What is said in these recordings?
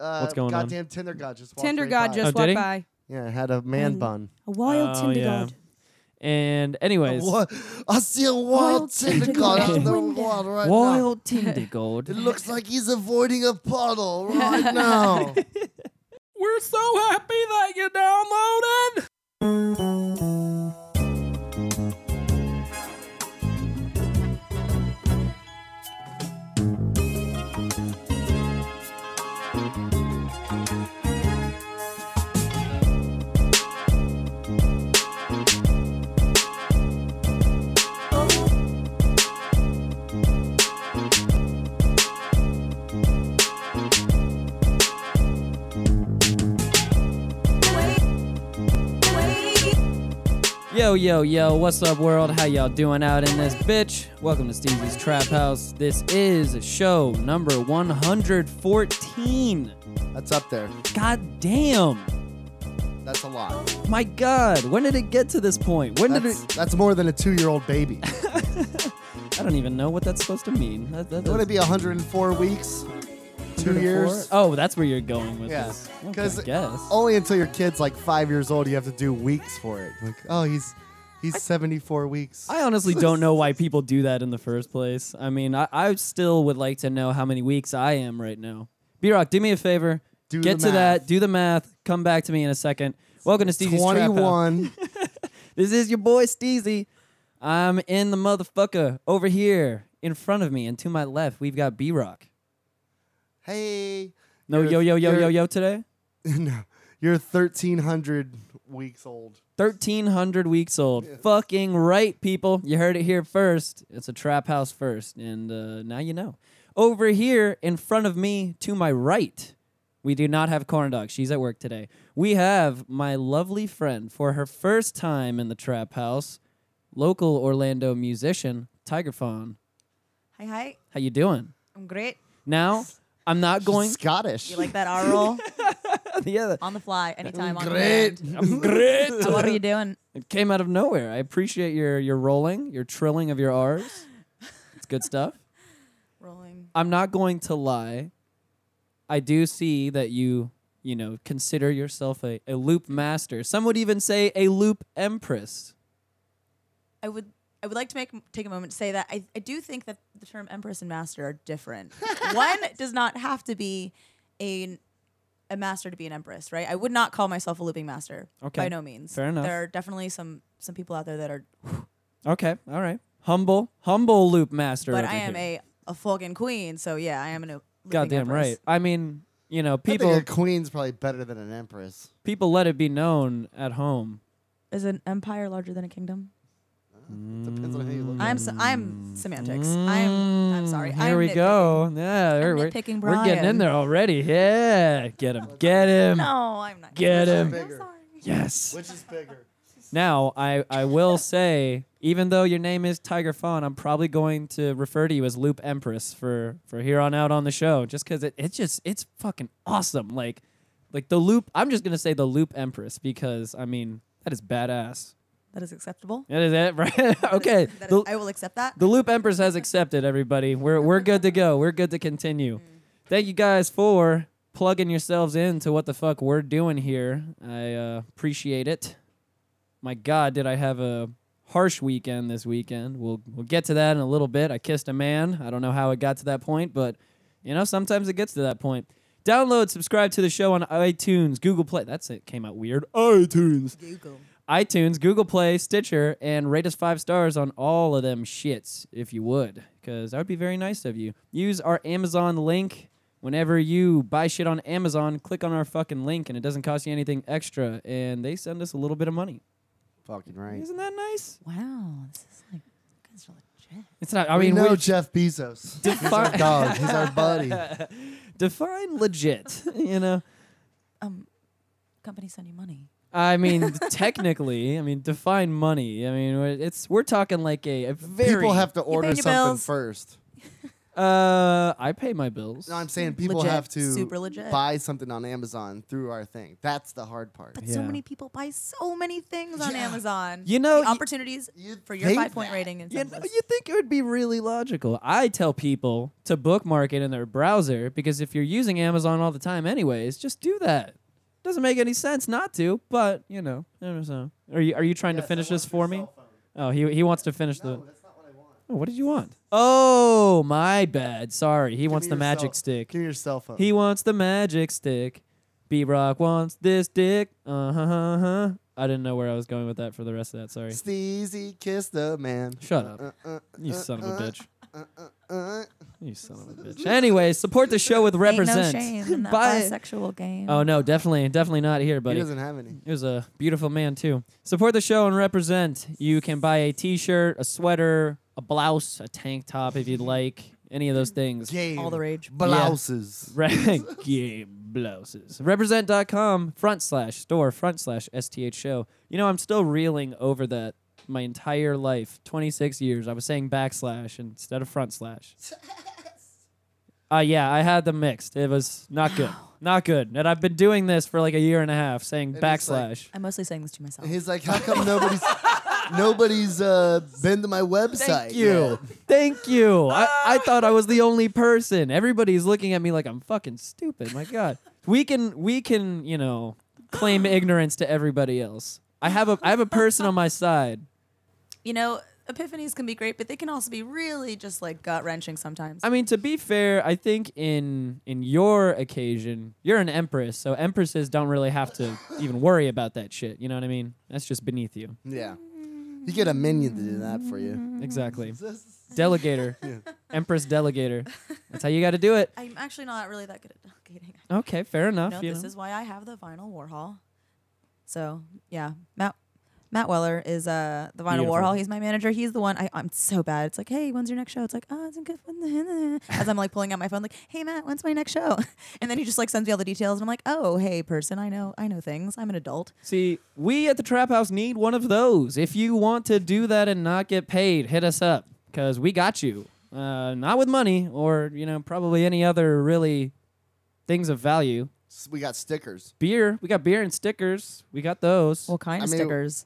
uh, What's going on? goddamn Tinder god just walked Tinder right God by. just Oh, did walked he? by. yeah had a man Mm. bun. A wild Oh, Tinder yeah. God. And anyways, What? I see a wild Wild Tinder Tinder god God. out the Window. water right now. wild Tinder gold. It looks like he's avoiding a puddle right now. We're so happy that you downloaded. Yo, yo, yo, what's up, world? How y'all doing out in this bitch? Welcome to Stevie's Trap House. This is show number 114. That's up there. God damn. That's a lot. My God, when did it get to this point? When did That's, it? that's more than a two-year-old baby. I don't even know what that's supposed to mean. That, that, Would it be 104 weeks? Two years? Oh, that's where you're going with Yeah. this. Okay, Because I guess. only until your kid's like five years old, you have to do weeks for it. Like, oh, he's he's 74 weeks. I honestly don't know why people do that in the first place. I mean, I, I still would like to know how many weeks I am right now. B Rock, do me a favor. Do Get the to math. that. Do the math. Come back to me in a second. Welcome to Steezy's Trap House. 21. This is your boy Steezy. I'm in the motherfucker over here in front of me, and to my left we've got B Rock. hey. No You're- yo yo yo you're- yo yo today. no, you're 1300 weeks old. 1300 weeks old. Fucking right, people. You heard it here first. It's a trap house first. And uh, now you know. Over here in front of me to my right, we do not have corn dog. She's at work today. We have my lovely friend for her first time in the trap house, local Orlando musician, Tiger Fawn. Hi, hi. How you doing? I'm great. Now, I'm not going. She's Scottish. You like that R roll? yeah. on the fly, anytime. On Great. command. I'm great. Uh, what are you doing? It came out of nowhere. I appreciate your your rolling, your trilling of your R's. It's good stuff. Rolling. I'm not going to lie. I do see that you, you know, consider yourself a, a loop master. Some would even say a loop empress. I would. I would like to make take a moment to say that I, I do think that the term empress and master are different. One does not have to be a a master to be an empress, right? I would not call myself a looping master. Okay. By no means. Fair enough. There are definitely some some people out there that are, Okay, all right. Humble, humble loop master. but over I am here. a a fucking queen. So yeah, I am an. goddamn right. I mean, you know, I think people a queen's probably better than an empress. people let it be known at home. Is an empire larger than a kingdom? Depends on how you Mm. look. at I'm so, I'm semantics. I'm I'm sorry. Here I'm we nitpicking. go. Yeah, we're, we're- nitpicking we're getting in Brian. there already. Yeah, get him, get him. No, I'm not. it. Get him. I'm Bigger. sorry. Yes. Which is bigger? Now, I, I will say, even though your name is Tiger Fawn, I'm probably going to refer to you as Loop Empress for, for here on out on the show, just because it, it's just it's fucking awesome. Like, like the loop. I'm just gonna say the Loop Empress because I mean that is badass. That is acceptable. That is it, right? okay. That is- that is- the, I will accept that. the Loop Empress has accepted everybody. We're we're good to go. We're good to continue. Thank you guys for plugging yourselves into what the fuck we're doing here. I uh, appreciate it. My God, did I have a harsh weekend this weekend? We'll we'll get to that in a little bit. I kissed a man. I don't know how it got to that point, but you know sometimes it gets to that point. Download, subscribe to the show on iTunes, Google Play. That's it. Came out weird. iTunes Google. iTunes, Google Play, Stitcher, and rate us five stars on all of them shits if you would, because that would be very nice of you. Use our Amazon link whenever you buy shit on Amazon. Click on our fucking link, and it doesn't cost you anything extra, and they send us a little bit of money. Fucking right. Isn't that nice? Wow, this is like you guys are legit. It's not. I we mean, know we Jeff Bezos. He's our Defi- dog. He's our buddy. define legit. You know, Um, companies send you money. I mean, technically, I mean, define money. I mean, it's we're talking like a, a very People have to order paid your something bills. first. Uh, I pay my bills. No, I'm saying people Legit, have to super legit. buy something on Amazon through our thing. That's the hard part. But Yeah. so many people buy so many things on Yeah. Amazon. You know, the y- opportunities You'd for your think five point that. rating and you, know, you think it would be really logical. I tell people to bookmark it in their browser because if you're using Amazon all the time, anyways, just do that. Doesn't make any sense not to, but you know, Amazon. Are you are you trying to finish this for me? Oh, he he wants to finish the. that's not what I want. Oh, what did you want? Oh, my bad. Sorry. He wants me the your magic cell- stick. Give me your cell phone. He wants the magic stick. B Rock wants this dick. Uh huh huh huh. I didn't know where I was going with that for the rest of that. Sorry. Steezy kiss the man. Shut up. Uh, uh, You son of a bitch. uh. You son of a bitch. Anyway, support the show with represent. Ain't no shame in that Buy- bisexual game. Oh no, definitely, definitely not here, He buddy. doesn't have any. He was a beautiful man too. Support the show and represent. You can buy a T-shirt, a sweater, a blouse, a tank top if you'd like. Any of those things. Game. All the rage. Blouses. Right. Gay blouses. Represent.com front slash store front slash STH show. You know, I'm still reeling over that my entire life, 26 years. I was saying backslash instead of front slash. Uh, yeah, I had them mixed. It was not good. Not good. And I've been doing this for like a year and a half, saying And it's like- backslash. I'm mostly saying this to myself. He's like, how come nobody's nobody's uh, been to my website? Thank you. Ah. Thank you. I, I thought I was the only person. Everybody's looking at me like I'm fucking stupid. My God. We can we can, you know, claim ignorance to everybody else. I have a I have a person on my side. You know, epiphanies can be great, but they can also be really just like gut wrenching sometimes. I mean, to be fair, I think in in your occasion, you're an empress, so empresses don't really have to even worry about that shit. You know what I mean? That's just beneath you. you. Yeah. You get a minion to do that for Mm. you. Exactly. Delegator. Empress delegator. That's how you got to do it. I'm actually not really that good at delegating. Okay, fair enough. No, you this know. is why I have the vinyl Warhol. So yeah, Matt Matt Weller is uh the vinyl Beautiful. Warhol. He's my manager. He's the one. I, I'm so bad. It's like, hey, when's your next show? It's like, oh, it's a good one. As I'm like pulling out my phone, like, hey Matt, when's my next show? And then he just like sends me all the details, and I'm like, oh, hey person, I know, I know things. I'm an adult. See, we at the Trap House need one of those. If you want to do that and not get paid, hit us up because we got you. Uh, not with money or, you know, probably any other really things of value. S- We got stickers. Beer, we got beer and stickers. We got those. What kind I of mean, stickers?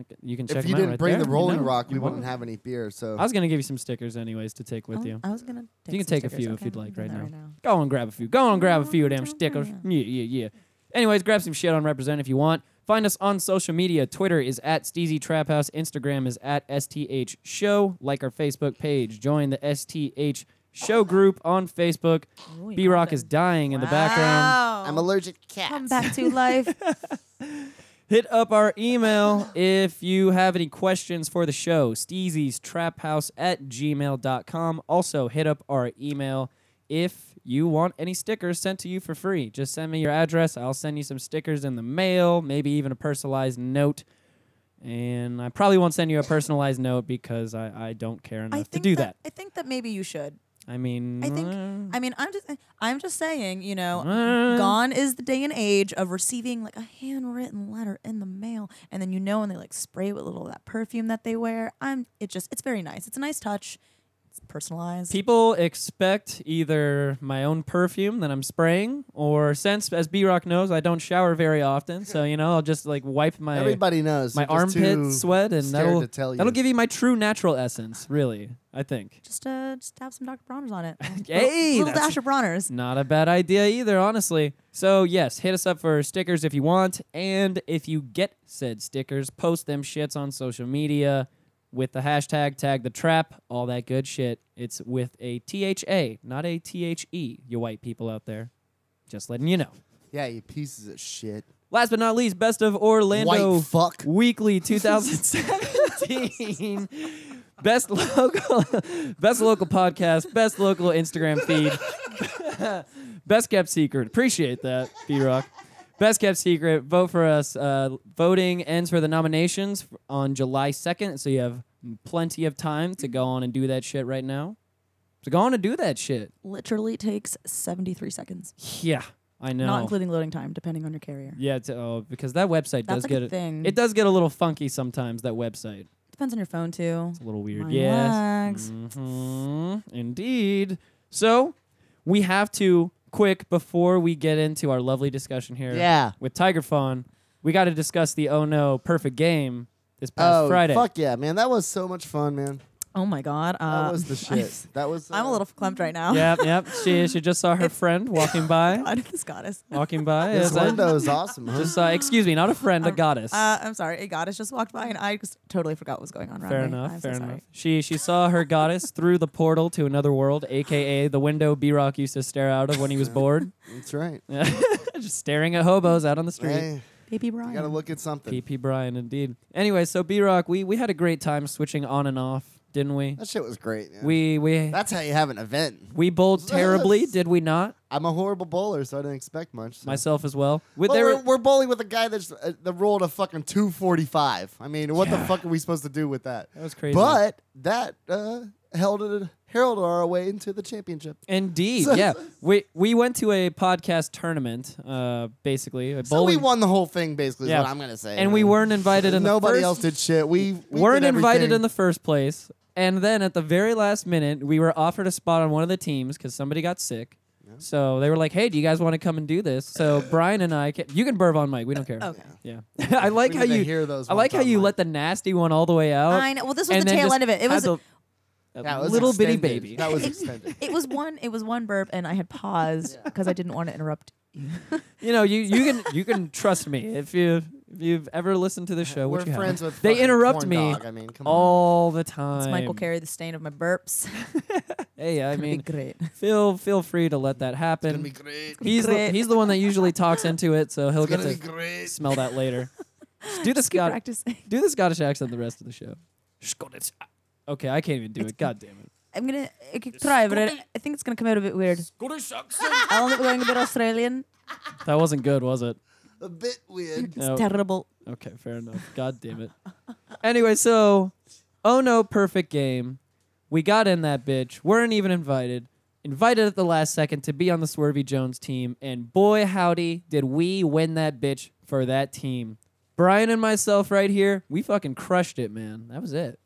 Okay, you can check if you 'em out didn't right bring there. the Rolling You know, Rock, we you wouldn't won't. have any beer. So I was going to give you some stickers, anyways, to take with Oh, you. I was gonna. Take you can some take a stickers. few if Okay, you'd I'm like gonna right do that now. Go and grab a few. Go and grab a few of them stickers. Yeah. Yeah, yeah, yeah. Anyways, grab some shit on Represent if you want. Find us on social media. Twitter is at Steezy Trap House. Instagram is at STH Show. Like our Facebook page. Join the STH Show group on Facebook. Ooh, you B Rock got is them. dying in the background. Wow. I'm allergic to cats. Oh, Come back to life. Hit up our email if you have any questions for the show. Steezy's Trap House at gmail.com. Also, hit up our email if you want any stickers sent to you for free. Just send me your address. I'll send you some stickers in the mail, maybe even a personalized note. And I probably won't send you a personalized note because I, I don't care I enough think to do that. I think that maybe you should. I mean, I think- uh, I mean, I'm just, I'm just saying, you know, Uh. gone is the day and age of receiving like a handwritten letter in the mail, and then you know, and they like spray it with a little of that perfume that they wear. I'm, it just, it's very nice. It's a nice touch. It's personalized. People expect either my own perfume that I'm spraying, or since, as B Rock knows, I don't shower very often, so you know I'll just like wipe my Everybody knows. my I'm just too armpit sweat, and scared that'll to tell you. that'll give you my true natural essence. Really, I think just, uh, just have some Dr. Bronner's on it. Hey, little, that's- Mm. dash of Bronner's. not a bad idea either, honestly. So yes, hit us up for stickers if you want, and if you get said stickers, post them shits on social media with the hashtag tag the trap, all that good shit. It's with a T H A, not a T H E. You white people out there, just letting you know. Yeah, you pieces of shit. Last but not least, best of Orlando White fuck. Weekly 2017. best local best local podcast, best local Instagram feed. best kept secret. Appreciate that, B Rock. Best kept secret. Vote for us. Uh, voting ends for the nominations f- on July 2nd, so you have plenty of time to go on and do that shit right now. So go on and do that shit. Literally takes 73 seconds, Yeah, I know. not including loading time, depending on your carrier. yeah, to, oh, because that website does That's like get a it. thing. It does get a little funky sometimes. That website. Depends on your phone too. It's a little weird. My Yes. Mm. legs. Mhm. Indeed. So we have to quick before we get into our lovely discussion here. Yeah. With Tiger Fawn, we got to discuss the Oh No Perfect Game this past Oh, Friday. fuck yeah, man! That was so much fun, man. Oh my god. That Uh, was the shit. That was. I'm a uh, little clumped right now. Yep, yep. She she just saw her friend walking by, God, this goddess. Uh, walking by. This as I window is awesome, huh? just saw. Excuse me, not a friend, a goddess. Uh, I'm sorry, a goddess just walked by, and I just totally forgot what was going on. around Fair me. enough. I'm so fair sorry. enough. She she saw her goddess through the portal to another world, aka the window B Rock used to stare out of when he was bored, That's right. just staring at hobos out on the street. Hey, Baby you Brian. gotta look at something. PP Brian, indeed. Anyway, so B Rock, we we had a great time switching on and off, didn't we? That shit was great. Man. We we That's how you have an event. we bowled terribly, did we not? I'm a horrible bowler, so I didn't expect much. So. Myself as well. With Well, there, we're, we're bowling with a guy that's uh, that rolled a fucking 245. I mean, what the Yeah. fuck are we supposed to do with that? that was crazy. But that uh, held it, heralded our way into the championship. Indeed, So- yeah. We we went to a podcast tournament, uh, basically a So we bowling, won the whole thing, basically. Yeah. Is what I'm gonna say. and we weren't invited in the Nobody first- else did shit. We, we weren't did invited everything. in the first place, and then at the very last minute, we were offered a spot on one of the teams because somebody got sick. So they were like, "Hey, do you guys want to come and do this?" So Brian and I, ca- you can burp on mic. We don't care. Okay. Yeah, I like We how need to you hear those I like how one-time you lines. let the nasty one all the way out. I know. Well, this was Uh, and the then tail just end of it. It had was the- That was little bitty extended. baby. That was extended. it was one it was one burp, and I had paused because I didn't want to interrupt. you know you you can you can trust me if you if you've ever listened to the show. We're which you friends haven't. with. They fucking interrupt corn me Dog. I mean, come on. all the time. It's Michael carry the stain of my burps. Hey, I It'd be mean, great. feel feel free to let that happen. It's gonna be great. He's the, Great. he's the one that usually talks into it, so he'll It's get gonna be to great. smell that later. Just do the Just keep Scott, practicing. do the Scottish accent the rest of the show. Scottish. Okay, I can't even do it. God damn it. I'm gonna I could try, but I, I think it's gonna come out a bit weird. Scottish accent. I'll end up going a bit Australian. That wasn't good, was it? A bit weird. It's No. terrible. Okay, fair enough. God damn it. Anyway, so oh no, perfect game. We got in that bitch. Weren't even invited. Invited at the last second to be on the Swervy Jones team, and boy howdy did we win that bitch for that team. Brian and myself right here, we fucking crushed it, man. That was it.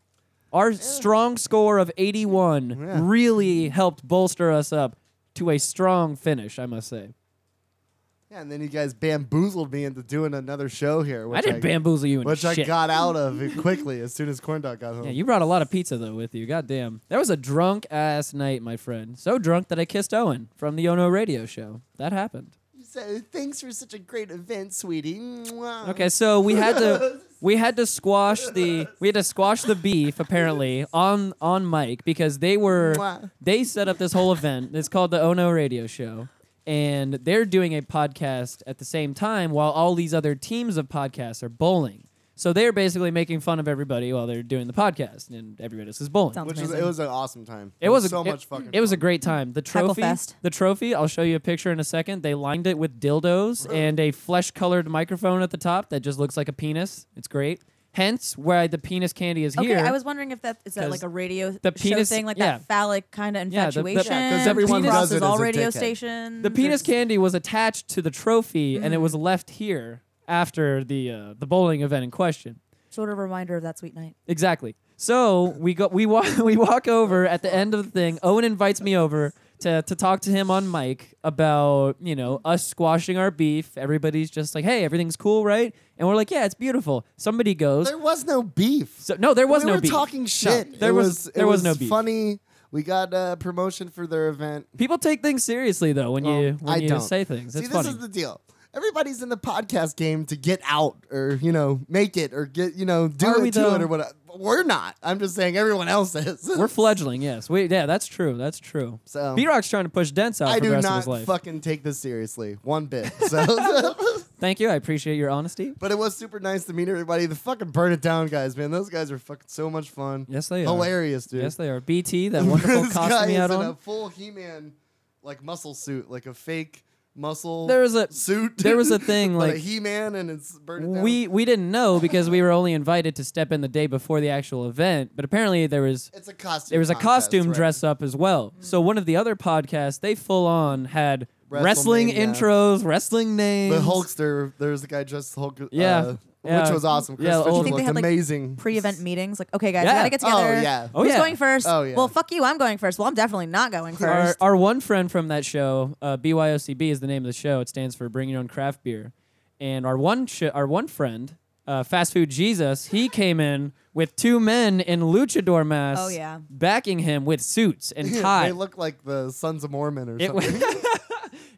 Our strong score of 81 Yeah. really helped bolster us up to a strong finish, I must say. Yeah, and then you guys bamboozled me into doing another show here. Which I didn't bamboozle you and which shit. I got out of it quickly as soon as Corndog got home. Yeah, you brought a lot of pizza though with you. God damn. That was a drunk ass night, my friend. So drunk that I kissed Owen from the Ono radio show. That happened. So, thanks for such a great event, sweetie. Mwah. Okay, so we had to we had to squash the we had to squash the beef apparently on on mic because they were Mwah. they set up this whole event. It's called the Ono Radio Show. And they're doing a podcast at the same time while all these other teams of podcasts are bowling. So they're basically making fun of everybody while they're doing the podcast and everybody else is bowling. Sounds Which is amazing. it was an awesome time. It was a- so it- much fucking. It was a fun. great time. The trophy, Hecklefest. the trophy. I'll show you a picture in a second. They lined it with dildos and a flesh-colored microphone at the top that just looks like a penis. It's great. Hence why the penis candy is Okay, here. I was wondering if that is that 'Cause like a radio the show penis- thing, like yeah. that phallic kind of Yeah, the- the- infatuation. Yeah, 'cause everyone crosses does it all as a radio dickhead. stations. the penis It's- candy was attached to the trophy and it Mm-hmm. was left here after the uh, the bowling event in question. Sort of a reminder of that sweet night. Exactly. So we go we walk we walk over at the end of the thing. Owen invites me over to, to talk to him on mic about, you know, us squashing our beef. Everybody's just like, hey, everything's cool, right? And we're like, Yeah, it's beautiful. Somebody goes There was no beef. so no, there was we no were beef. talking shit. there it was- was, there it was was, no beef. Funny. We got uh, promotion for their event. People take things seriously though when you Um, when I you don't. say things. It's See, funny. this is the deal. Everybody's in the podcast game to get out or, you know, make it or get, you know, do Are it we, to though? it or whatever. We're not. I'm just saying everyone else is. we're fledgling, yes. We yeah, that's true. That's true. So- B Rock's trying to push Dents out I for the do rest of his not life. fucking take this seriously one bit. So, Thank you. I appreciate your honesty. but it was super nice to meet everybody. The fucking burn it down guys, man. Those guys are fucking so much fun. Yes, they are. Hilarious, dude. Yes, they are. BT, that wonderful this costume guy he is had in on. a full He-Man like muscle suit, like a fake muscle. There was a- suit. there was a thing, but like- a He-Man, and it's burn it down. We we didn't know because we were only invited to step in the day before the actual event, but apparently there was It's a costume. there was a contest, costume right? Mm-hmm. dress up as well. So one of the other podcasts, they full on had wrestling WrestleMania. intros, wrestling names. The Hulkster. There was a guy dressed as Hulk. Yeah. uh, Yeah. which was awesome. Chris Yeah, Fisher old- Do you think they looked had, like, amazing. Pre-event meetings, like, okay, guys, Yeah. we gotta get together. Oh, yeah. Oh, Who's yeah. going first? Oh, yeah. Well, fuck you, I'm going first. Well, I'm definitely not going Our, first. our one friend from that show, uh, BYOCB is the name of the show. It stands for Bring Your Own Craft Beer. And our one sh- our one friend, uh, Fast Food Jesus, he came in with two men in luchador masks Oh, yeah. backing him with suits and tie. they look like the Sons of Mormon or it, something. was,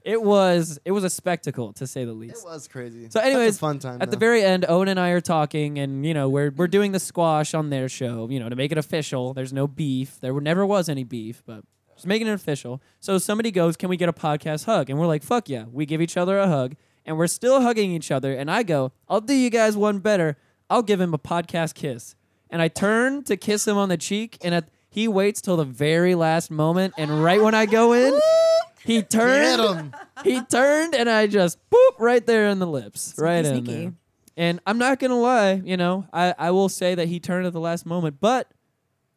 it was it was a spectacle to say the least. It was crazy. So, Such a anyways, fun time At the though. very end, Owen and I are talking, and you know we're we're doing the squash on their show, you know, to make it official. There's no beef. There were, never was any beef, but just making it official. So somebody goes, "Can we get a podcast hug?" And we're like, "Fuck yeah!" We give each other a hug, and we're still hugging each other. And I go, "I'll do you guys one better. I'll give him a podcast kiss." And I turn to kiss him on the cheek, and at, he waits till the very last moment. And right when I go in, he Get turns 'em. he turned and I just boop right there in the lips, right in sneaky. there. And I'm not gonna lie, you know, I, I will say that he turned at the last moment, but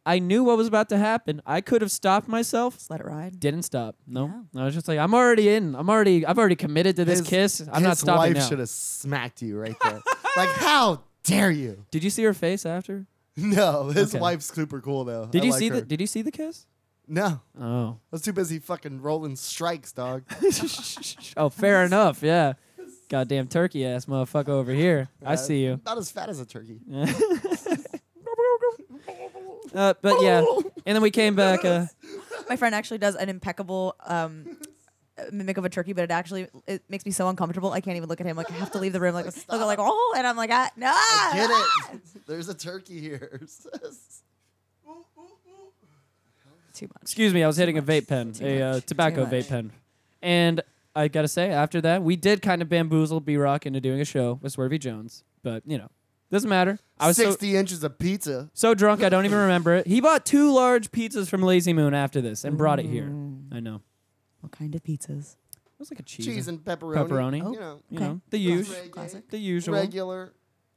I knew what was about to happen. I could have stopped myself, Just let it ride. didn't stop. No, I was just like, I'm already in. I'm already, I've already committed to this His- kiss. I'm not his stopping wife now. should have smacked you right there. like, how dare you? Did you see her face after? No, his Okay. wife's super cool though. Did I you like see her. the Did you see the kiss? No, I Oh, was too busy fucking rolling strikes, dog. oh, fair enough. Yeah, goddamn turkey ass motherfucker over here. I see you. Not as fat as a turkey. Uh, but yeah, and then we came back. Uh, My friend actually does an impeccable um, mimic of a turkey, but it actually it makes me so uncomfortable. I can't even look at him. Like I have to leave the room. Like look at like oh, and I'm like ah, no. Get it? There's a turkey here. Too much. excuse me, I was hitting a vape pen, Too a uh, much. tobacco Too much. vape pen. And I gotta say, after that, we did kind of bamboozle B Rock into doing a show with Swervy Jones, but you know, doesn't matter. I was so, sixty inches of pizza. so drunk, I don't even remember it. He bought two large pizzas from Lazy Moon after this and brought it here. Mm. I know. What kind of pizzas? It was like a cheese. Cheese and pepperoni. pepperoni. Oh. You know, You Okay. know, the usual. reggae, Classic. The usual. regular.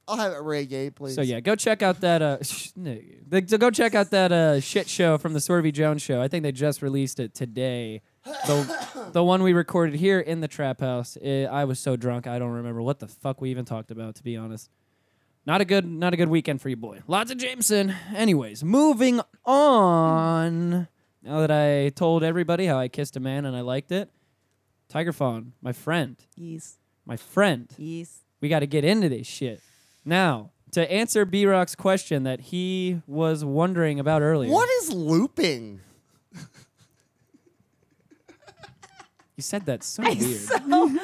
I'll have it reggae, please. So yeah, go check out that uh, sh- nigga. The- so go check out that uh shit show from the Swervy Jones show. I think they just released it today. The the one we recorded here in the trap house. Eh, I was so drunk I don't remember what the fuck we even talked about. To be honest, not a good not a good weekend for you, boy. Lots of Jameson. Anyways, moving on. Now that I told everybody how I kissed a man and I liked it, Tiger Fawn, my friend, Yeast. my friend. Yeast. We got to get into this shit. Now, to answer B Rock's question that he was wondering about earlier. What is looping? You said that so I'm weird. so, I'm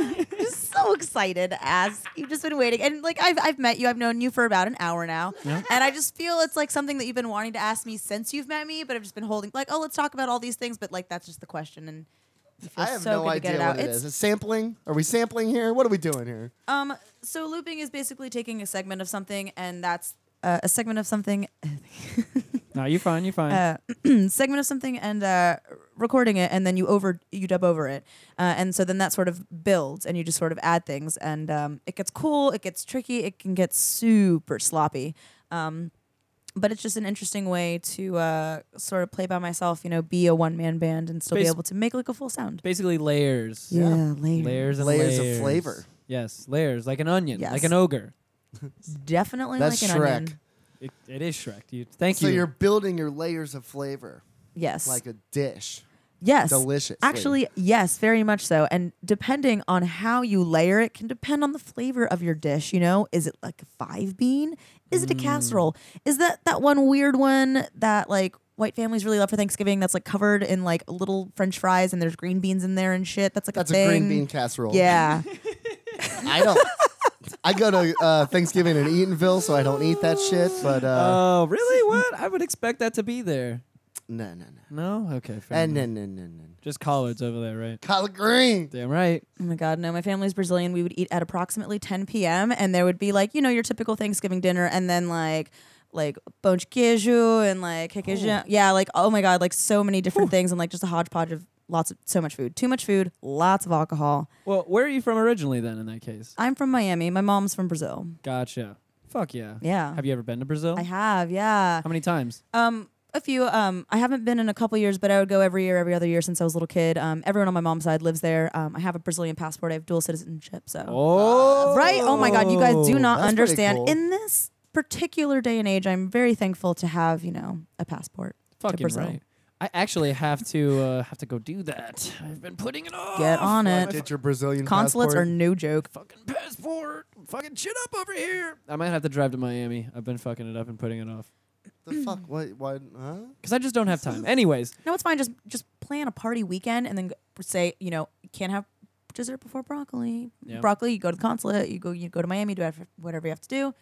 so excited as you've just been waiting. And like I've, I've met you, I've known you for about an hour now. And I just feel it's like something that you've been wanting to ask me since you've met me, but I've just been holding like, oh, let's talk about all these things, but like that's just the question and I feel I have so no good idea to get it out. what it it's is. Is sampling? Are we sampling here? What are we doing here? um so looping is basically taking a segment of something and that's uh, a segment of something no, you're fine. You're fine. Uh, segment of something and uh, recording it, and then you over you dub over it, uh, and so then that sort of builds, and you just sort of add things, and um, it gets cool, it gets tricky, it can get super sloppy, um, but it's just an interesting way to uh, sort of play by myself, you know, be a one man band and still Bas- be able to make like a full sound. Basically, layers. Yeah, Layers and Layers layers. of flavor. Yes, layers. Like an onion. Yes. Like an ogre. definitely That's like an Shrek. onion. It, it is Shrek. You, thank So you. you're building your layers of flavor Yes, like a dish. yes, Delicious. Actually, yes, very much so. And depending on how you layer it, can depend on the flavor of your dish. You know, is it like a five bean? Is it a casserole? Is that that one weird one that like white families really love for Thanksgiving? That's like covered in like little French fries and there's green beans in there and shit. That's like That's a thing. a green bean casserole. Yeah, I don't. I go to uh, Thanksgiving in Eatonville, so I don't eat that shit. But uh, Oh, really? What? I would expect that to be there. no, no, no, No? Okay, fair. and enough. no, no, no, no. Just collards over there, right? Collard green. Damn right. Oh my God, no. My family's Brazilian. We would eat at approximately 10 p.m. and there would be like, you know, your typical Thanksgiving dinner and then like, like pão de queijo and like requeijão. Yeah, like, oh my God, like so many different things and like just a hodgepodge of lots of, so much food. Too much food, lots of alcohol. Well, where are you from originally then in that case? I'm from Miami. My mom's from Brazil. Gotcha. Fuck yeah. Yeah. Have you ever been to Brazil? I have, yeah. How many times? Um, a few. Um, I haven't been in a couple years, but I would go every year, every other year since I was a little kid. Um, everyone on my mom's side lives there. Um, I have a Brazilian passport. I have dual citizenship. So Oh, right. Oh my God, you guys do not That's pretty understand. cool. In this particular day and age, I'm very thankful to have you know a passport. to fucking Brazil. right. I actually have to uh, have to go do that. I've been putting it off. Get on My it. Did your Brazilian Consulates Oh, are passport? no joke. Fucking passport. Fucking shit up over here. I might have to drive to Miami. I've been fucking it up and putting it off the fuck? What? What? Huh? because I just don't have time. Anyways, No, it's fine. Just just plan a party weekend and then go- say you know can't have dessert before broccoli. Yeah. Broccoli, you go to the consulate. You go you go to Miami. Do whatever- whatever you have to do,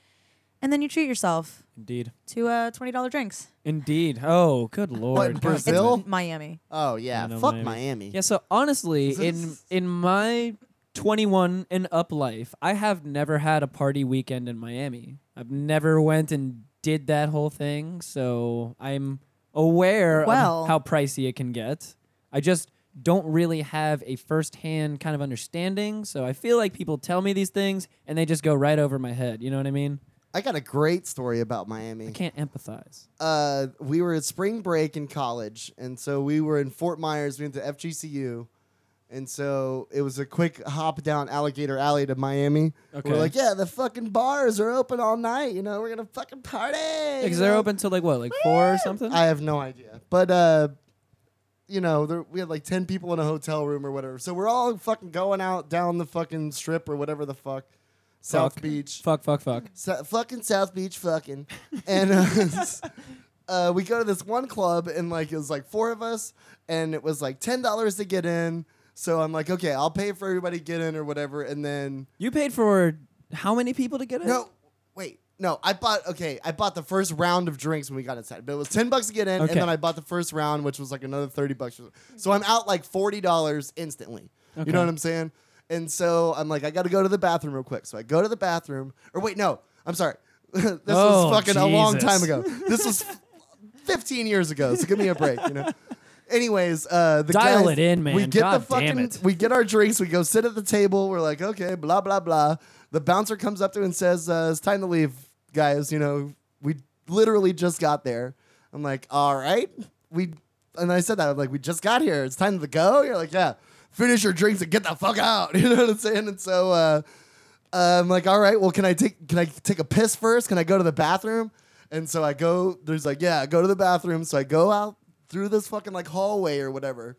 and then you treat yourself indeed, to uh twenty dollar drinks. indeed. Oh, good lord. What, God Brazil? damn it. Miami. Oh yeah. I know Fuck Miami. Miami. Yeah. So honestly, in in my 21 and up life, I have never had a party weekend in Miami. I've never went and did that whole thing, so I'm aware of Well- how pricey it can get. I just don't really have a firsthand kind of understanding, so I feel like people tell me these things and they just go right over my head. You know what I mean? I got a great story about Miami. I can't empathize. uh, we were at spring break in college, and so we were in Fort Myers. We went to FGCU, and so it was a quick hop down Alligator Alley to Miami. Okay. We're like, yeah, the fucking bars are open all night. You know, we're gonna fucking party. Because you they're know? open till like what, like four or something? I have no idea, but uh, you know, there, we had like ten people in a hotel room or whatever. So we're all fucking going out down the fucking strip or whatever the fuck, South Fuck. Beach. fuck, fuck, fuck. Sa- fucking South Beach, fucking. And uh, uh, we go to this one club, and like it was like four of us, and it was like ten dollars to get in. So I'm like, okay, I'll pay for everybody to get in or whatever, and then You paid for how many people to get in? no, wait, no, I bought okay, I bought the first round of drinks when we got inside, but it was ten bucks to get in, Okay. and then I bought the first round, which was like another thirty bucks. So I'm out like forty dollars instantly. Okay. You know what I'm saying? And so I'm like, I got to go to the bathroom real quick. So I go to the bathroom, or wait, no, I'm sorry. this Oh, was fucking a long Jesus. time ago. This was 15 years ago. So give me a break, you know. Anyways, uh, the Dial guys- it in, man. We get the God damn fucking, it. we get our drinks. We go sit at the table. We're like, okay, blah blah blah. The bouncer comes up to and says, uh, "It's time to leave, guys." You know, we literally just got there. I'm like, all right, we. And I said that I'm like, we just got here. It's time to go. You're like, yeah, finish your drinks and get the fuck out. You know what I'm saying? And so. Uh, uh, I'm like, all right, well, can I take can I take a piss first? Can I go to the bathroom? And so I go. There's like, yeah, go to the bathroom. So I go out through this fucking like hallway or whatever,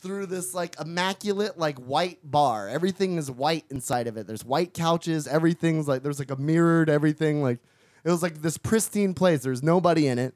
through this like immaculate like white bar. Everything is white inside of it. There's white couches. Everything's like there's like a mirrored everything. Like it was like this pristine place. There's nobody in it.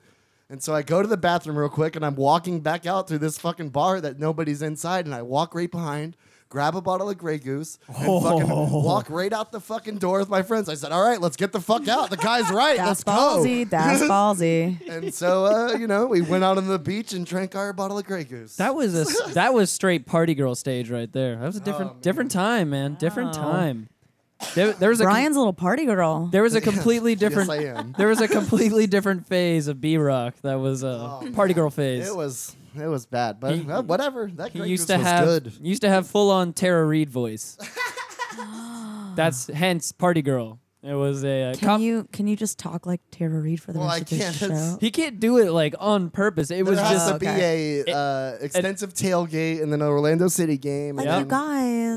And so I go to the bathroom real quick and I'm walking back out through this fucking bar that nobody's inside and I walk right behind, grab a bottle of Grey Goose, and Oh. fucking walk right out the fucking door with my friends. I said, "All right, let's get the fuck out. The guy's right. let's That's go." ballsy. That's ballsy. And so uh, you know, we went out on the beach and drank our bottle of Grey Goose. That was a s- that was straight party girl stage right there. That was a different Oh, man. different time, man. Different Wow. time. There, there was a com- Brian's a little party girl. there was a completely different I am. there was a completely different phase of B Rock that was a party girl phase. Oh, it was it was bad, but He- uh, whatever. That he Grey used Goose to was have good. used to have full on Tara Reid voice. That's hence party girl. It was a uh, Can com- you can you just talk like Tara Reid for the Well, rest I of this can't. show? he can't do it like on purpose. It was There has just to Oh, be a uh, extensive tailgate and then an Orlando City game. Like and Yeah. you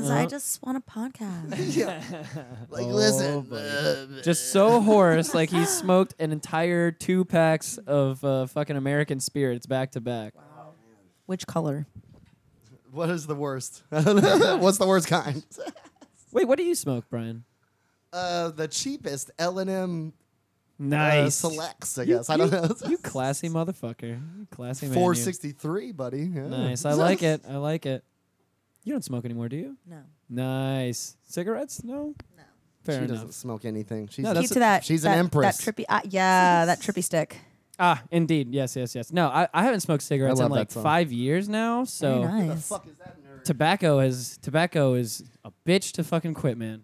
guys, I Uh-huh. just want a podcast. yeah. Like, Oh, listen. buddy. uh, just so hoarse, like he smoked an entire two packs of uh, fucking American spirits back to back. Which color? what is the worst? What's the worst kind? Wait, what do you smoke, Brian? Uh, the cheapest L and M uh, Nice. selects. I guess I don't know. you classy motherfucker. You Classy man. Four you. sixty three, buddy. Yeah. Nice. I like it. I like it. You don't smoke anymore, do you? No. Nice. Cigarettes? No. No. She Fair enough. doesn't smoke anything. She's No, no, that's- Keep to that. she's an that, empress. That trippy, uh, yeah, that trippy stick. Ah, indeed. Yes, yes, yes. No, I, I haven't smoked cigarettes in love that like song. five years now. So Very the nice. fuck is that nerd? tobacco is tobacco is a bitch to fucking quit, man.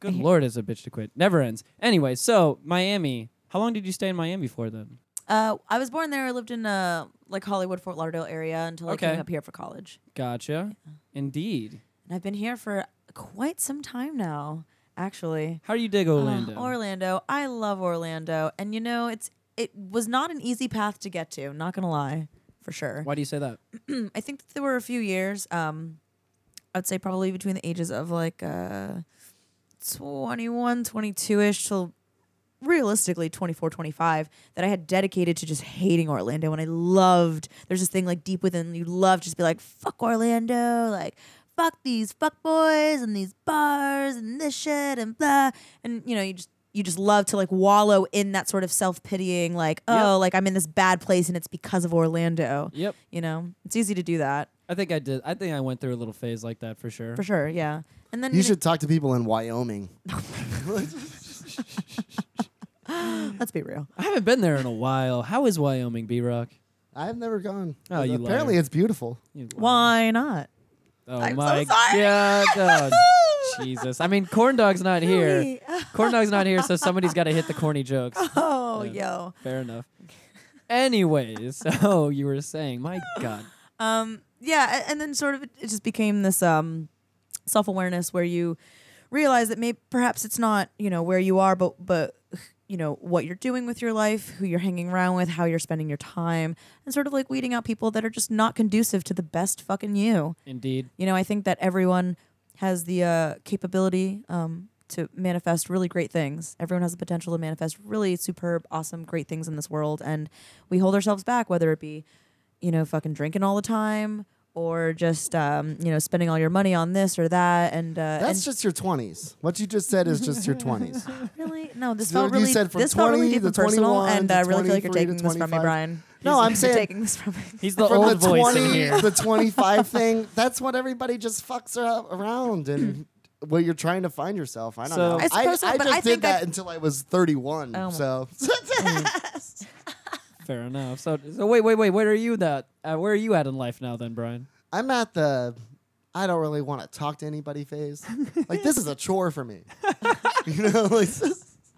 Good hear- lord, is a bitch to quit. Never ends. Anyway, so Miami. How long did you stay in Miami for then? Uh, I was born there. I lived in uh, like Hollywood, Fort Lauderdale area until I Okay. came up here for college. Gotcha. Indeed. And I've been here for quite some time now, actually. How do you dig Orlando? Uh, Orlando. I love Orlando. And you know, it's it was not an easy path to get to. Not gonna lie, for sure. Why do you say that? I think that there were a few years. Um, I'd say probably between the ages of like uh, 21, 22 ish till realistically 24, 25 that I had dedicated to just hating Orlando. And I loved, there's this thing like deep within you love just be like, fuck Orlando, like, fuck these fuck boys and these bars and this shit and blah. And, you know, you just, you just love to like wallow in that sort of self pitying, like, oh, like I'm in this bad place and it's because of Orlando Yep. you know it's easy to do that I think I did. I think I went through a little phase like that for sure. for sure yeah and then You you know, should talk to people in Wyoming. let's be real I haven't been there in a while. How is Wyoming, B Rock? I've never gone. Oh, you Apparently, liar. it's beautiful. why not Oh I'm so my sorry. god. Oh, Jesus. I mean, corn dog's not here. Corn dog's not here, so somebody's got to hit the corny jokes. oh Yeah. yo Fair enough. Anyways, so you were saying, my god. um yeah a- and then sort of it, it just became this um self-awareness where you realize that maybe perhaps it's not you know where you are but but you know what you're doing with your life who you're hanging around with how you're spending your time and sort of like weeding out people that are just not conducive to the best fucking you Indeed. You know, I think that everyone has the uh, capability um, to manifest really great things. Everyone has the potential to manifest really superb, awesome, great things in this world. And we hold ourselves back, whether it be, you know, fucking drinking all the time or just, um, you know, spending all your money on this or that. And, uh, That's and just your 20s. What you just said is just your 20s. really, no, this So felt you really, said from this felt really 20 deep to and personal. 21 And to I really feel like 23 you're to taking this from me, 25. Brian. No, I'm You're saying- taking this from me. He's the From old the voice 20 in here. the 25 thing, that's what everybody just fucks ar- around and well, you're trying to find yourself. I don't So- know. I I, suppose so, I but just I did think that I've- until I was 31. Oh my- So Fair enough. So, so wait, wait, wait. Where are you that? Uh, where are you at in life now, then, Brian? I'm at the I don't really want to talk to anybody phase. like this is a chore for me. you know, like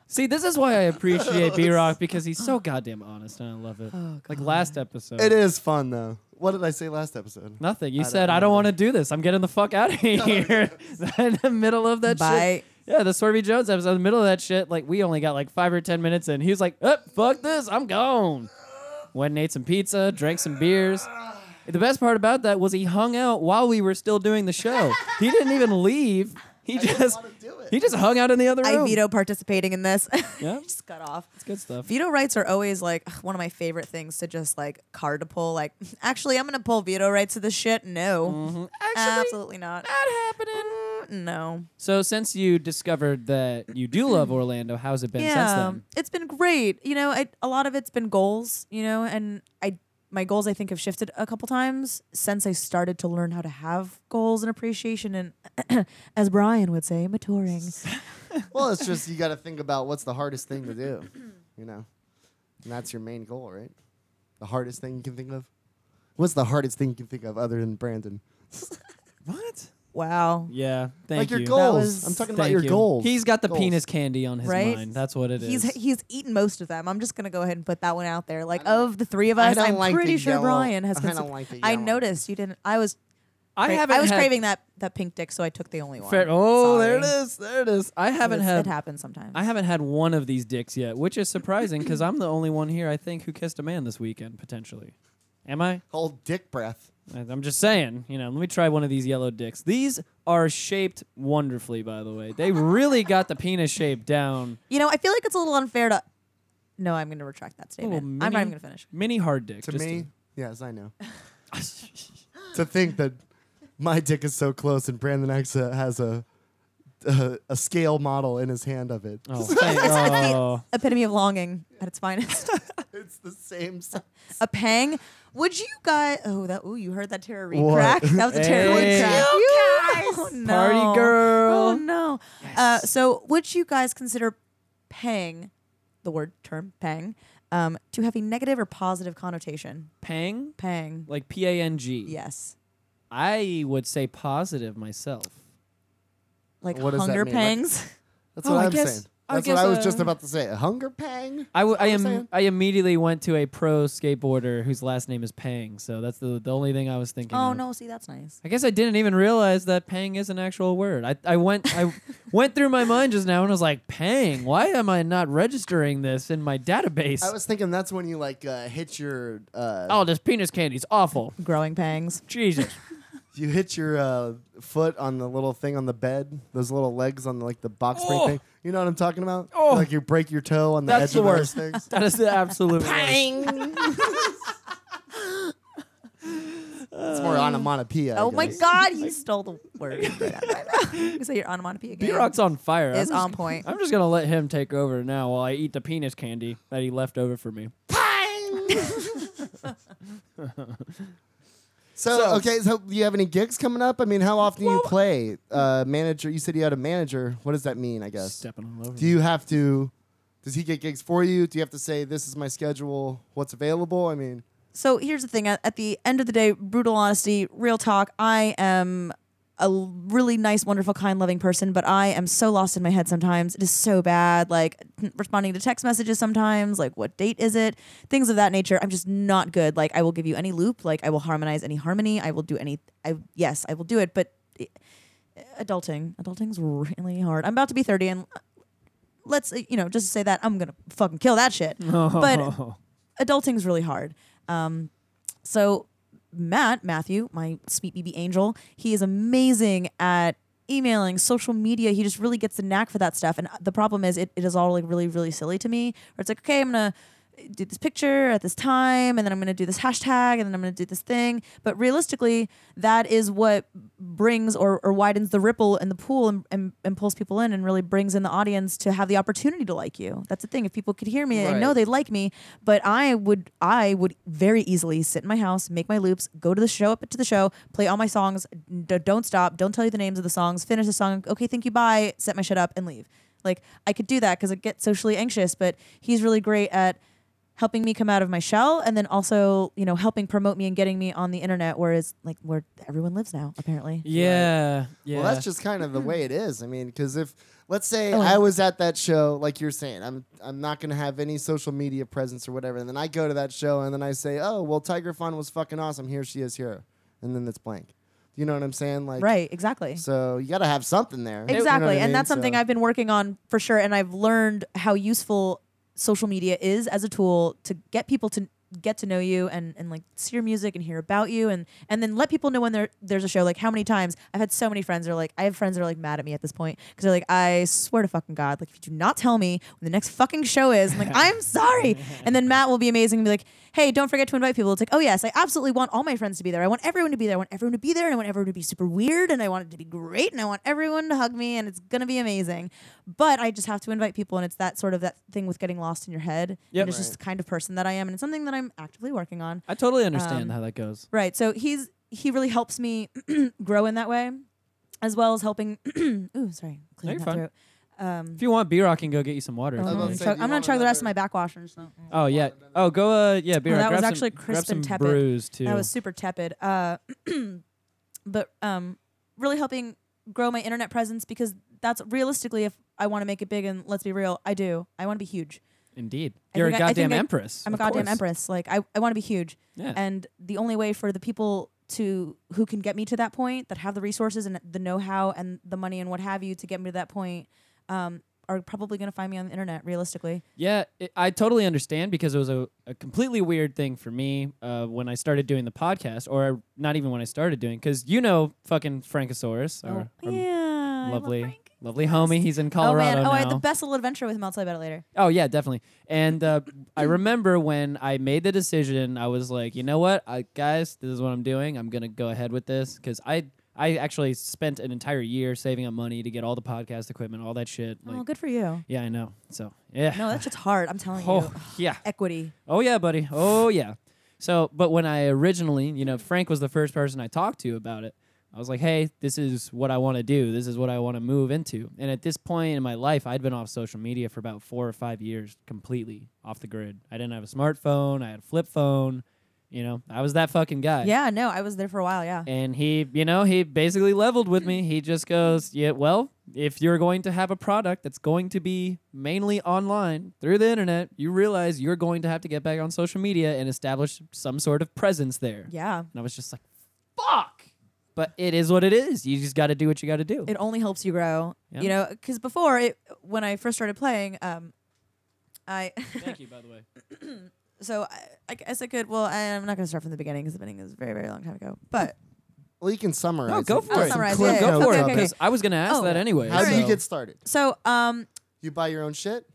See, this is why I appreciate B Rock because he's so goddamn honest, and I love it. like last episode, Oh, it is fun though. What did I say last episode? nothing. You I don't said I don't want to do this. I'm getting the fuck out of here. in the middle of that Bye. shit. Yeah, the Swervy Jones episode. In the middle of that shit, like we only got like five or ten minutes in. He was like, "Up, fuck this. I'm gone." Went and ate some pizza, drank some beers. The best part about that was he hung out while we were still doing the show. he didn't even leave. He didn't just wanna do it. he just hung out in the other room. I veto participating in this. Yeah. just cut off. Good stuff. Veto rights are always like one of my favorite things to just like card to pull. Like, actually, I'm gonna pull veto rights to this shit. No, absolutely not. Not happening. No. So since you discovered that you do love Orlando, how's it been since yeah, then? it's been great. You know, I, a lot of it's been goals. You know, and I my goals I think have shifted a couple times since I started to learn how to have goals and appreciation and, as Brian would say, maturing. well, it's just you got to think about what's the hardest thing to do, you know, and that's your main goal, right? The hardest thing you can think of. What's the hardest thing you can think of other than Brandon? What? Wow. Yeah, thank like your you. goals. was- I'm talking about Thank your you. goals. He's got the Goals. penis candy on his Right? mind. That's what it is. He's he's eaten most of them. I'm just gonna go ahead and put that one out there. Like I don't- of the three of I us, don't I'm like the pretty sure yellow- Brian has. I consi- don't like the I yellow. noticed you didn't. I was. I cra- haven't. I was had- craving that that pink dick, so I took the only one. Fair- oh, there it Sorry. is. There it is. I haven't It's- It had. happens sometimes. I haven't had one of these dicks yet, which is surprising because I'm the only one here I think who kissed a man this weekend potentially. Am I? Hold dick breath. I- I'm just saying, you know, let me try one of these yellow dicks. These are shaped wonderfully, by the way. They really got the penis shape down. you know, I feel like it's a little unfair to. No, I'm gonna retract that Little statement. I'm not mini- even gonna finish. Mini hard dick. To just me, yes, I know. to think that my dick is so close and Brandon X uh, has a uh, a scale model in his hand of it. Oh, thank- oh. Epitome of longing at its finest. It's the same. si- a pang. Would you guys? Oh, that. Oh, you heard that terror read What? crack. That was a terror Hey. read crack. Would You guys? Party girl. Oh no. Uh, so, would you guys consider pang, the word term pang, um, to have a negative or positive connotation? Pang? Pang. Like P A N G. Yes. I would say positive myself. Like What does that hunger mean? Like- pangs. That's what Oh, I I'm guess. saying. I That's guess, what I was uh, just about to say. A hunger pang. I, w- I, That's what I'm am, saying. I immediately went to a pro skateboarder whose last name is Pang, so that's the, the only thing I was thinking. Oh of. no, see that's nice. I guess I didn't even realize that Pang is an actual word. I, I went I went through my mind just now and I was like, Pang, why am I not registering this in my database? I was thinking that's when you like uh, hit your uh, oh, this penis candy's awful. Growing pangs. Jesus. you hit your uh, foot on the little thing on the bed, those little legs on like the box spring Oh. thing. You know what I'm talking about? Oh. Like you break your toe on the edge That's the of worst. those things. That is the absolute worst. It's more onomatopoeia. I Oh my guess. god, you stole the word. so your onomatopoeia again. B-Rock's on fire. is I'm just- on point. I'm just gonna let him take over now while I eat the penis candy that he left over for me. So, okay, so do you have any gigs coming up? I mean, how often do you play? Uh, manager, you said you had a manager. What does that mean? I guess. Stepping all over. Do you have to? Does he get gigs for you? Do you have to say this is my schedule? What's available? I mean, So here's the thing. At at the end of the day, brutal honesty, real talk. I am a l- really nice, wonderful, kind, loving person, but I am so lost in my head sometimes. It is so bad. Like n- responding to text messages sometimes. Like what date is it? Things of that nature. I'm just not good. Like I will give you any loop. Like I will harmonize any harmony. I will do any. I yes, I will do it. But i- adulting, adulting's really hard. I'm about to be 30, and uh, let's uh, you know just to say that I'm gonna fucking kill that shit. But adulting's really hard. Um, so Matt Matthew, my sweet BB angel, he is amazing at emailing, social media. He just really gets the knack for that stuff. And uh, the problem is, it, it is all like really really silly to me. Where it's like, okay, I'm gonna uh, do this picture at this time, and then I'm gonna do this hashtag, and then I'm gonna do this thing. But realistically, that is what brings or, or widens the ripple in the pool and, and, and pulls people in and really brings in the audience to have the opportunity to like you. That's the thing. If people could hear me, I know Right. they like me, but I would I would very easily sit in my house, make my loops, go to the show up to the show, play all my songs, d- don't stop, don't tell you the names of the songs, finish the song, okay, thank you, bye, set my shit up and leave. Like I could do that because I get socially anxious, but he's really great at helping me come out of my shell and then also, you know, helping promote me and getting me on the internet where it's like where everyone lives now, apparently. yeah, yeah. Well, that's just kind of the way it is. I mean, because if let's say Oh. I was at that show, like you're saying, I'm I'm not gonna have any social media presence or whatever, and then I go to that show and then I say, oh well, Tiger Fun was fucking awesome. Here she is here, and then it's blank. You know what I'm saying? Like Right, exactly. So you gotta have something there. You know what Exactly. I and mean? that's something So- I've been working on for sure. And I've learned how useful social media is as a tool to get people to get to know you and, and like see your music and hear about you and and then let people know when there there's a show like how many times I've had so many friends that are like I have friends that are like mad at me at this point because they're like I swear to fucking god like if you do not tell me when the next fucking show is I'm like I'm sorry and then Matt will be amazing and be like hey don't forget to invite people it's like oh yes I absolutely want all my friends to be there I want everyone to be there I want everyone to be there and I want everyone to be super weird and I want it to be great and I want everyone to hug me and it's gonna be amazing but I just have to invite people and it's that sort of that thing with getting lost in your head Yep. and it's just the kind of person that I am, and it's something that I'm actively working on. I totally understand um, how that goes. Right. So he's he really helps me grow in that way, as well as helping. ooh, sorry, you're clearing that fine. throat. Um, If you want, B-Rock can go get you some water. oh, I I'm was about gonna to say, chug- do you I'm gonna want chug the rest of my another- backwash and just not. Oh yeah. Oh go. Uh, yeah. Beer. Oh, that grab was some- actually grab crisp and some tepid. brews too. I was super tepid. Uh, but um, really helping grow my internet presence because that's realistically if I want to make it big and let's be real, I do. I want to be huge. Indeed. I You're a think I- I goddamn think I- empress. I'm a of goddamn course. empress. Like I, I want to be huge. Yeah. And the only way for the people to who can get me to that point, that have the resources and the know-how and the money and what have you to get me to that point, um, are probably going to find me on the internet. Realistically, Yeah, it, I totally understand because it was a, a completely weird thing for me uh, when I started doing the podcast, or not even when I started doing, because you know fucking Frankosaurus, our, our Oh, yeah, Um, lovely, lovely homie. He's in Colorado oh man! now. Oh, I had the best little adventure with him. I'll tell you about it later. Oh yeah, definitely. And uh, I remember when I made the decision, I was like, you know what, I, guys, this is what I'm doing. I'm gonna go ahead with this because I I actually spent an entire year saving up money to get all the podcast equipment, all that shit. Like, oh, good for you. yeah, I know. So yeah. No, that shit's hard. I'm telling Oh you. yeah. Equity. Oh yeah, buddy. Oh yeah. So, but when I originally, you know, Frank was the first person I talked to about it. I was like, "Hey, this is what I want to do. This is what I want to move into." And at this point in my life, I'd been off social media for about 4 or 5 years, completely off the grid. I didn't have a smartphone, I had a flip phone, You know, I was that fucking guy. Yeah, no, I was there for a while. Yeah. And he, you know, he basically leveled with me. He just goes, yeah, well, if you're going to have a product that's going to be mainly online through the internet, you realize you're going to have to get back on social media and establish some sort of presence there. Yeah. And I was just like, fuck. But it is what it is. You just got to do what you got to do. It only helps you grow. Yeah. You know, because before it, when I first started playing, um, I Thank you, by the way. so I, I guess I could. Well, I'm not going to start from the beginning because the beginning is a very, very long time ago. But Well, you can summarize. No, go it. for I'll it. summarize Go it. go Okay, for it okay, because I was gonna ask Oh, that anyway. How do you so- get started? so, um, You buy your own shit?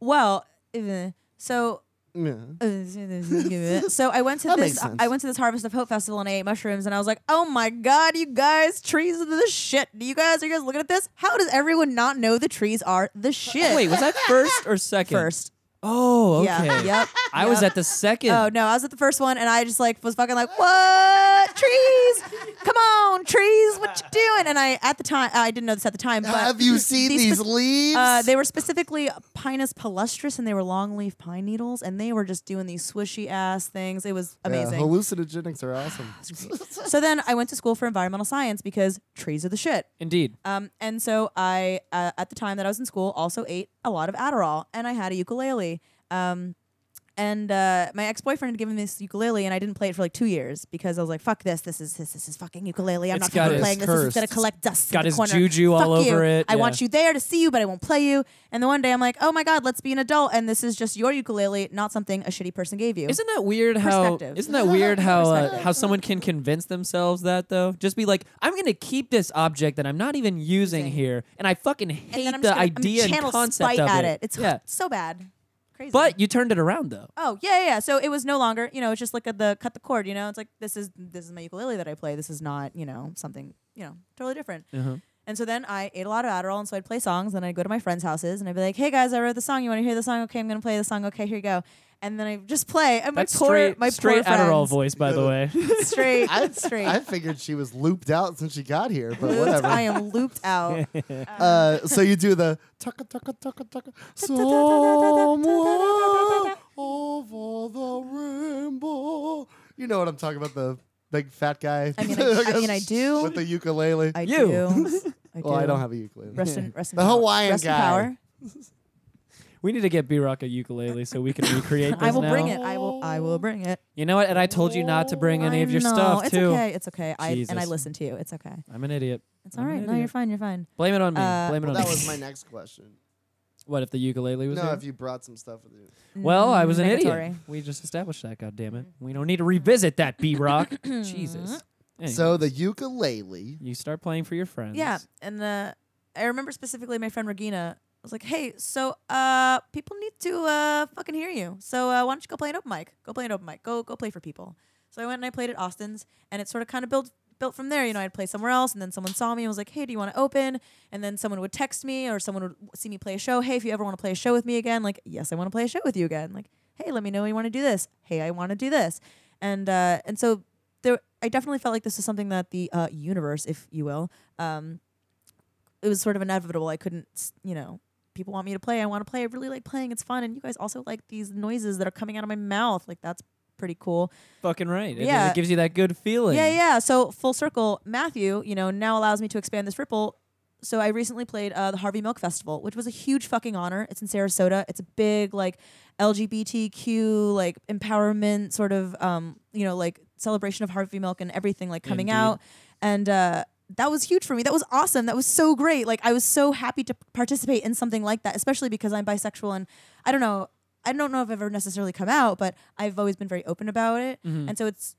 well, eh, so Yeah. so I went to That this makes sense. I went to this Harvest of Hope festival and I ate mushrooms and I was like, oh my god, you guys, trees are the shit. Do you guys are you guys looking at this? How does everyone not know the trees are the shit? Wait, was that first or second? first. Oh, okay. Yeah. Yep. I was at the second. Oh no, I was at the first one and I just like was fucking like, what trees? Come on, trees, what you doing? And I at the time I didn't know this at the time, but Have you seen these these, spec- leaves? Uh, they were specifically Pinus palustris, and they were longleaf pine needles, and they were just doing these swishy ass things. It was Yeah, amazing. hallucinogenics are awesome. so then I went to school for environmental science because trees are the shit. Indeed. Um, and so I, uh, at the time that I was in school, also ate a lot of Adderall, and I had a ukulele. Um, and uh, my ex boyfriend had given me this ukulele, and I didn't play it for like two years because I was like, "Fuck this! This is this, this is fucking ukulele. I'm It's not fucking got his playing this. This is curse. gonna collect dust. got in the his corner. juju all Fuck you. over it. I Yeah. want you there to see you, but I won't play you." And then one day I'm like, "Oh my god, let's be an adult, and this is just your ukulele, not something a shitty person gave you." Isn't that weird how Perspective. isn't that weird how uh, Perspective. how someone can convince themselves that though? Just be like, I'm gonna keep this object that I'm not even using Using. here, and I fucking and hate then I'm the just gonna, idea I'm gonna and channel concept spite of at it. It's yeah. so bad, crazy. But you turned it around though. Oh yeah, yeah, yeah. So it was no longer, you know, it's just like at the cut the cord. You know, it's like this is this is my ukulele that I play. This is not, you know, something, you know, totally different. Uh-huh. And so then I ate a lot of Adderall, and so I'd play songs, and I'd go to my friends' houses, and I'd be like, "Hey guys, I wrote the song. You want to hear the song? Okay, I'm gonna play the song. Okay, here you go." And then I just play. And my That's poor, straight my straight poor Adderall friends- voice, by the way. Straight, I, straight. I figured she was looped out since she got here, but looped. I whatever. am looped out. Uh, so you do the tucka tucka tucka tucka. Somewhere over the rainbow. You know what I'm talking about? The big fat guy. I mean, I- I mean, I do. With the ukulele. I You. do. I do. well, I don't have a ukulele. Rest in, rest in The power. Hawaiian rest in guy. power. we need to get B Rock a ukulele so we can recreate this I will now. bring it. I will. I will bring it. You know what? And I told you not to bring any I of your know. stuff it's too. okay. It's okay. I, and I Jesus. listen to you. It's okay. I'm an idiot. It's all I'm right. an No, you're idiot. fine. You're fine. Blame it on me. Uh, Blame it Well, on that me. was my next question. what if the ukulele was No, here? if you brought some stuff with you. Well, I was an Mm-hmm. Negatory. idiot. We just established that. God damn it. We don't need to revisit that. B Rock. Mm-hmm. Jesus. Anyway, So the ukulele. you start playing for your friends. Yeah, and uh, I remember specifically my friend Regina. I was like, "Hey, so uh, people need to uh, fucking hear you. So uh, why don't you go play an open mic? Go play an open mic. Go go play for people." So I went and I played at Austin's, and it sort of kind of built built from there. You know, I'd play somewhere else, and then someone saw me and was like, "Hey, do you want to open?" And then someone would text me, or someone would see me play a show. Hey, if you ever want to play a show with me again, like, yes, I want to play a show with you again. Like, hey, let me know when you want to do this. Hey, I want to do this, and uh, and so there, I definitely felt like this was something that the uh, universe, if you will, um, it was sort of inevitable. I couldn't, s- you know, people want me to play. I want to play. I really like playing. It's fun, and you guys also like these noises that are coming out of my mouth. Like that's pretty cool. Fucking right. It, yeah. Yeah. it gives you that good feeling. Yeah, yeah. So full circle, Matthew, you know, now allows me to expand this ripple. So I recently played uh, the Harvey Milk Festival, which was a huge fucking honor. It's in Sarasota. It's a big like LGBTQ like empowerment sort of um you know like celebration of Harvey Milk and everything like coming Indeed. out, and uh, that was huge for me. That was awesome. That was so great. Like I was so happy to participate in something like that, especially because I'm bisexual and I don't know. I don't know if I've ever necessarily come out, but I've always been very open about it, Mm-hmm. and so it's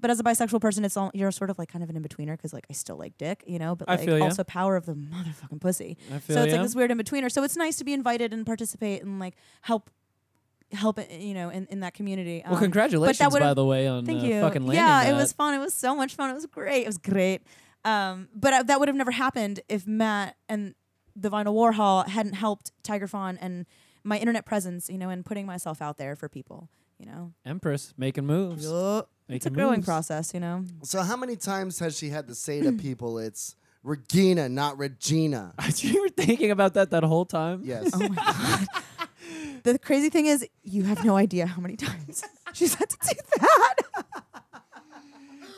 but as a bisexual person, it's all you're sort of like kind of an in betweener because like I still like dick, you know, but I like feel ya. also power of the motherfucking pussy. I feel so it's ya. like this weird in betweener. So it's nice to be invited and participate and like help help it, you know in, in that community. Well, Um, congratulations, but that by would've- the way, on Thank uh, you. fucking landing yeah, that. it was fun. It was so much fun. It was great. It was great. Um, but uh that would have never happened if Matt and the Vinyl Warhol hadn't helped Tiger Fawn and my internet presence, you know, and putting myself out there for people, you know. Empress making moves. It's a Making growing moves. process, you know. So how many times has she had to say to people, it's Regina, not Regina? you were thinking about that that whole time? Yes. Oh my god. The crazy thing is, you have no idea how many times she's had to do that.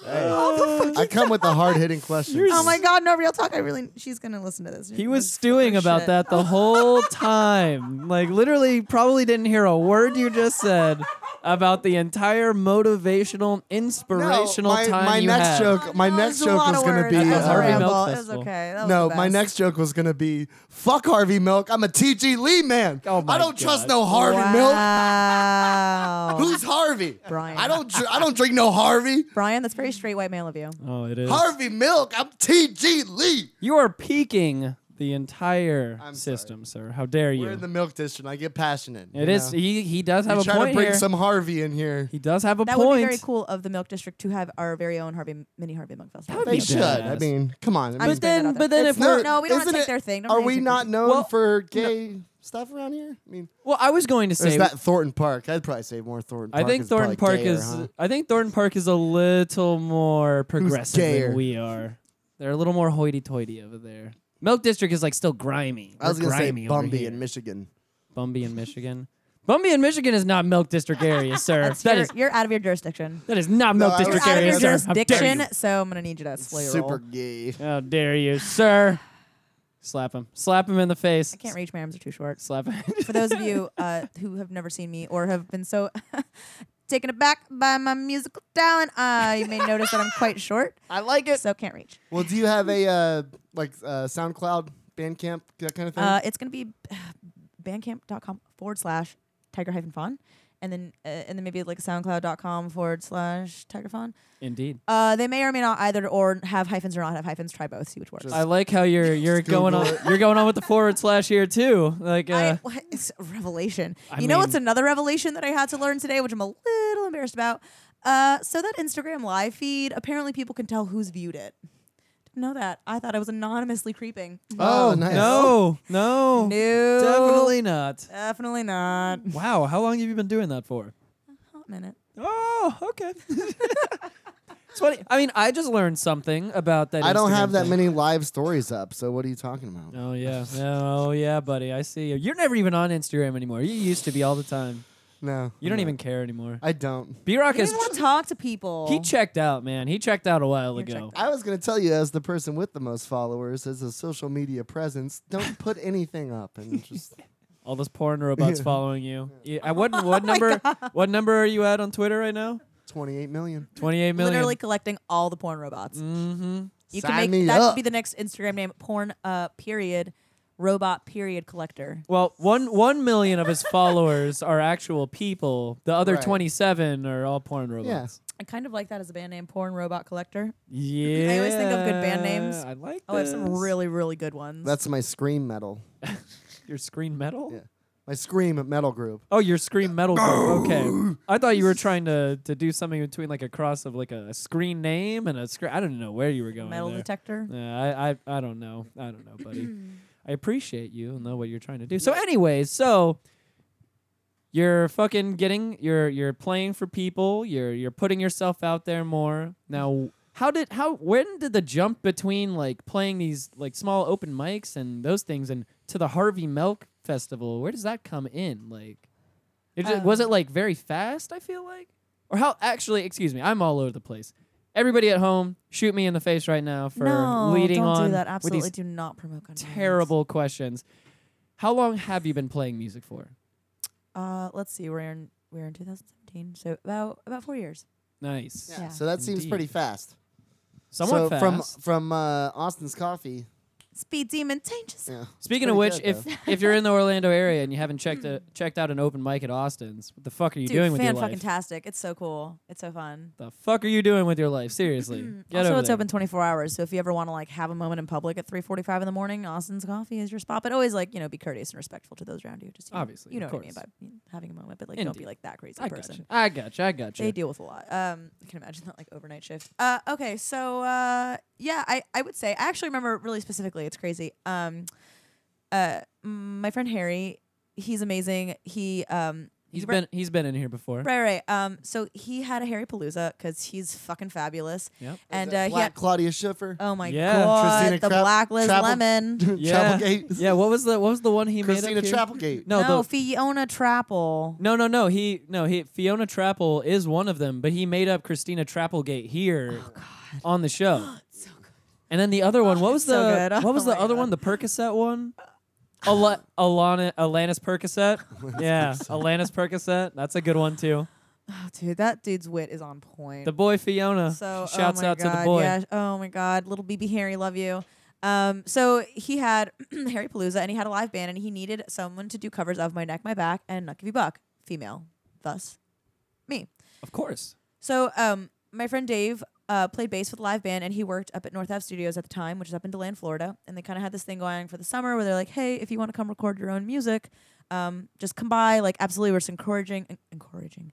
I come with the hard hitting questions. You're Oh my god, no real talk. I really she's gonna listen to this. He was stewing about that the whole time. Like literally probably didn't hear a word you just said about the entire motivational inspirational my, time my you next had. joke. My No, next it was a joke lot was of gonna words. be. It was uh, Harvey a uh, Milk ramble. It was Festival. okay. That was no, the my best. next joke was gonna be fuck Harvey Milk. I'm a T.G. Lee man. Oh my I don't trust God. no Harvey Milk. Wow. Who's Harvey? Brian. I don't. Dr- I don't drink no Harvey. Brian? That's very straight white male of you. Oh, it is. Harvey Milk. I'm T.G. Lee. You are peaking the entire I'm sorry. system, sir. How dare you? We're in the milk district. I get passionate. It is. He he does have I'm a trying point to bring here. some Harvey in here. he does have a That point. would be very cool of the Milk District to have our very own Harvey mini Harvey Milk Festival. That They be should. I badass. mean, come on. I mean, just throwing that then- out but there. then It's if we're- not- no, we don't want to isn't take it- their thing. Don't Are take we their not thing. known Well- for gay stuff around here? I mean, Well, I was going to or is say. that Thornton Park? I'd probably say more Thornton. I Park think is Thornton Park probably gayer, is. huh? I think Thornton Park is a little more progressive gayer? than we are. They're a little more hoity-toity over there. Milk District is like still grimy. I was We're gonna say grimy over Bumby here. in Michigan. Bumby in Michigan. Bumby in Michigan is not Milk District area, sir. That's that your- is you're out of your jurisdiction. that is not Milk I was- District You're out of area, your sir. How dare you. jurisdiction, so I'm gonna need you to slay Super roll. gay. How dare you, sir? Slap him. Slap him in the face. I can't reach. My arms are too short. Slap him. For those of you uh, who have never seen me or have been so taken aback by my musical talent, uh, you may notice that I'm quite short, I like it. so can't reach. Well, do you have a uh, like uh, SoundCloud, Bandcamp, that kind of thing? Uh, it's gonna be bandcamp.com forward slash tiger hyphen fawn, and then uh, and then maybe like soundcloud.com forward slash tiger fawn. Indeed. Uh, they may or may not either or have hyphens or not have hyphens. Try both. See which works. Just- I like how you're you're Google going on it. you're going on with the forward slash here too. Like uh, I, what, it's a revelation. I you know mean- what's another revelation that I had to learn today, which I'm a little embarrassed about? Uh, so that Instagram live feed, apparently people can tell who's viewed it. Didn't know that. I thought I was anonymously creeping. oh, nice. no, no, No, definitely not. definitely not. Wow, how long have you been doing that for? Hot minute. Oh, okay. it's funny. I mean, I just learned something about that. I don't Instagram have that thing. many live stories up. So what are you talking about? Oh yeah, yeah, oh yeah, buddy. I see you. You're never even on Instagram anymore. You used to be all the time. No, You don't no. even care anymore. I don't. B Rock I is. just want to talk to people. He checked out, man. He checked out a while You ago. checked I was gonna tell you, as the person with the most followers, as a social media presence, don't put anything up and just All those porn robots following you. Yeah. I- what what Oh number? What number are you at on Twitter right now? 28 million. Twenty-eight million. Literally collecting all the porn robots. Mm-hmm. You Sign can make me that up. could be the next Instagram name: porn uh, period robot period collector. Well, one one million of his followers are actual people. The other Right. twenty-seven are all porn robots. I kind of like that as a band name: porn robot collector. Yeah. I always think of good band names. I like. Oh, I have some this. really, really good ones. That's my scream metal. your screen metal. Yeah. My scream metal group. Oh, your screen metal. Oh. group. Okay, I thought you were trying to to do something between like a cross of like a screen name and a screen. I don't know where you were going. metal there. detector. Yeah, I, I, I don't know. I don't know, buddy. I appreciate you and know what you're trying to do. So, anyways, so you're fucking getting you're you're playing for people. You're you're putting yourself out there more now. How did how when did the jump between like playing these like small open mics and those things and to the Harvey Milk Festival? Where does that come in? Like, it ju- was Um, it like very fast? I feel like, or how actually? Excuse me, I'm all over the place. Everybody at home, shoot me in the face right now for no, leading don't on do that. with Absolutely, these do not promote gun violence. terrible questions. How long have you been playing music for? Uh, let's see. We're in we're in 2017, so about about four years. Nice. Yeah. So that seems Indeed. pretty fast. Somewhat so fast. from from uh, Austin's Coffee. Speed demon, change yourself. Yeah. Speaking of pretty which, good, if if you're in the Orlando area and you haven't checked a, checked out an open mic at Austin's, what the fuck are you Hmm. Dude, doing with your fan life? fucking tastic. It's so cool. It's so fun. the fuck are you doing with your life? Seriously. Get also, over it's there. open 24 hours. So if you ever want to like have a moment in public at 3:45 in the morning, Austin's Coffee is your spot. But always like you know, be courteous and respectful to those around you. Just you know- Obviously, you know of what I mean by course. you know, having a moment, but like don't be Indeed. like that crazy I person. gotcha. I gotcha. I gotcha. They deal with a lot. Um, I can imagine that like overnight shift. Uh, okay, so uh, yeah, I, I would say I actually remember really specifically. It's crazy. Um, uh, my friend Harry, he's amazing. He um He's Br- been he's been in here before. Right, right. Um, so he had a Harry Palooza because he's fucking fabulous. Yep. And Is that uh, he Black had, Claudia Schiffer. oh my Yeah. god, Christina the Crap- Black Liz Chapel- Lemon. Yeah. Chapelgate. Yeah. What was the what was the one he Christina made? up here? Chapelgate. No, no the, Fiona Trapple. no, no, no. He no he Fiona Trapple is one of them, but he made up Christina Trapplegate here on the show. Oh, So good. And then the other one, what was so the good. what was Oh the my other God. one? The Percocet one. Ala- Alana Alanis Percocet. yeah, Alanis Percocet. That's a good one too. Oh, dude, that dude's wit is on point. The boy Fiona. So oh shouts my out God, to the boy. yeah. Oh my God, little BB Harry, love you. Um, so he had Harry Palooza, and he had a live band, and he needed someone to do covers of "My Neck, My Back" and "Nuck If You Buck," female, thus me. Of course. So um, my friend Dave uh, played bass with a live band, and he worked up at North Ave Studios at the time, which is up in Deland, Florida. And they kind of had this thing going for the summer where they're like, "Hey, if you want to come record your own music, um, just come by." Like, absolutely, we're just encouraging, en- encouraging,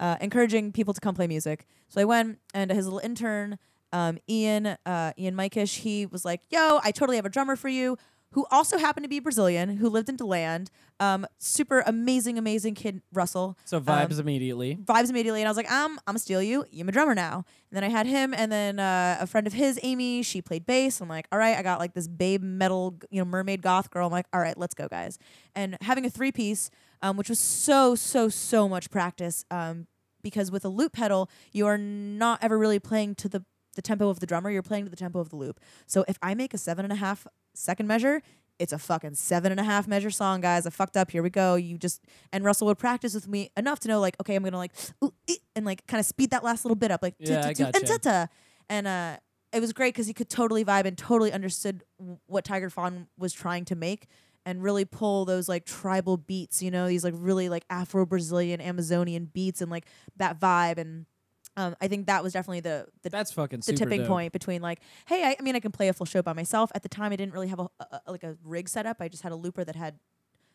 uh, encouraging people to come play music. So I went, and his little intern, um, Ian, uh, Ian Mikish, he was like, "Yo, I totally have a drummer for you." Who also happened to be Brazilian, who lived in Deland. Um, super amazing, amazing kid, Russell So Um, vibes immediately. vibes immediately and I was like, um, I'm gonna steal you. I'm a drummer now. And then I had him and then uh, a friend of his, Amy, she played bass. I'm like, all right, I got like this babe metal, you know, mermaid goth girl. I'm like, all right, let's go, guys. And having a three piece, um, which was so, so, so much practice. Um, because with a loop pedal, you are not ever really playing to the the tempo of the drummer, you're playing to the tempo of the loop. So if I make a seven and a half second measure, it's a fucking seven and a half measure song, guys. I fucked up. Here we go. You just and Russell would practice with me enough to know, like, okay, I'm gonna like ooh, ee, and like kind of speed that last little bit up, like Yeah, I tu- tu- tu- and gotcha. ta-ta. and uh, it was great because he could totally vibe and totally understood w- what Tiger Fawn was trying to make and really pull those like tribal beats, you know, these like really like Afro Brazilian Amazonian beats and like that vibe and. Um, I think that was definitely the the That's fucking the super tipping dope. point between like, hey, I, I mean, I can play a full show by myself. At the time, I didn't really have a, a, a- like a rig setup. I just had a looper that had,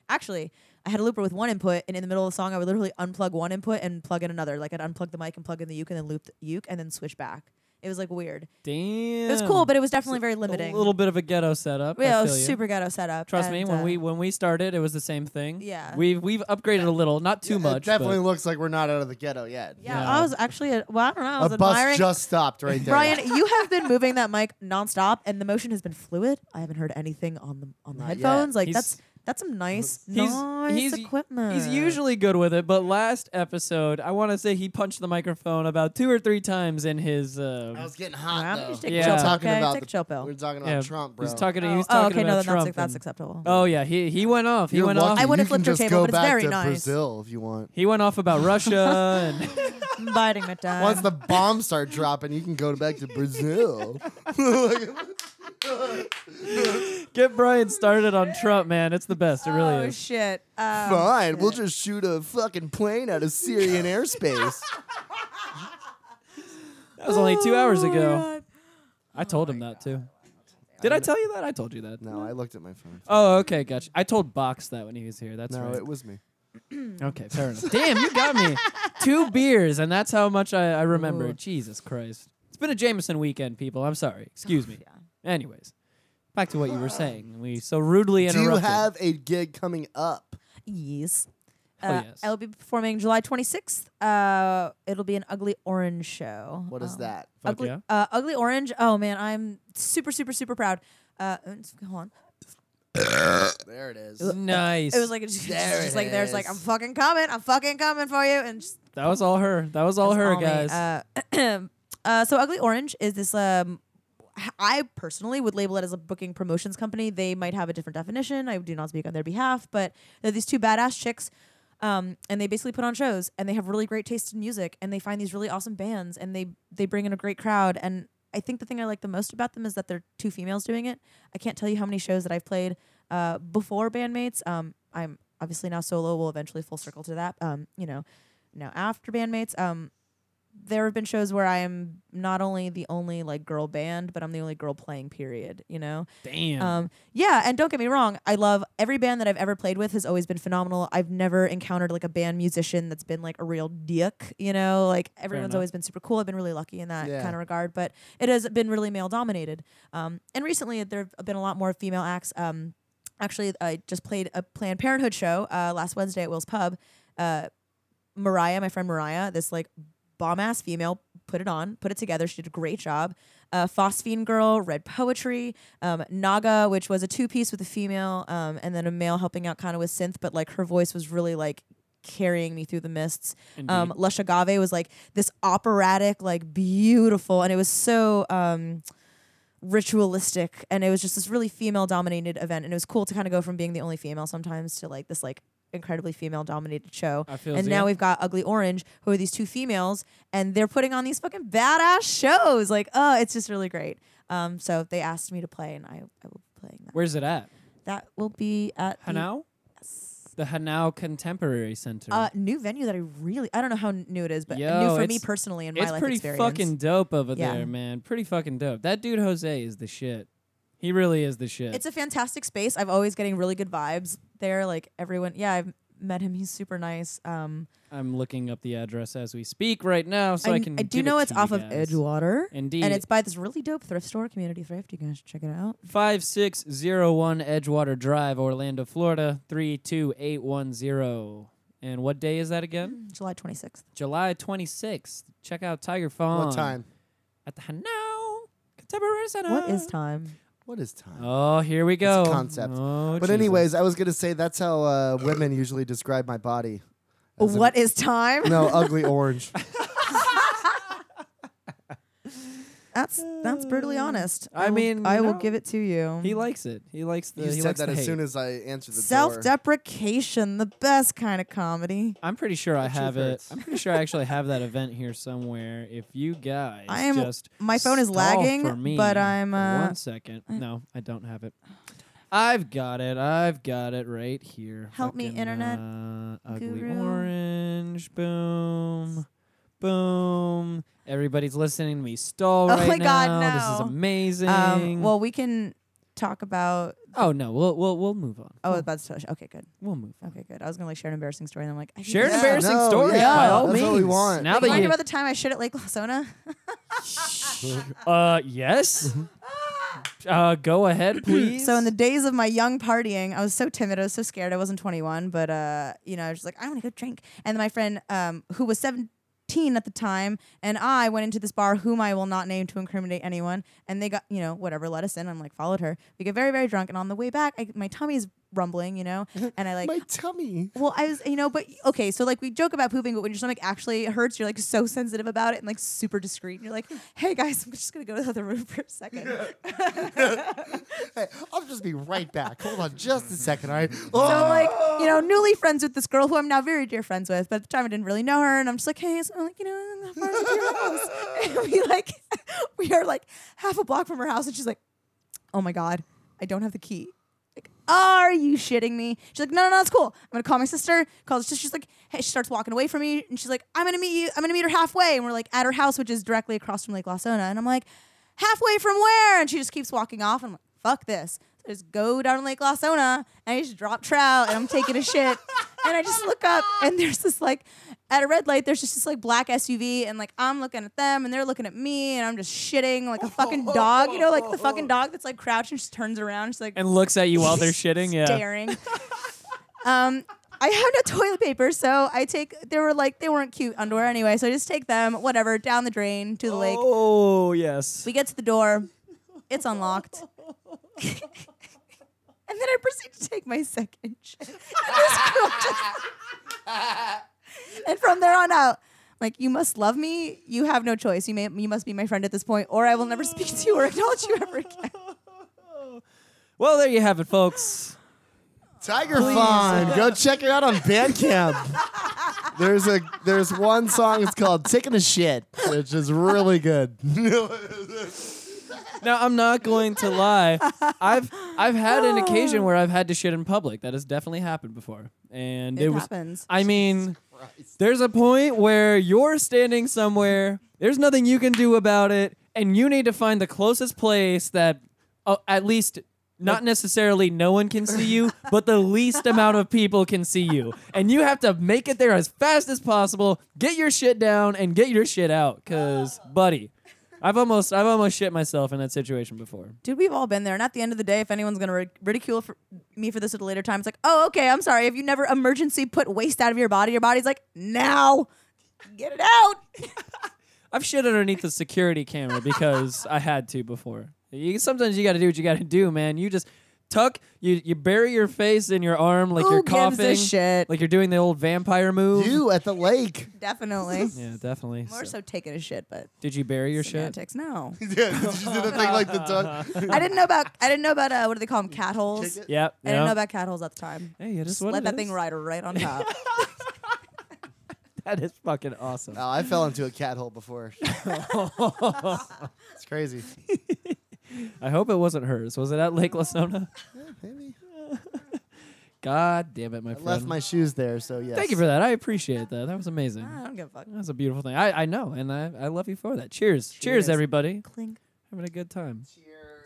actually, I had a looper with one input, and in the middle of the song, I would literally unplug one input and plug in another. Like I'd unplug the mic and plug in the uke, and then loop the uke, and then switch back. It was like weird. Damn. It was cool, but it was definitely very limiting. A little bit of a ghetto setup. I yeah, it feel was you. super ghetto setup. Trust me, and, when uh, we when we started, it was the same thing. Yeah. We've we've upgraded a little, not too Yeah, much. It definitely but- looks like we're not out of the ghetto yet. yeah, Yeah. I was actually a, well, I don't know, I was a admiring. bus just stopped right there. Brian, you have been moving that mic nonstop, and the motion has been fluid. I haven't heard anything on the on the Not yet. headphones. Like He's- that's that's some nice, He's- nice he's- equipment. He's usually good with it, but last episode, I want to say he punched the microphone about two or three times in his. Uh, I was getting I'm hot. gonna though. just take Yeah. a chill pill. Talking okay? about take the- a chill pill. We're talking about yeah, Trump, bro. He's talking. Oh, he was oh, talking okay, about no, then Trump. that's, that's and- acceptable. oh yeah, he he went off. He You're went lucky. off. I you can would've flipped your just table, go but it's back very to nice. Brazil if you want. He went off about Russia and I'm biting my time. Once the bombs start dropping, you can go back to Brazil. get Brian started on Trump, man. It's the best. It really oh is. shit! Um, Fine, we'll just shoot a fucking plane out of Syrian airspace. That was only two hours oh my ago. God. I told Oh, him that too. Did I tell you that? I told you that. No, I looked at my phone. Oh, okay, gotcha. I told Box that when he was here. That's no, right. it was me. Okay, fair enough. Damn, you got me. Two beers, and that's how much I, I remember. Jesus Christ. It's been a Jameson weekend, people. I'm sorry. Excuse me. Anyways, back to what you were saying. We so rudely Do interrupted. you have a gig coming up? Yes. Oh, Uh, yes. I'll be performing July 26th. Uh, it'll be an Ugly Orange show. What is Oh. Um, that? Fuck ugly, yeah. uh, ugly orange. Oh man, I'm super, super, super proud. Uh, it's- hold on. There it is. Nice. uh, It was like just, There just it like there's like is. I'm fucking coming, I'm fucking coming for you, and just that was all her. That was all her, me. guys. Uh, uh, so Ugly Orange is this. Um, h- I personally would label it as a booking promotions company. They might have a different definition. I do not speak on their behalf, but they're these two badass chicks. Um, and they basically put on shows and they have really great taste in music and they find these really awesome bands and they they bring in a great crowd and I think the thing I like the most about them is that they're two females doing it. I can't tell you how many shows that I've played uh, before bandmates. Um, I'm obviously now solo. We'll eventually full circle to that. Um, you know, now after bandmates. Um, there have been shows where I am not only the only like girl band, but I'm the only girl playing. Period. You know. Damn. Um, yeah, and don't get me wrong, I love every band that I've ever played with has always been phenomenal. I've never encountered like a band musician that's been like a real dick, you know, like everyone's enough. always been super cool. I've been really lucky in that Yeah. kind of regard, but it has been really male dominated. Um, and recently there have been a lot more female acts. Um, actually, I just played a Planned Parenthood show uh, last Wednesday at Will's Pub. Uh, Mariah, my friend Mariah, this like bomb ass female, put it on, put it together. She did a great job. Uh, Phosphine Girl read poetry. Um, Naga, which was a two piece with a female um, and then a male helping out kind of with synth, but like her voice was really like carrying me through the mists. Um, Lush Agave was like this operatic, like beautiful, and it was so. Um, ritualistic and it was just this really female dominated event and it was cool to kind of go from being the only female sometimes to like this like incredibly female dominated show I feel and you. now we've got ugly orange who are these two females and they're putting on these fucking badass shows like oh it's just really great um so they asked me to play and i, I will be playing that Where's it at? that will be at the- Hanau? The Hanau Contemporary Center. uh new venue that i really i don't know how n- new it is but Yo, new for me it's- personally in my it's life pretty experience fucking dope over Yeah. there, man. Pretty fucking dope. That dude Jose is the shit. He really is the shit. It's a fantastic space. I've always getting really good vibes there. Like everyone, yeah, I've met him. He's super nice. Um, I'm looking up the address as we speak right now, so I, can. kn- do give it know to it's you off of guys. Edgewater, Indeed, and it's by this really dope thrift store, Community Thrift. You guys should check it out. five six zero one Edgewater Drive, Orlando, Florida three two eight one zero. And what day is that again? July twenty sixth. July twenty sixth. Check out Tiger Fawn. What time? At the Hanau Contemporary Center. What is time? What is time? Oh, here we go. concept. Oh, but Jesus. anyways, I was gonna say that's how uh, women usually describe my body. As in- What is time? no, ugly orange. That's that's Mm. brutally honest. I will- mean, I you will know, give it to you. he likes it. He likes the. You he said likes that the as hate. soon as I answered the door. Self-deprecation, the best kind of comedy. I'm pretty sure I truth have it. hurts. I'm pretty sure I actually have that event here somewhere. If you guys I am- just my phone is stall lagging, for me but I'm, for uh, one second. No, I don't have it. I've got it. I've got it right here. Help me, Fucking, internet Uh, ugly guru. orange. Boom. Boom. Everybody's listening to me stall Oh right my God, now. This is no. amazing. Um, well, we can talk about. oh no, we'll we'll we'll move on. Oh, we'll, that's okay. Good. we'll move. on. Okay, good. I was gonna like share an embarrassing story, and I'm like, I Share an Yeah, embarrassing no, story yeah, by all that's means. what we want. Now Like, that talking you about the time I shit at Lake Lasona. Uh, yes. uh, go ahead, please. Mm-hmm. so in the days of my young partying, I was so timid. I was so scared. I wasn't 21, but uh, you know, I was just like, I want to go drink. And then my friend, um, who was 17 at the time, and I went into this bar, whom I will not name to incriminate anyone. And they got, you know, whatever, let us in. I'm like, followed her. We get very, very drunk, and on the way back, I, my tummy's rumbling, you know, and I like, my tummy. Well, I was, you know, but okay, so like we joke about pooping, but when your stomach actually hurts, you're like so sensitive about it and like super discreet. And you're like, hey guys, I'm just gonna go to the other room for a second. Hey, I'll just be right back. Hold on just a second, all right? Oh, So like, you know, newly friends with this girl who I'm now very dear friends with, but at the time I didn't really know her, and I'm just like, hey, so I'm like, you know, how far is it to your house? And we like, we are like half a block from her house, and she's like, oh my god, I don't have the key. Like, are you shitting me? She's like, no, no, no, it's cool. I'm gonna call my sister. Calls her sister. She's like, hey, she starts walking away from me, and she's like, I'm gonna meet you. I'm gonna meet her halfway, and we're like at her house, which is directly across from Lake Lasona, and I'm like, halfway from where? And she just keeps walking off. And I'm like, fuck this. So I just go down to Lake Lasona, and I just drop trout, and I'm taking a shit. And I just look up, and there's this like, at a red light, there's just this like black SUV, and like I'm looking at them, and they're looking at me, and I'm just shitting like a fucking dog, you know, like the fucking dog that's like crouched and just turns around, and she's like, and looks at you while they're shitting. Yeah. staring. um, I have no toilet paper, so I take. They were like they weren't cute underwear anyway, so I just take them, whatever, down the drain to the lake. Oh yes. We get to the door, it's unlocked, and then I proceed to take my second shit. And, this girl just- and from there on out. Like you must love me. You have no choice. You may, you must be my friend at this point, or I will never speak to you or acknowledge you ever again. well, there you have it, folks. Tiger Fawn. Go check her out on Bandcamp. there's a there's one song. It's called "Taking a Shit," which is really good. Now I'm not going to lie. I've I've had an occasion where I've had to shit in public. That has definitely happened before, and it, It, was. happens. I mean, there's a point where you're standing somewhere. There's nothing you can do about it, and you need to find the closest place that, uh, at least. Not necessarily no one can see you, but the least amount of people can see you. And you have to make it there as fast as possible, get your shit down, and get your shit out. Because, buddy, I've almost I've almost shit myself in that situation before. Dude, we've all been there. And at the end of the day, if anyone's going to ri- ridicule for me for this at a later time, it's like, oh, okay, I'm sorry. If you never emergency put waste out of your body, your body's like, now get it out. I've shit underneath the security camera because I had to before. You, sometimes you got to do what you got to do, man. You just tuck, you you bury your face in your arm like Who you're gives a coughing, shit? like you're doing the old vampire move. You at the lake. Definitely. Yeah, definitely. More So- so taking a shit, but did you bury your shit? semantics. No, yeah, did you do the thing like the duck? I didn't know about. I didn't know about uh, what do they call them? Cat holes. Kick it? Yep. I didn't yep. know about cat holes at the time. Hey, it is Just what let it that is. thing ride right on top. That is fucking awesome. Oh, I fell into a cat hole before. it's crazy. I hope it wasn't hers. Was it at Lake Lasona? Maybe. God damn it, my I friend. left my shoes there, so yes. Thank you for that. I appreciate that. That was amazing. I don't give a fuck. That was a beautiful thing. I, I know, and I, I love you for that. Cheers. Cheers, Cheers. everybody. Clink, Having a good time.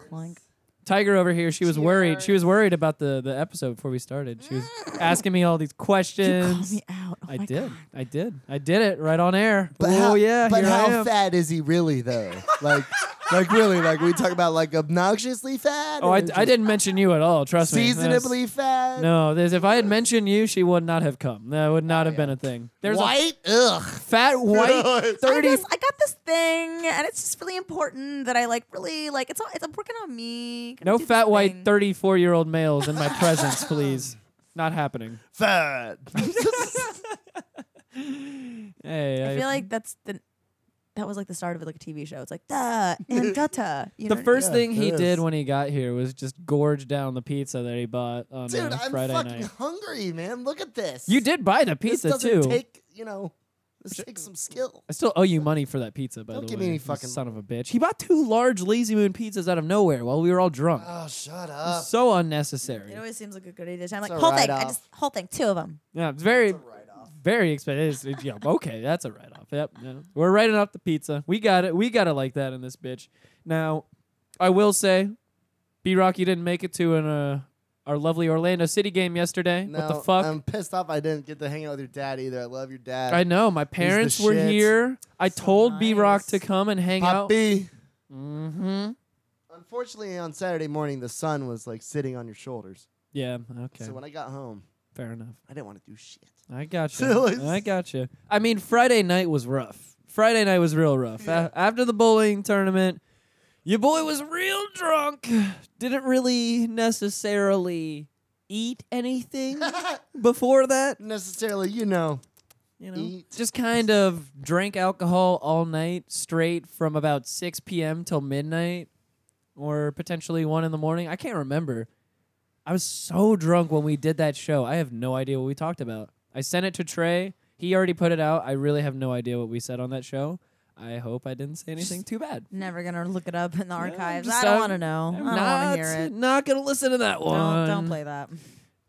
clink. Tiger over here, she was worried. She was worried about the, the episode before we started. She was asking me all these You called questions. me out. Oh I my did. God. I did. I did it right on air. But oh how, yeah. But here I how am. fat is he really though? like, like really? Like we talk about like obnoxiously fat? Oh, I, or just I didn't mention you at all. Trust me. That's- Seasonably fat. No, there's, if I had mentioned you, she would not have come. That would not have been a thing. There's White. Ugh. a fat white Gross. I, thirty. just, I got this thing, and it's just really important that I like really like. It's all, it's I'm working on me. Can I No do fat this white thing? thirty four year old males in my presence, please. Not happening. Fat. Hey, I feel like that's the. That was like the start of like a TV show. It's like duh and gutta. You the know? first Yeah, thing he it is. did when he got here was just gorge down the pizza that he bought on uh, Dude, I'm Friday fucking night. hungry, man. Look at this. You did buy the This pizza doesn't too. take you know. This takes some skill. I still owe you money for that pizza, by Don't the give way. me any you fucking- son of a bitch. He bought two large Lazy Moon pizzas out of nowhere while we were all drunk. Oh, shut up. so unnecessary. It always seems like a good idea. I'm It's like a whole thing. I write-off. just whole thing. Two of them. Yeah, it's very, write-off. very expensive. It's- yeah, okay, that's a write off. Yep, yeah. we're writing off the pizza. We got it. We got it like that in this bitch. Now, I will say, B Rock, you didn't make it to an uh, our lovely Orlando City game yesterday. No, what the fuck? I'm pissed off. I didn't get to hang out with your dad either. I love your dad. I know my parents were shit. here. I told B Rock nice. to come and hang out. Poppy. Mm-hmm. Unfortunately, on Saturday morning, the sun was like sitting on your shoulders. Yeah. Okay. So when I got home, Fair enough. I didn't want to do shit. I got So you. it's- I got you. I mean, Friday night was rough. Friday night was real rough. A- after the bowling tournament, your boy was real drunk. Didn't really necessarily eat anything before that. Necessarily, you know. You know, Eat. just kind of drank alcohol all night straight from about 6 p.m. till midnight, or potentially one in the morning. I can't remember. I was so drunk when we did that show. I have no idea what we talked about. I sent it to Trey. He already put it out. I really have no idea what we said on that show. I hope I didn't say anything too bad. Never gonna look it up in the archives. just- I don't I'm- want to know. I'm I don't want not, to hear it. not gonna listen to that one. Don't, don't play that.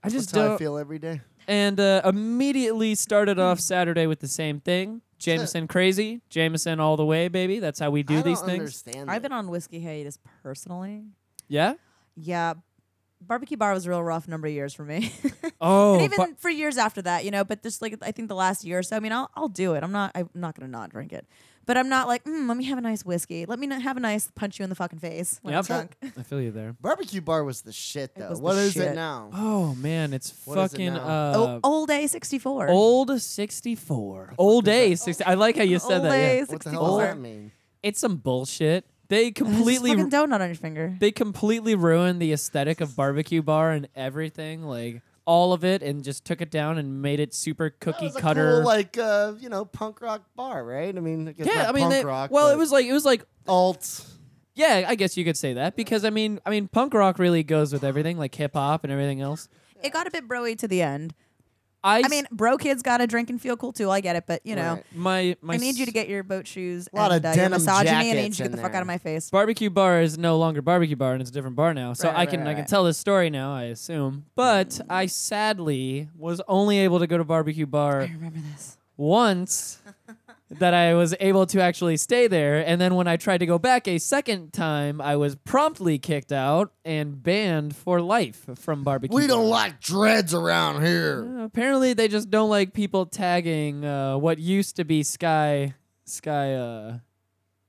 I just That's how I don't. feel every day. and uh, immediately started off Hmm. Saturday with the same thing. Jameson crazy, Jameson all the way, baby. That's how we do I these don't things. Understand I've it. been on whiskey hiatus personally. Yeah. Yeah, barbecue bar was a real rough number of years for me. Oh, and even bar- for years after that, you know. But just like I think the last year or so, I mean, I'll I'll do it. I'm not I'm not gonna not drink it. But I'm not like, mm, let me have a nice whiskey. Let me not have a nice punch you in the fucking face when I'm Yep. drunk. I feel you there. Barbecue bar was the shit though. What was is the shit. it now? Oh man, it's What is it fucking uh, Oh, old A sixty four. old sixty four, old A sixty. I like how you said Old that. yeah. A What the sixty hell does four. that mean? It's some bullshit. They Completely completely fucking donut on your finger. they completely ruined the aesthetic of barbecue bar and everything, like all of it, and just took it down and made it super That cookie was a cutter. cool, like uh, you know, punk rock bar, right? I mean, I guess yeah, not I mean, punk they, rock. well, it but was like it was like alt. Yeah, I guess you could say that because I mean, I mean, punk rock really goes with everything, like hip hop and everything else. It got a bit broy to the end. I, I s- mean, bro kids gotta drink and feel cool too. I get it, but you know, Right. my my I need you s- to get your boat shoes Lot and of uh, your denim misogyny, and I need you jackets to get in the fuck there. out of my face. barbecue bar is no longer barbecue bar and it's a different bar now. So Right, I right, can right, I can right. tell this story now, I assume. But I sadly was only able to go to barbecue bar I remember this. once that I was able to actually stay there. And then when I tried to go back a second time, I was promptly kicked out and banned for life from barbecue. We don't Bar. like dreads around here. Uh, apparently, they just don't like people tagging uh, what used to be Sky Sky uh,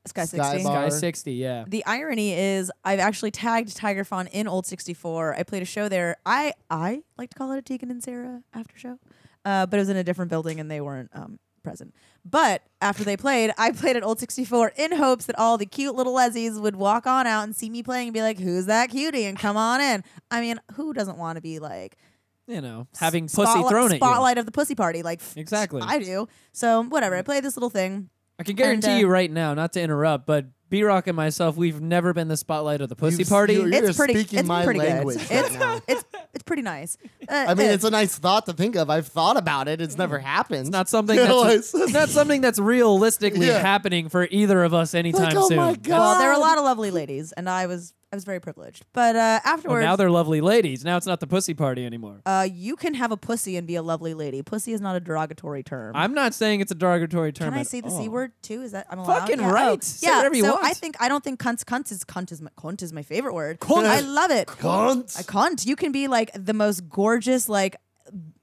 Sky Sky 60. Bar. Sky 60, yeah. The irony is, I've actually tagged Tiger Fawn in Old 64. I played a show there. I I like to call it a Tegan and Sarah after show, uh, but it was in a different building and they weren't um, present. But after they played, I played at Old 64 in hopes that all the cute little lezzies would walk on out and see me playing and be like, "Who's that cutie?" and come on in. I mean, who doesn't want to be like You know, having pussy spotlight- thrown at you. spotlight of the pussy party? Like Exactly. Mm. I do. So whatever. I play this little thing. I can guarantee uh, you right now, not to interrupt, but B Rock and myself, we've never been the spotlight of the pussy You've- party. you're- it's pretty. speaking it's my pretty language good. right It's, now. it's it's pretty nice. Uh, I mean, uh, it's a nice thought to think of. I've thought about it. It's Mm. never happened. It's not something You know, that's it's- it's not something that's realistically Yeah. happening for either of us anytime oh soon. my God. well, there were a lot of lovely ladies, and I was I was very privileged. But uh, Well, afterwards, now they're lovely ladies. Now it's not the pussy party anymore. uh, you can have a pussy and be a lovely lady. Pussy is not a derogatory term. I'm not saying it's a derogatory term. can I at say the all. c word too? Is that I'm allowed? Oh. Fucking yeah. right. Oh, Say yeah. whatever you so want. I think I don't think cunts cunts is cunt is my, cunt is my favorite word. Cunt. I love it. Cunt. A cunt. You can be like the most gorgeous, like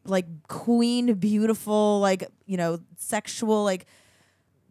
like queen, beautiful, like you know, sexual, like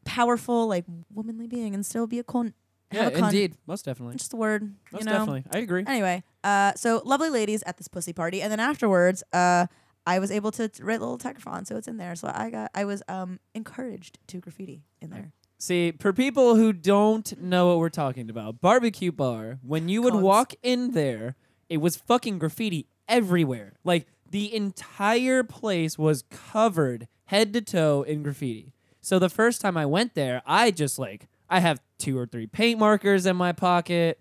powerful, like womanly being, and still be a cunt. Yeah, Have a cunt. indeed, most definitely, Just a word. most you know? definitely. I agree. Anyway, uh, so lovely ladies at this pussy party, and then afterwards, uh, I was able to t- write a little tegraphon, so it's in there. So I got, I was um, encouraged to graffiti in there. See, for people who don't know what we're talking about, barbecue bar, when you would Cons. walk in there, it was fucking graffiti everywhere. Like the entire place was covered head to toe in graffiti. So the first time I went there, I just like I have two or three paint markers in my pocket.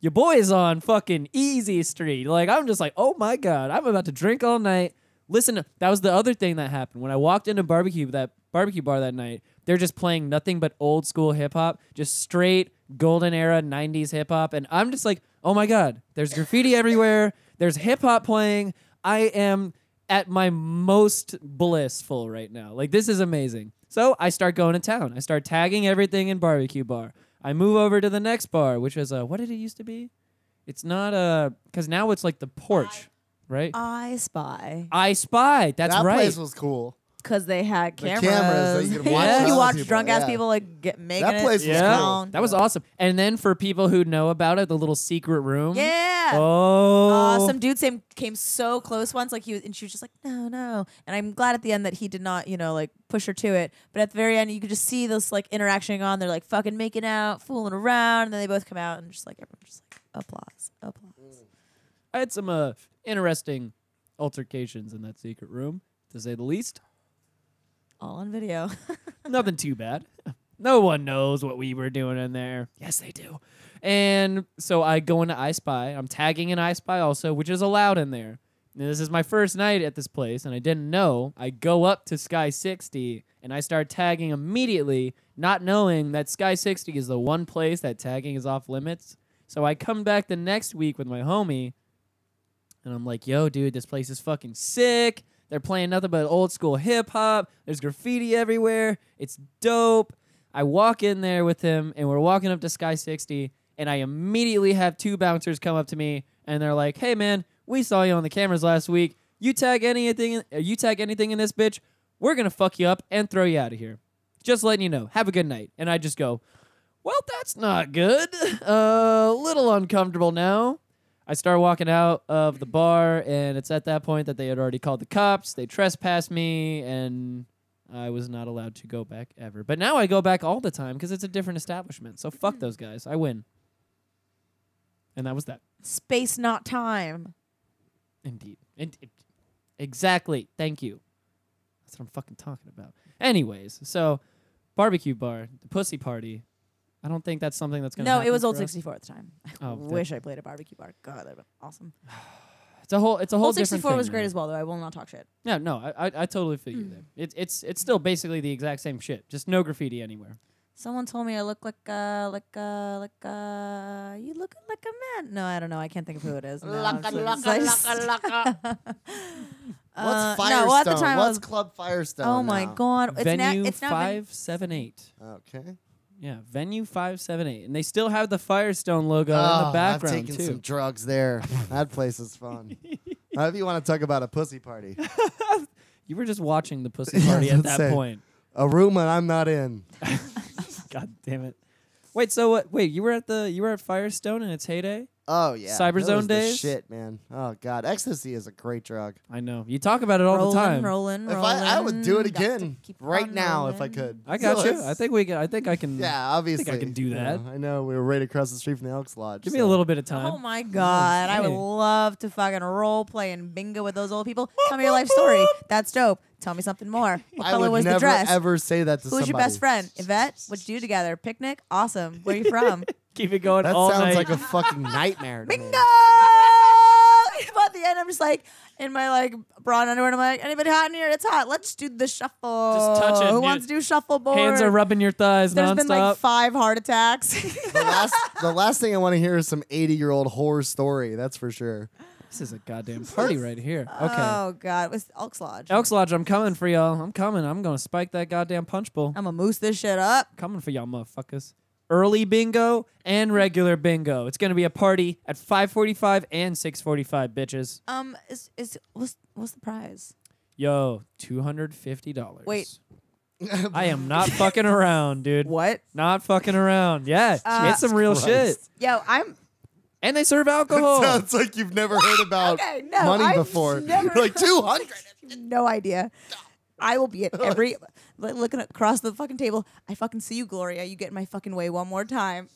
Your boy's on fucking easy street. Like I'm just like, "Oh my god, I'm about to drink all night." Listen, to- that was the other thing that happened when I walked into barbecue that barbecue bar that night. They're just playing nothing but old school hip hop, just straight golden era 90s hip hop. And I'm just like, oh my God, there's graffiti everywhere. There's hip hop playing. I am at my most blissful right now. Like, this is amazing. So I start going to town. I start tagging everything in barbecue bar. I move over to the next bar, which is, uh, what did it used to be? It's not, uh, because now it's like the porch, right? I spy I spy. That's that right. place was cool. because they had The cameras. cameras that you could watch Yeah. you other watch people, drunk ass yeah. people like get making That place it was Yeah. cool. down. That was awesome. And then for people who know about it, the little secret room. yeah. Oh. Uh, some dude same, came so close once, like he was, and she was just like, no, no. And I'm glad at the end that he did not, you know, like push her to it. But at the very end, you could just see this like interaction going on. They're like fucking making out, fooling around, and then they both come out and just like everyone just like applause, applause. I had some uh, interesting altercations in that secret room, to say the least. All on video. Nothing too bad. No one knows what we were doing in there. Yes, they do. And so I go into I Spy. I'm tagging in I Spy also, which is allowed in there. Now, this is my first night at this place, and I didn't know. I go up to Sky 60 and I start tagging immediately, not knowing that Sky 60 is the one place that tagging is off limits. So I come back the next week with my homie, and I'm like, yo, dude, this place is fucking sick. They're playing nothing but old school hip hop. There's graffiti everywhere. It's dope. I walk in there with him, and we're walking up to Sky 60, and I immediately have two bouncers come up to me, and they're like, hey, man, we saw you on the cameras last week. You tag anything, uh, you tag anything in this bitch, we're gonna fuck you up and throw you out of here. Just letting you know. Have a good night. And I just go, well, that's not good. Uh, A little uncomfortable now. I start walking out of the bar, and it's at that point that they had already called the cops. They trespassed me, and I was not allowed to go back ever. But now I go back all the time because it's a different establishment. So Mm. fuck those guys. I win. And that was that. Space, not time. Indeed. Ind- ind- exactly. Thank you. That's what I'm fucking talking about. Anyways, so barbecue bar, the pussy party. I don't think that's something that's gonna. No, it happen was for old us. 64 at the time. I Oh, that- wish I played a barbecue bar. God, that'd been awesome. It's a whole. It's a whole old different 64 thing was great now. as well, though. I will not talk shit. Yeah, no, I I, I totally feel Hmm. you there. It's it's it's still basically the exact same shit, just no graffiti anywhere. Someone told me I look like uh like uh like uh you look like a man. No, I don't know. I can't think of who it is. now. I'm so- so I just- Uh, What's Firestone? No, well, at the time I What's was. Club Firestone? Oh my now? god! Uh, It's now. Venue It's now. been- five seven eight. Okay. Yeah, venue five seven eight, and they still have the Firestone logo in Oh, the background I've taken too. some drugs there. that place is fun. However, you want to talk about a pussy party, you were just watching the pussy Yeah, party at let's that say. point. a room that I'm not in. God damn it. Wait, so what? Wait, you were at the you were at Firestone in its heyday. Oh yeah, Cyberzone that was the days? Shit, man. Oh god, ecstasy is a great drug. I know you talk about it all rolling, the time. rolling, If rolling. I, I would do it Got to again keep right on now if I rolling. could. I got So you. it's- I think we. Can, I think I can. Yeah, obviously. can do You that. know, I know we were right across the street from the Elks Lodge. Give me a so- little bit of Oh time. my god, I would Hey. love to fucking role play and bingo with those old people. Tell me your life story. That's dope. Tell me something more. What I color would was never the dress? ever say that to Who's somebody. your best friend? Yvette? What'd you do together? Picnic? Awesome. Where are you from? Keep it going That all sounds night. like a fucking nightmare. to me. bingo! But at the end, I'm just like in my like brown underwear. And I'm like, anybody hot in here? It's hot. Let's do the shuffle. Just touch it, Who dude. wants to do shuffleboard? Hands are rubbing your thighs There's nonstop. been like five heart attacks. The last, the last thing I want to hear is some 80 year old horror story. That's for sure. this is a goddamn party right here. Okay. Oh God, it was Elks Lodge. Elks Lodge, I'm coming for y'all. I'm coming. I'm gonna spike that goddamn punch bowl. I'm gonna moose this shit up. coming for y'all motherfuckers. Early bingo and regular bingo. It's gonna be a party at 5:45 and 6:45, bitches. Um, is is what's what's the prize? Yo, two hundred fifty dollars. Wait. I am not fucking around, dude. What? Not fucking around. Yeah, Uh, it's some real Christ. shit. Yo, I'm And they serve That alcohol. sounds like you've never heard about Oh. Okay, no, money I've before. never- You're like 200. no idea. I will be at every li- looking across the fucking table. I fucking see you, Gloria. You get in my fucking way one more time.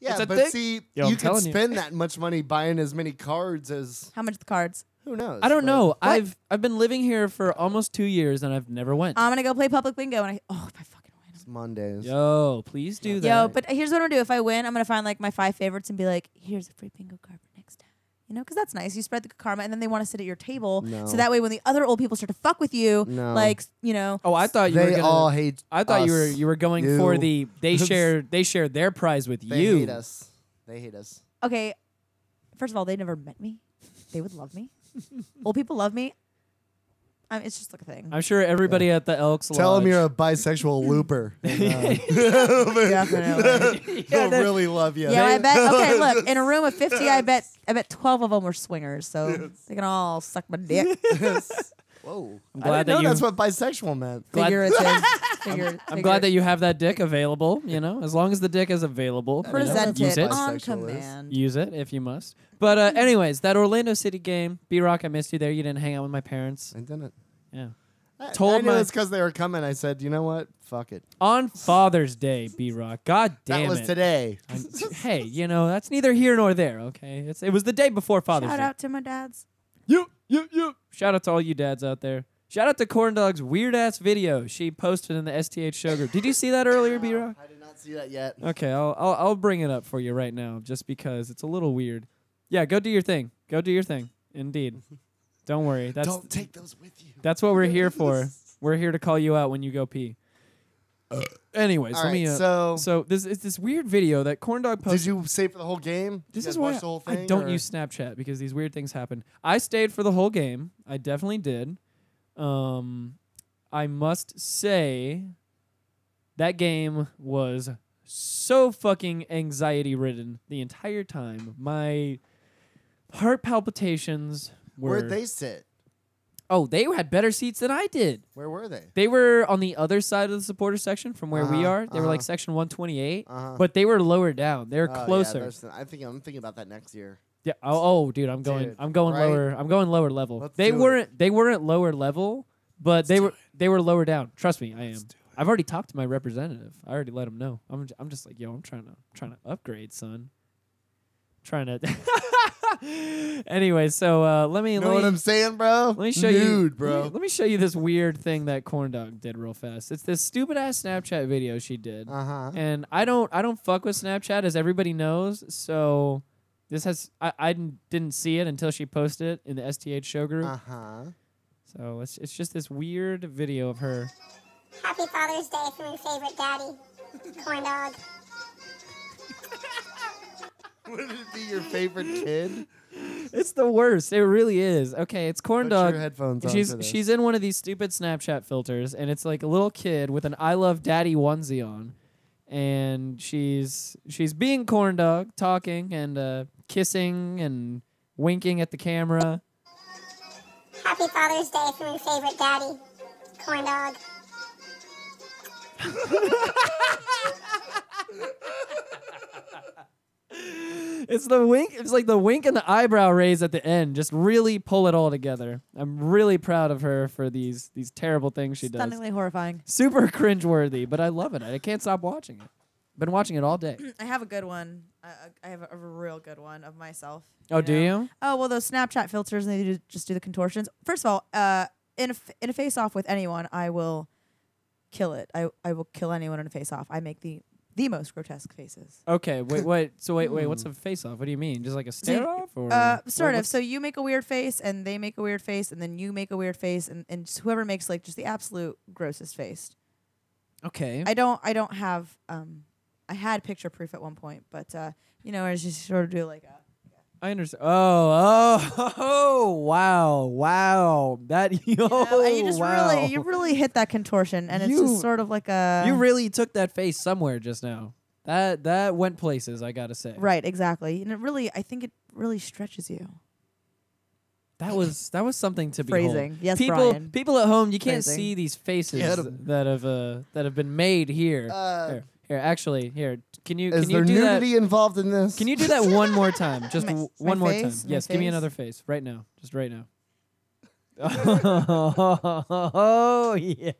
Yeah, It's a but thing. see, Yo, I'm you can telling you. spend that much money buying as many cards as How much are the cards? who knows. I don't but- know. I've I've been living here for almost two years and I've never went. I'm gonna go play public bingo, and I oh, if I fucking win. It's Mondays. Yo, please do that. Yo, but uh, here's what I'm gonna do. If I win, I'm gonna find like my five favorites and be like, here's a free bingo card for next time. You know, because that's nice. You spread the karma, and then they want to sit at your table. No. So that way, when the other old people start to fuck with you, No. like you know, oh, I thought you were They gonna, all hate. I thought you were us. you were going for You. the they share they share their prize with They you. hate us. They hate us. okay, first of all, they never met me. They would love me. Old people love me. Um, it's just like a thing. I'm sure everybody at the Elks Tell them Lodge- you're a bisexual looper. and, Definitely. uh, they'll really love you. yeah, I bet. Okay, look, in a room of 50, I bet I bet 12 of them were swingers, so they can all suck my dick. Whoa. I'm glad that know you- that's what bisexual meant. Glad- Figurative. Figure, I'm glad that you have that dick available. You know, as long as the dick is available, you know, presented use it. on Bisexual is. command. Use it if you must. But uh, anyways, that Orlando City game, B Rock, I missed you there. You didn't hang out with my parents. I didn't. Yeah. I, Told I knew my- it's because they were coming. I said, you know what? Fuck it. On Father's Day, B Rock. God damn that was it. today. I'm- hey, you know that's neither here nor there. Okay, it's, it was the day before Father's Shout Day. out to my dads. You, you, you. Shout out to all you dads out there. Shout out to Corn Dog's weird ass video she posted in the STH show group. Did you see that earlier, B Rock? I did not see that yet. Okay, I'll, I'll I'll bring it up for you right now, just because it's a little weird. Yeah, go do your thing. Go do your thing. Indeed. Don't worry. That's Don't take those with you. that's what we're here for. We're here to call you out when you go pee. Uh, Anyways, All let me. right, so, Uh, so this is this weird video that Corn Dog posted. did you save for the whole game? This you is guys why watched the whole I thing, don't or- use Snapchat because these weird things happen. I stayed for the whole game. I definitely did. Um, I must say that game was so fucking anxiety ridden the entire time. My heart palpitations were. Where'd they sit? Oh, they had better seats than I did. Where were they? They were on the other side of the supporter section from where we Uh-huh, are. They were like uh-huh. section 128, Uh-huh. but they were lower down. They were Oh, yeah, closer. there's the- I think I'm thinking about that next year. Yeah. Oh, oh, dude, I'm going. Dude, I'm going right? lower. I'm going lower level. Let's they do it. weren't. They weren't lower level, but they were. They were lower down. Trust me, I am. I've already talked to my representative. I already let him know. I'm. j- I'm just like, yo, I'm trying to. Trying to upgrade, son. Trying to. anyway, so uh, let me. You let know what me, I'm saying, bro? let me show Nude, you, bro. Let me, let me show you this weird thing that Corn Dog did real fast. It's this stupid ass Snapchat video she did uh-huh. and I don't I don't fuck with Snapchat as everybody knows. So this has I, I didn't didn't see it until she posted it in the STH show group. Uh-huh. So it's it's just this weird video of her. Happy Father's Day from your favorite daddy, corn dog. Would it be your favorite kid? It's the worst. It really is. Okay, it's corn Put dog. your headphones on she's for this. she's in one of these stupid Snapchat filters, and it's like a little kid with an "I love Daddy" onesie on, and she's she's being corn dog, talking and uh, kissing and winking at the camera. Happy Father's Day from your favorite daddy, corn dog. It's the wink. It's like the wink and the eyebrow raise at the end. Just really pull it all together. I'm really proud of her for these these terrible things she does. Stunningly horrifying. Super cringeworthy, but I love it. I can't stop watching it. Been watching it all day. I have a good one. I, I- I have a, a real good one of myself. Oh, do know? you? Oh well, those Snapchat filters and they do, just do the contortions. First of all, uh, in a f- in a face off with anyone, I will kill it. I I will kill anyone in a face off. I make the the most grotesque faces. Okay. Wait. Wait. So wait. Wait. What's a face off? What do you mean? Just like a stare off? Or Uh, or sort of. what's- So you make a weird face, and they make a weird face, and then you make a weird face, and, and just whoever makes like just the absolute grossest face. Okay. I don't. I don't have. Um, I had picture proof at one point, but uh, you know, I just sort of do like a. I understand. Oh, oh, wow, wow. That you, know, and you just Oh, wow. really, you really hit that contortion, and it's You- just sort of like a. You really took that face somewhere just now. That that went places. I gotta say. Right, exactly. And it really, I think it really stretches you. That was that was something to Phrasing. behold. Yes, people Brian. people at home, you can't Phrasing. see these faces Get 'em. that have uh, that have been made here. Uh, here. Here, actually, here. Can you Is can you there do nudity involved in this? that? Can you do that one more time? Just My- w- my one more face? time. My Yes, give me face? another face right now. Just right now. oh yeah.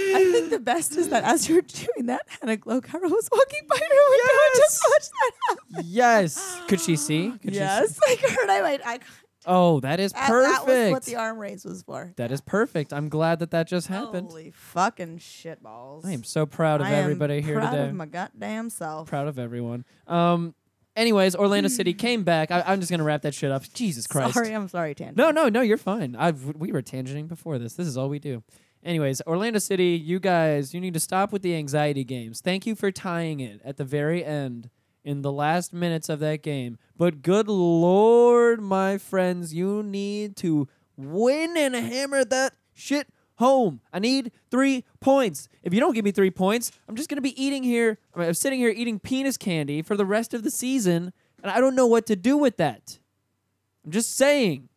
I think the best is that as you're doing that, Hannah Glowcower was walking by her window and just watched that happen. Yes. Could she see? Could She see? Yes, like her and I made eye contact. Oh, that is That perfect. was what the arm raise was for. that is perfect. I'm glad that that just happened. Holy fucking shit balls! I am so proud of I am everybody here proud today. of my goddamn self. proud of everyone. Um. Anyways, Orlando City came back. I, I'm just gonna wrap that shit up. Jesus Christ. Sorry, I'm sorry, Tan. No, no, no. You're fine. I've we were tangenting before this. This is all we do. Anyways, Orlando City, you guys, you need to stop with the anxiety games. Thank you for tying it at the very end in the last minutes of that game. But good lord, my friends, you need to win and hammer that shit home. I need three points. If you don't give me three points, I'm just gonna be eating here. I mean, I'm sitting here eating penis candy for the rest of the season, and I don't know what to do with that. I'm just saying.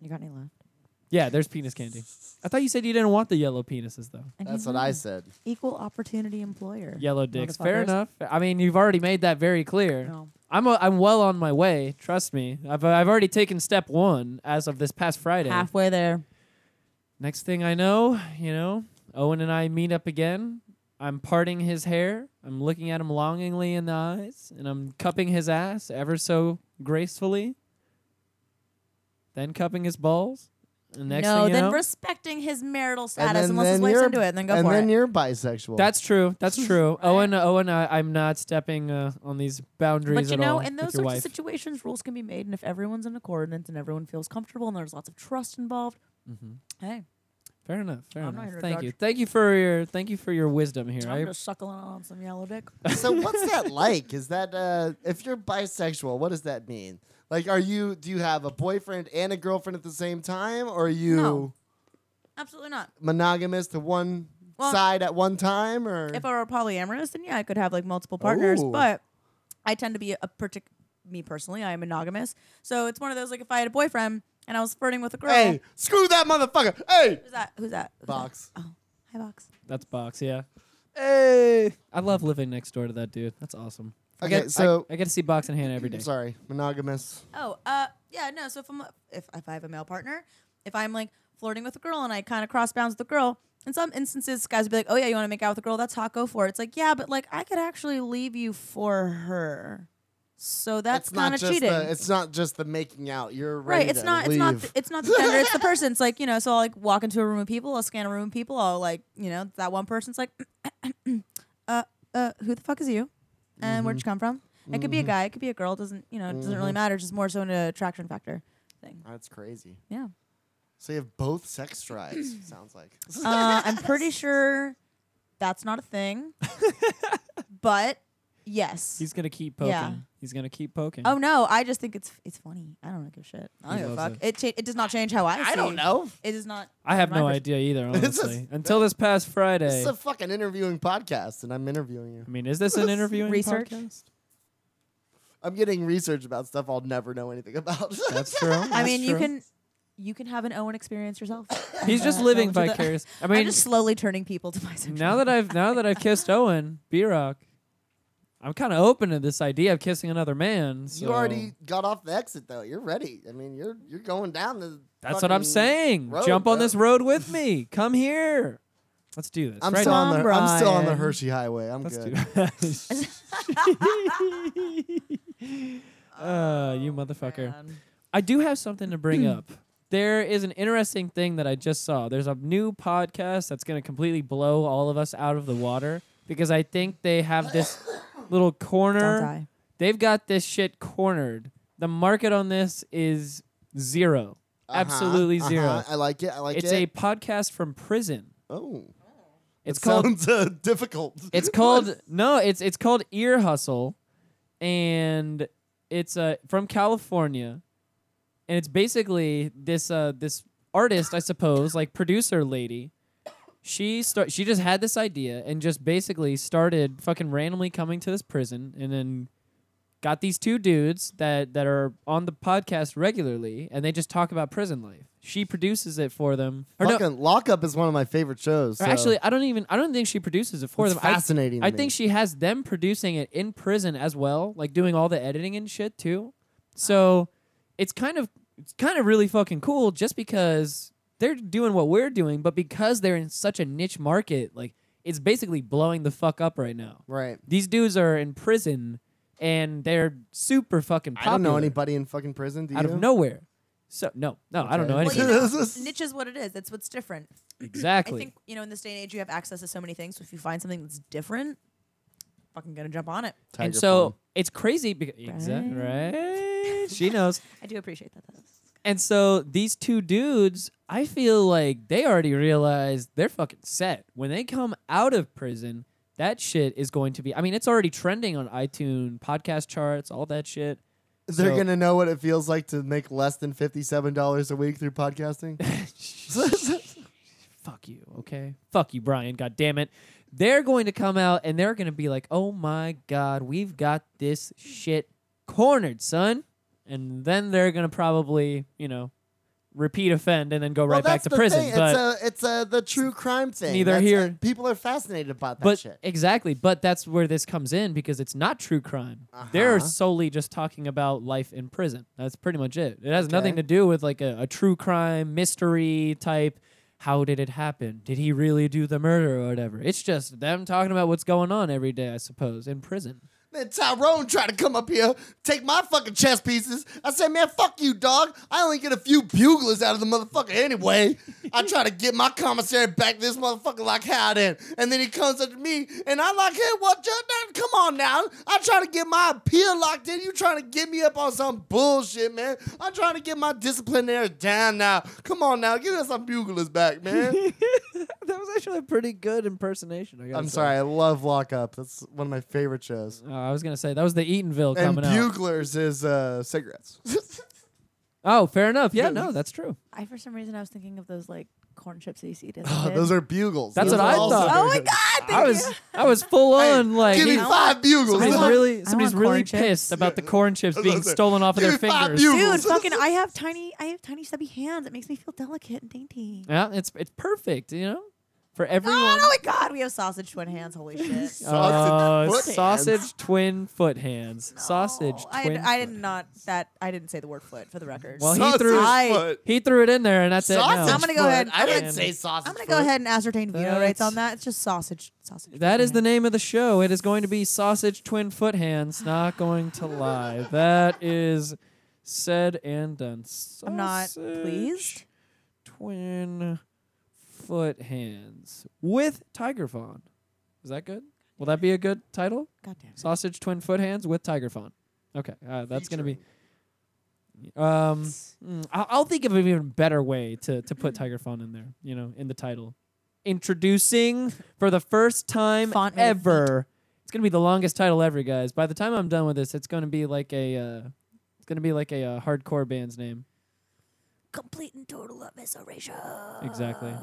You got any left? Yeah, there's penis candy. I thought you said you didn't want the yellow penises though. That's what I said. Equal opportunity employer. Yellow dicks. Fair Motherfuckers. enough. I mean, you've already made that very clear. No. I'm a, I'm well on my way. Trust me. I've uh, I've already taken step one as of this past Friday. Halfway there. Next thing I know, you know, Owen and I meet up again. I'm parting his hair. I'm looking at him longingly in the eyes, and I'm cupping his ass ever so gracefully. Then cupping his balls. And next no, thing you then know, respecting his marital And status then- unless his then wife's you're- into it, and then go and for then it. you're bisexual. That's true. That's true. Owen, Owen, I, I'm not stepping uh, on these boundaries But you at know, all in with those your sorts wife. of situations, rules can be made, and if everyone's in accordance and everyone feels comfortable and there's lots of trust involved, Mm-hmm. hey, fair enough. Fair I'm not here enough. to Thank judge. you. Thank you for your thank you for your wisdom here. I- I'm just suckling on some yellow dick. so what's that like? Is that uh, if you're bisexual, what does that mean? Like, are you? Do you have a boyfriend and a girlfriend at the same time, or are you No. Absolutely not. monogamous to one Well, side at one time? Or If I were polyamorous, then yeah, I could have like multiple partners. Ooh. But I tend to be a particular me personally. I am monogamous, so it's one of those like if I had a boyfriend and I was flirting with a girl. hey, screw that motherfucker! Hey, Who's that? Who's that? Who's that? box. Hi, box. that's box. Yeah. Hey, I love living next door to that dude. That's awesome. I Okay, get, so- I, I get to see box and Hannah every day. I'm sorry, monogamous. Oh, uh, yeah, no. So if I'm if, if I have a male partner, if I'm like flirting with a girl and I kind of cross bounds with the girl, in some instances, guys would be like, "Oh yeah, you want to make out with a girl? That's hot. Go for it." It's like, yeah, but like I could actually leave you for her, so that's it's not kind of just cheating. the. It's not just the making out. You're ready Right, it's to not, it's leave. not, th- it's not the gender, it's the person. It's like you know, so I'll like walk into a room of people, I'll scan a room of people, I'll like you know, that one person's like, uh, uh, who the fuck is you, and where'd Mm-hmm. you come from? It could be a guy, it could be a girl. Doesn't you know? It Doesn't really matter. It's Just more so an attraction factor thing. That's crazy. Yeah. So you have both sex drives. sounds like. Uh, I'm pretty sure that's not a thing. but yes. He's gonna keep poking. Yeah. He's gonna keep poking. oh no, I just think it's it's funny. I don't give a shit. I He don't give a loves fuck. It cha- it does not change how I. I don't see. know. It is not. I have from my no pers- idea either. This is- Honestly, until this past This Friday. is a fucking interviewing podcast, and I'm interviewing you. I mean, is this an interviewing Research? podcast? I'm getting research about stuff I'll never know anything about. That's true. I That's mean, you true. can you can have an Owen experience yourself. He's just Uh, living don't do that. vicarious. I I mean, am just slowly turning people to my sexuality. now that I've now that I've kissed Owen B Rock, I'm kind of open to this idea of kissing another man. So You already got off the exit though. You're ready. I mean, you're you're going down the. That's what I'm fucking saying. road, Jump on bro. this road with me. Come here. Let's do this. I'm right still now. on the I'm still on the Brian. Hershey Highway. I'm Let's good. do it. uh, Oh, you motherfucker. Man. I do have something to bring up. There is an interesting thing that I just saw. There's a new podcast that's going to completely blow all of us out of the water because I think they have this little corner. Don't die. They've got this shit cornered. The market on this is 0 Uh-huh, Absolutely 0 uh-huh. I like it. I like it's it. a podcast from prison. oh, It's That called sounds uh, difficult. It's called no, it's it's called Ear Hustle, and it's uh from California, and it's basically this uh this artist I suppose like producer lady. She start she just had this idea and just basically started fucking randomly coming to this prison and then got these two dudes that that are on the podcast regularly and they just talk about prison life. She produces it for them. Or no, Fucking Lockup is one of my favorite shows. or so Actually, I don't even. I don't think she produces it for It's them. I- fascinating to I, me. think she has them producing it in prison as well, like doing all the editing and shit too. Oh. So it's kind of it's kind of really fucking cool, just because they're doing what we're doing, but because they're in such a niche market, like it's basically blowing the fuck up right now. right. These dudes are in prison and they're super fucking I popular. don't know anybody in fucking prison. Do you? out of nowhere. So no, no, I don't know Okay. anybody. Well, Well, you This is- know, niche is what it is. That's what's different. exactly. I think you know in this day and age you have access to so many things. So if you find something that's different, fucking gonna jump on it. Tiger and so Palm. it's crazy because exactly right. She knows. I do appreciate that. though. And so these two dudes, I feel like they already realized they're fucking set. When they come out of prison, that shit is going to be I mean, it's already trending on iTunes podcast charts, all that shit. they're so- gonna know what it feels like to make less than fifty-seven dollars a week through podcasting. Fuck you, okay? Fuck you, Brian, god damn it. They're going to come out and they're going to be like, "Oh my god, we've got this shit cornered, son." And then they're going to probably, you know, repeat offend and then go right well, back that's to the prison. Thing. But it's a, it's a, the true crime thing. neither That's- here- people are fascinated about that but shit. exactly but that's where this comes in because it's not true crime they're Uh-huh. solely just talking about life in prison that's pretty much it it has nothing Okay. to do with like a, a true crime mystery type how did it happen did he really do the murder or whatever it's just them talking about what's going on every day i suppose in prison Then Tyrone tried to come up here, take my fucking chess pieces. I said, man, fuck you, dog. I only get a few buglers out of the motherfucker anyway. I try to get my commissary back to this motherfucker like how then. And then he comes up to me, and I like, hey, what, Judge? Now, Come on now. I try to get my appeal locked in. You trying to get me up on some bullshit, man. I'm trying to get my disciplinary down now. Come on now. Give us some buglers back, man. that was actually a pretty good impersonation I I'm sorry. I love Lock Up. That's one of my favorite shows. Oh, i was gonna say that was the eatonville And coming out buglers is uh, cigarettes. oh fair enough yeah no that's true I for some reason I was thinking of those like corn chips that you see. Oh, those are bugles. That's Those what I also thought. Oh my good. god! Thank i was i was full Hey, on like give me he- five bugles. Somebody's want- really I somebody's want really corn chips. pissed about the corn chips being That's what I said. stolen off of their Give me five fingers. bugles. you. Dude, fucking! I have tiny, I have tiny stubby hands. It makes me feel delicate and dainty. Yeah, it's it's perfect, you know, for everyone. Oh, oh my god! We have sausage twin hands. Holy shit! Uh, Sausage foot hands. sausage twin foot hands. Sausage Oh, I, twin. I foot did not hands. that I didn't say the word foot for the record. Well, he Sausage threw foot. he threw it in there, and that's it. now. I'm gonna go ahead- I didn't And- say sausage. I'm gonna go ahead and ascertain veto rates That's- on that. It's just sausage, sausage. That is the name of the show. It is going to be Sausage Twin Foot Hands. Not going to lie. That is said and done. I'm not Sausage pleased. Twin Foot Hands with Tiger Fawn. Is that good? Will that be a good title? God damn it. Sausage Twin Foot Hands with Tiger Fawn. Okay, uh, that's going to be. Um, mm, I'll, I'll think of an even better way to to put Tiger Fawn in there. You know, in the title, introducing for the first time Font made of ever. It's gonna be the longest title ever, guys. By the time I'm done with this, it's gonna be like a. Uh, it's gonna be like a uh, hardcore band's name. Complete and total evisceration. Exactly. Uh,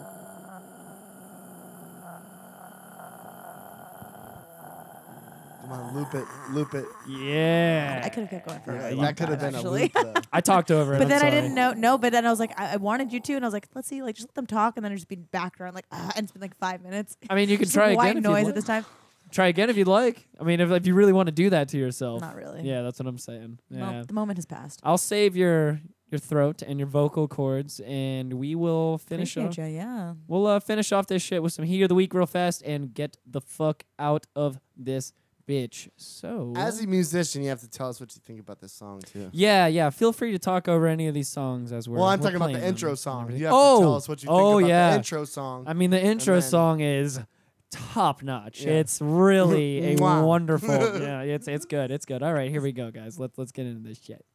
Come on, loop it, loop it. Yeah. I could have kept going for a Yeah, really long that could have time, been actually. a loop. Though. I talked over it. But I'm then I sorry. didn't know. No, but then I was like, I, I wanted you to, and I was like, let's see, like just let them talk, and then just be background, like, ah, and it's been like five minutes. I mean, you could Just try white again. if you'd noise like. at this time. Try again if you'd like. I mean, if, if you really want to do that to yourself. Not really. Yeah, that's what I'm saying. Well, Yeah. the moment has passed. I'll save your your throat and your vocal cords, and we will finish off. Appreciate ya, yeah. We'll uh, finish off this shit with some heat of the week real fast and get the fuck out of this bitch. So As a musician, you have to tell us what you think about this song too. yeah, yeah. Feel free to talk over any of these songs as we're. well, I'm we're talking about playing the them intro and song. everything. You have oh, to tell us what you oh think about yeah. the intro song. I mean, the intro then- song is top notch. Yeah. It's really a Mwah. wonderful. yeah, it's it's good. It's good. All right, here we go, guys. Let's let's get into this shit.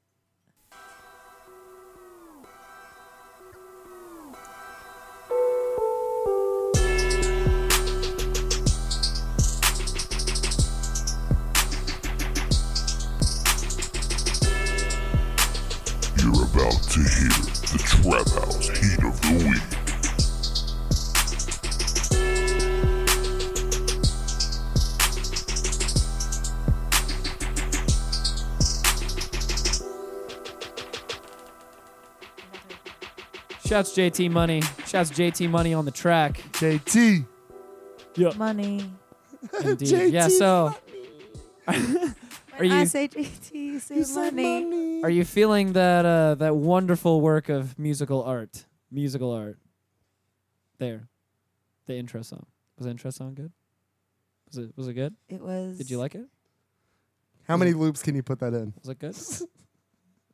You're about to hear the Trap House Heat of the Week. Shouts JT Money. Shouts JT Money on the track. JT. Yeah, Money. indeed. yeah. JT So, are I you say JT, say You said money. money. are you feeling that uh, that wonderful work of musical art? Musical art. There, the intro song. Was the intro song good? Was it was it good? It was. Did you like it? How many loops can you put that in? Was it good?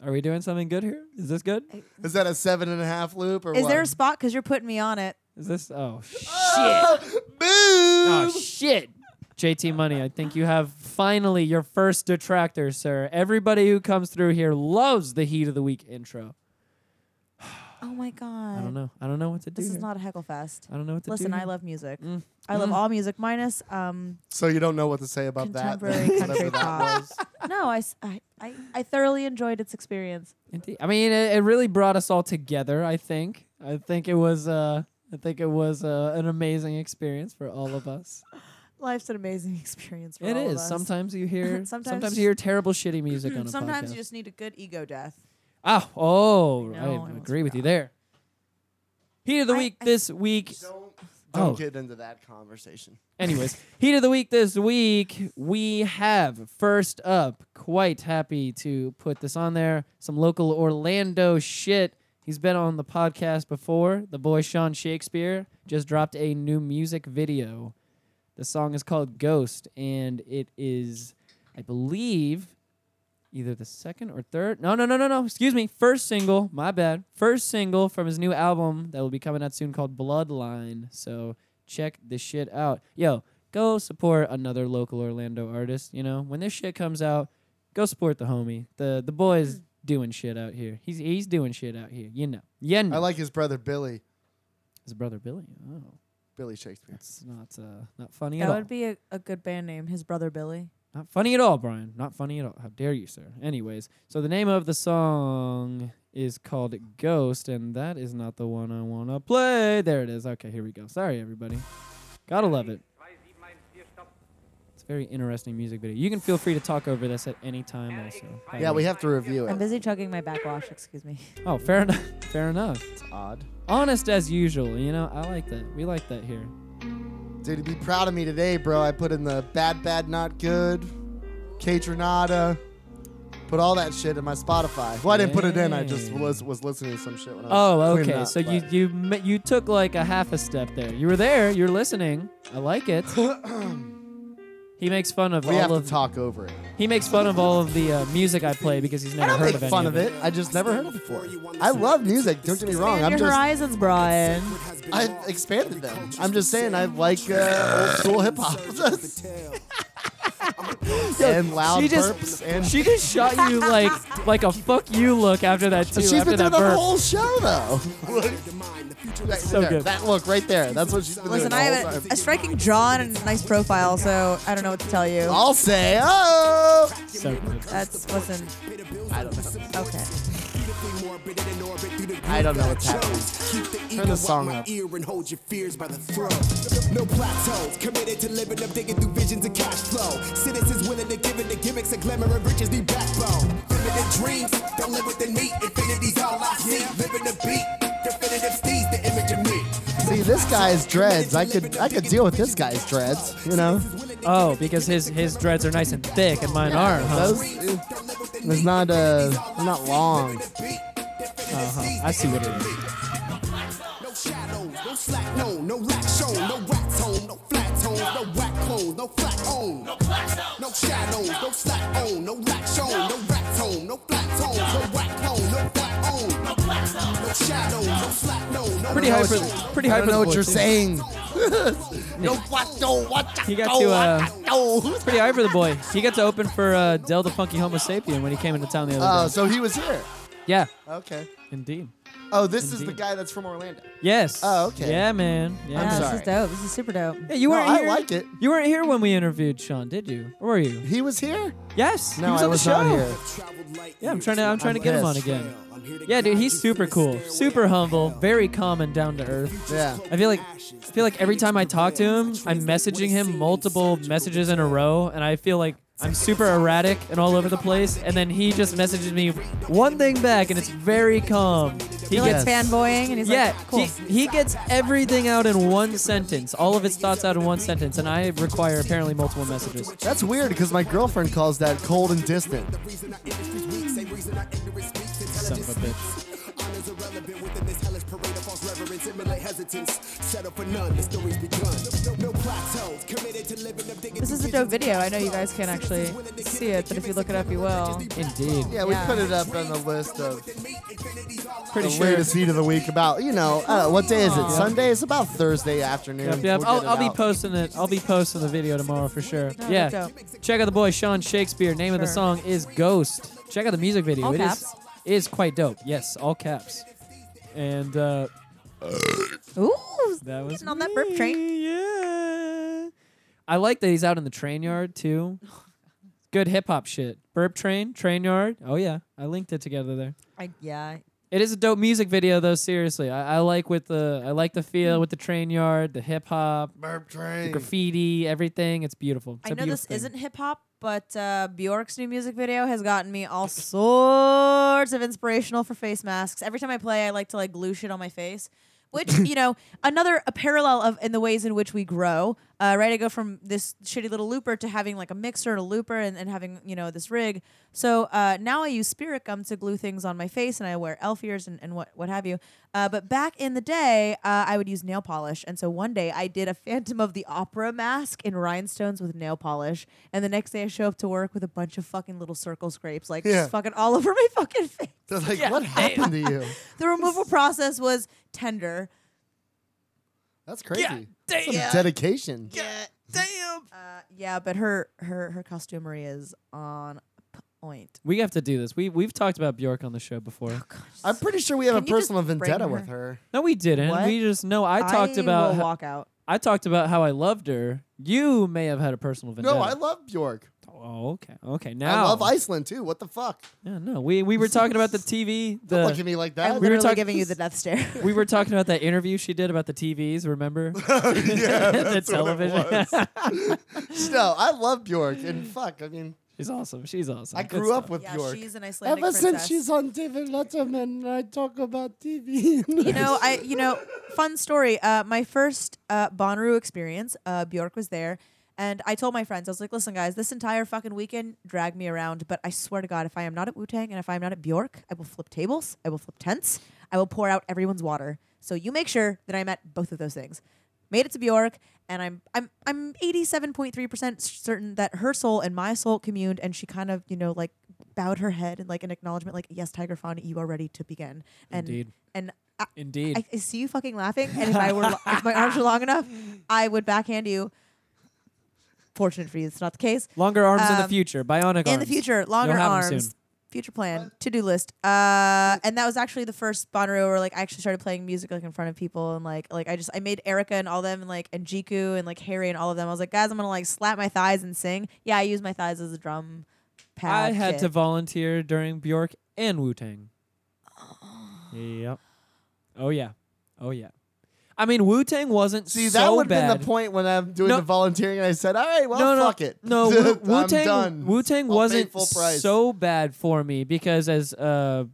Are we doing something good here? Is this good? Is that a seven and a half loop or Is what? there a spot? Because you're putting me on it. Is this? Oh shit! Boom! Oh shit! JT Money, I think you have finally your first detractor, sir. Everybody who comes through here loves the heat of the week intro. Oh my god. I don't know. I don't know what to do. This is here. not a heckle fest. I don't know what to Listen, do. I here. love music. Mm. I love Mm. all music minus um so you don't know what to say about that. Contemporary then, country whatever that pop. was. no, I, s- I- I- I thoroughly enjoyed its experience. Indeed. I mean, it, it really brought us all together. I think. I think it was. Uh, I think it was uh, an amazing experience for all of us. Life's an amazing experience for it all of is. us. Sometimes you hear. sometimes, Sometimes- you hear terrible, shitty music on a podcast. Mm, Sometimes you just need a good ego death. Oh, oh, I, I know, I almost agree with you there. Heat of the I- week I- this week. Don't, Oh. don't get into that conversation. Anyways, heat of the week this week. We have first up. Quite happy to put this on there. Some local Orlando shit. He's been on the podcast before. The boy Sean Shakespeare just dropped a new music video. The song is called Ghost, and it is, I believe, either the second or third. No, no, no, no, no. Excuse me. First single. My bad. First single from his new album that will be coming out soon called Bloodline. So check this shit out. Yo, go support another local Orlando artist. You know, when this shit comes out, go support the homie. The the boy is doing shit out here. He's he's doing shit out here. You know. You know. I like his brother Billy. his brother Billy. Oh, Billy Shakespeare. that's not uh, not funny That at all. would be a, a good band name. His brother Billy. Not funny at all, Brian. Not funny at all. How dare you, sir? Anyways, so the name of the song is called Ghost, and that is not the one I want to play. There it is. Okay, here we go. Sorry, everybody. Gotta love it. It's a very interesting music video. You can feel free to talk over this at any time, also. by Yeah, the we way. have to review I'm it. busy chugging my backwash. Excuse me. Oh, fair enough. fair enough. It's odd. Honest as usual, you know? I like that. We like that here. Dude, you'd be proud of me today, bro. I put in the bad, bad, not good, Catronada, put all that shit in my Spotify. Well, I didn't put it in. I just Dang. was, was listening to some shit when I Oh, was cleaning okay. up, So you but- you ma- you took like a half a step there. You were there. You're listening. I like it. he makes fun of we all have to of talk over it. he makes fun of all of the uh, music I play because he's I never don't heard make of any fun of of it. I just never heard of it before. I love music. Don't get me wrong. I'm Your just horizons, Brian. I've expanded them. I'm just saying I like uh, old school hip hop and loud She just burps and she just shot you like like a fuck you look after that too. She's after been doing that the burp. whole show though. Right So there. good. That look right there. That's what she's been doing Listen, the I whole have time. a, a striking jaw and a nice profile, so I don't know what to tell you. I'll say, oh, so good. That's listen. Okay. I don't know what's happening. Turn Turn the song up. Ear and hold your fears by the throat. No plateaus, committed to living up, digging through visions of cash flow. Citizens willing to give it the gimmicks and glamour and riches, the backbone. Limited dreams, don't live within me. Infinity's all I see. Living the beat, definitive steeds, the image of me. See, this guy's dreads. I could, I could deal with this guy's dreads. You know, Oh, because his his dreads are nice and thick, and mine aren't. Huh? Those, eh, it's not uh, they're not long. Uh-huh. I see what it is. No shadow, no slack, no, no lack shown, no wax home, no flat tone, no whack clothes, no flat on. No shadow, no slack on, no lack shown, no wax home, no flat tone, no whack clothes, no flat on. No shadow, no slack, no, no Pretty high lack for shown, pretty I high don't for know the what you're voice. saying. No, Guato, guacha, He Oh, got to, uh, guato. Pretty high for the boy. He got to open for uh, Del the Funky Homo Sapien when he came into town the other Oh, day. so he was here. Yeah, Okay. indeed. Oh, this is the Indeed. guy that's from Orlando. Yes. Oh, okay. Yeah, man. Yeah. I'm man. sorry. this is dope. This is super dope. Hey, you No, weren't I here. like it. You weren't here when we interviewed Sean, did you? Or were you? He was here? Yes. No, he was I on was the show. not here. traveled light Yeah, I'm trying to. I'm trying to get him on pissed. again. Yeah, dude, he's super cool, super humble, very calm and down to earth. Yeah. I feel like I feel like every time I talk to him, I'm messaging him multiple messages in a row, and I feel like I'm super erratic and all over the place. And then he just messages me one thing back, and it's very calm. He You're gets like fanboying, and he's yeah, like, cool. he, he gets everything out in one sentence, all of his thoughts out in one sentence, and I require apparently multiple messages. That's weird because my girlfriend calls that cold and distant. Son of a bitch. Honor's irrelevant within this hellish parade of false reverence. Emulate hesitance, settle for none. The story's begun. No plateaus, committed to living up digging this is a dope video. I know you guys can't actually see it, but if you look it up, you will. Indeed. Yeah, we Yeah. put it up on the list of Pretty the sure. weirdest heat of the week about, you know, I don't know, what day is it? Sunday? It's about Thursday afternoon. Yep, yep. We'll I'll, get it I'll be out. posting it. I'll be posting the video tomorrow for sure. No, yeah. dope. Check out the boy Sean Shakespeare. Name of the Sure. song is Ghost. Check out the music video. All It is caps. it is quite dope. Yes, all caps. And uh, Ooh, that was getting on that burp train. me, Yeah. I like that he's out in the train yard too. Good hip hop shit. Burp train, train yard. Oh yeah, I linked it together there. I, yeah, It is a dope music video though. Seriously, I, I like with the I like the feel with the train yard, the hip hop, Burp the train. graffiti, everything. It's beautiful. It's I a know this beautiful thing. isn't hip hop, but uh, Bjork's new music video has gotten me all sorts of inspirational for face masks. Every time I play, I like to like glue shit on my face, which you know, another a parallel of in the ways in which we grow. Uh, right, I go from this shitty little looper to having like a mixer and a looper, and, and having you know this rig. So uh, now I use spirit gum to glue things on my face, and I wear elf ears and, and what what have you. Uh, but back in the day, uh, I would use nail polish, and so one day I did a Phantom of the Opera mask in rhinestones with nail polish, and the next day I show up to work with a bunch of fucking little circle scrapes, like Yeah. just fucking all over my fucking face. They're like, what happened to you? The removal process was tender. That's crazy. That's some dedication. Uh, yeah, but her her her costumery is on point. We have to do this. We we've talked about Bjork on the show Oh, before. I'm pretty sure we have Can a you just personal bring vendetta her? with her. No, we didn't. What? We just no. I talked about will ho- walk out. I talked about how I loved her. You may have had a personal vendetta. No, I love Bjork. Oh, okay, okay. Now I love Iceland too. What the fuck? Yeah, no, we we were talking about the TV. Don't look at The me like I'm that. we were literally talk- giving you the death stare. we were talking about that interview she did about the TVs. Remember? yeah, the television. no, I love Bjork, and fuck, I mean, she's awesome. She's awesome. I Good grew up stuff. with yeah, Bjork. she's an Icelandic Ever princess. since she's on David Letterman, I talk about TV. you know, I you know, fun story. Uh, my first uh, Bonnaroo experience, uh, Bjork was there, and I told my friends, I was like, "Listen, guys, this entire fucking weekend, drag me around, but I swear to God, if I am not at Wu Tang and if I am not at Bjork, I will flip tables, I will flip tents, I will pour out everyone's water. So you make sure that I'm at both of those things." Made it to Bjork, and I'm I'm I'm 87.3% certain that her soul and my soul communed, and she kind of you know like bowed her head and like an acknowledgement, like yes, Tiger Fawn, you are ready to begin. And Indeed. and I, Indeed. I, I see you fucking laughing, and if I were, lo- if my arms were long enough, I would backhand you. Fortunate for you, it's not the case. Longer arms in the Um, future. Bionic arms. In the future, longer You'll have 'em arms, soon. future plan, to do list. Uh, and that was actually the first Bonnaroo where like I actually started playing music like in front of people, and like like I just I made Erica and all them, and like and Jiku and like Harry and all of them. I was like, guys, I'm gonna like slap my thighs and sing. Yeah, I use my thighs as a drum pad. I had kit. to volunteer during Bjork and Wu Tang. yep. Oh yeah. Oh yeah. I mean, Wu Tang wasn't See, so that would have bad. been the point when I'm doing No. the volunteering and I said, all right, well, no, no, Oh, fuck it. no. I'm Wu done. Tang, Wu Tang I'll pay wasn't full price. so bad for me because as uh,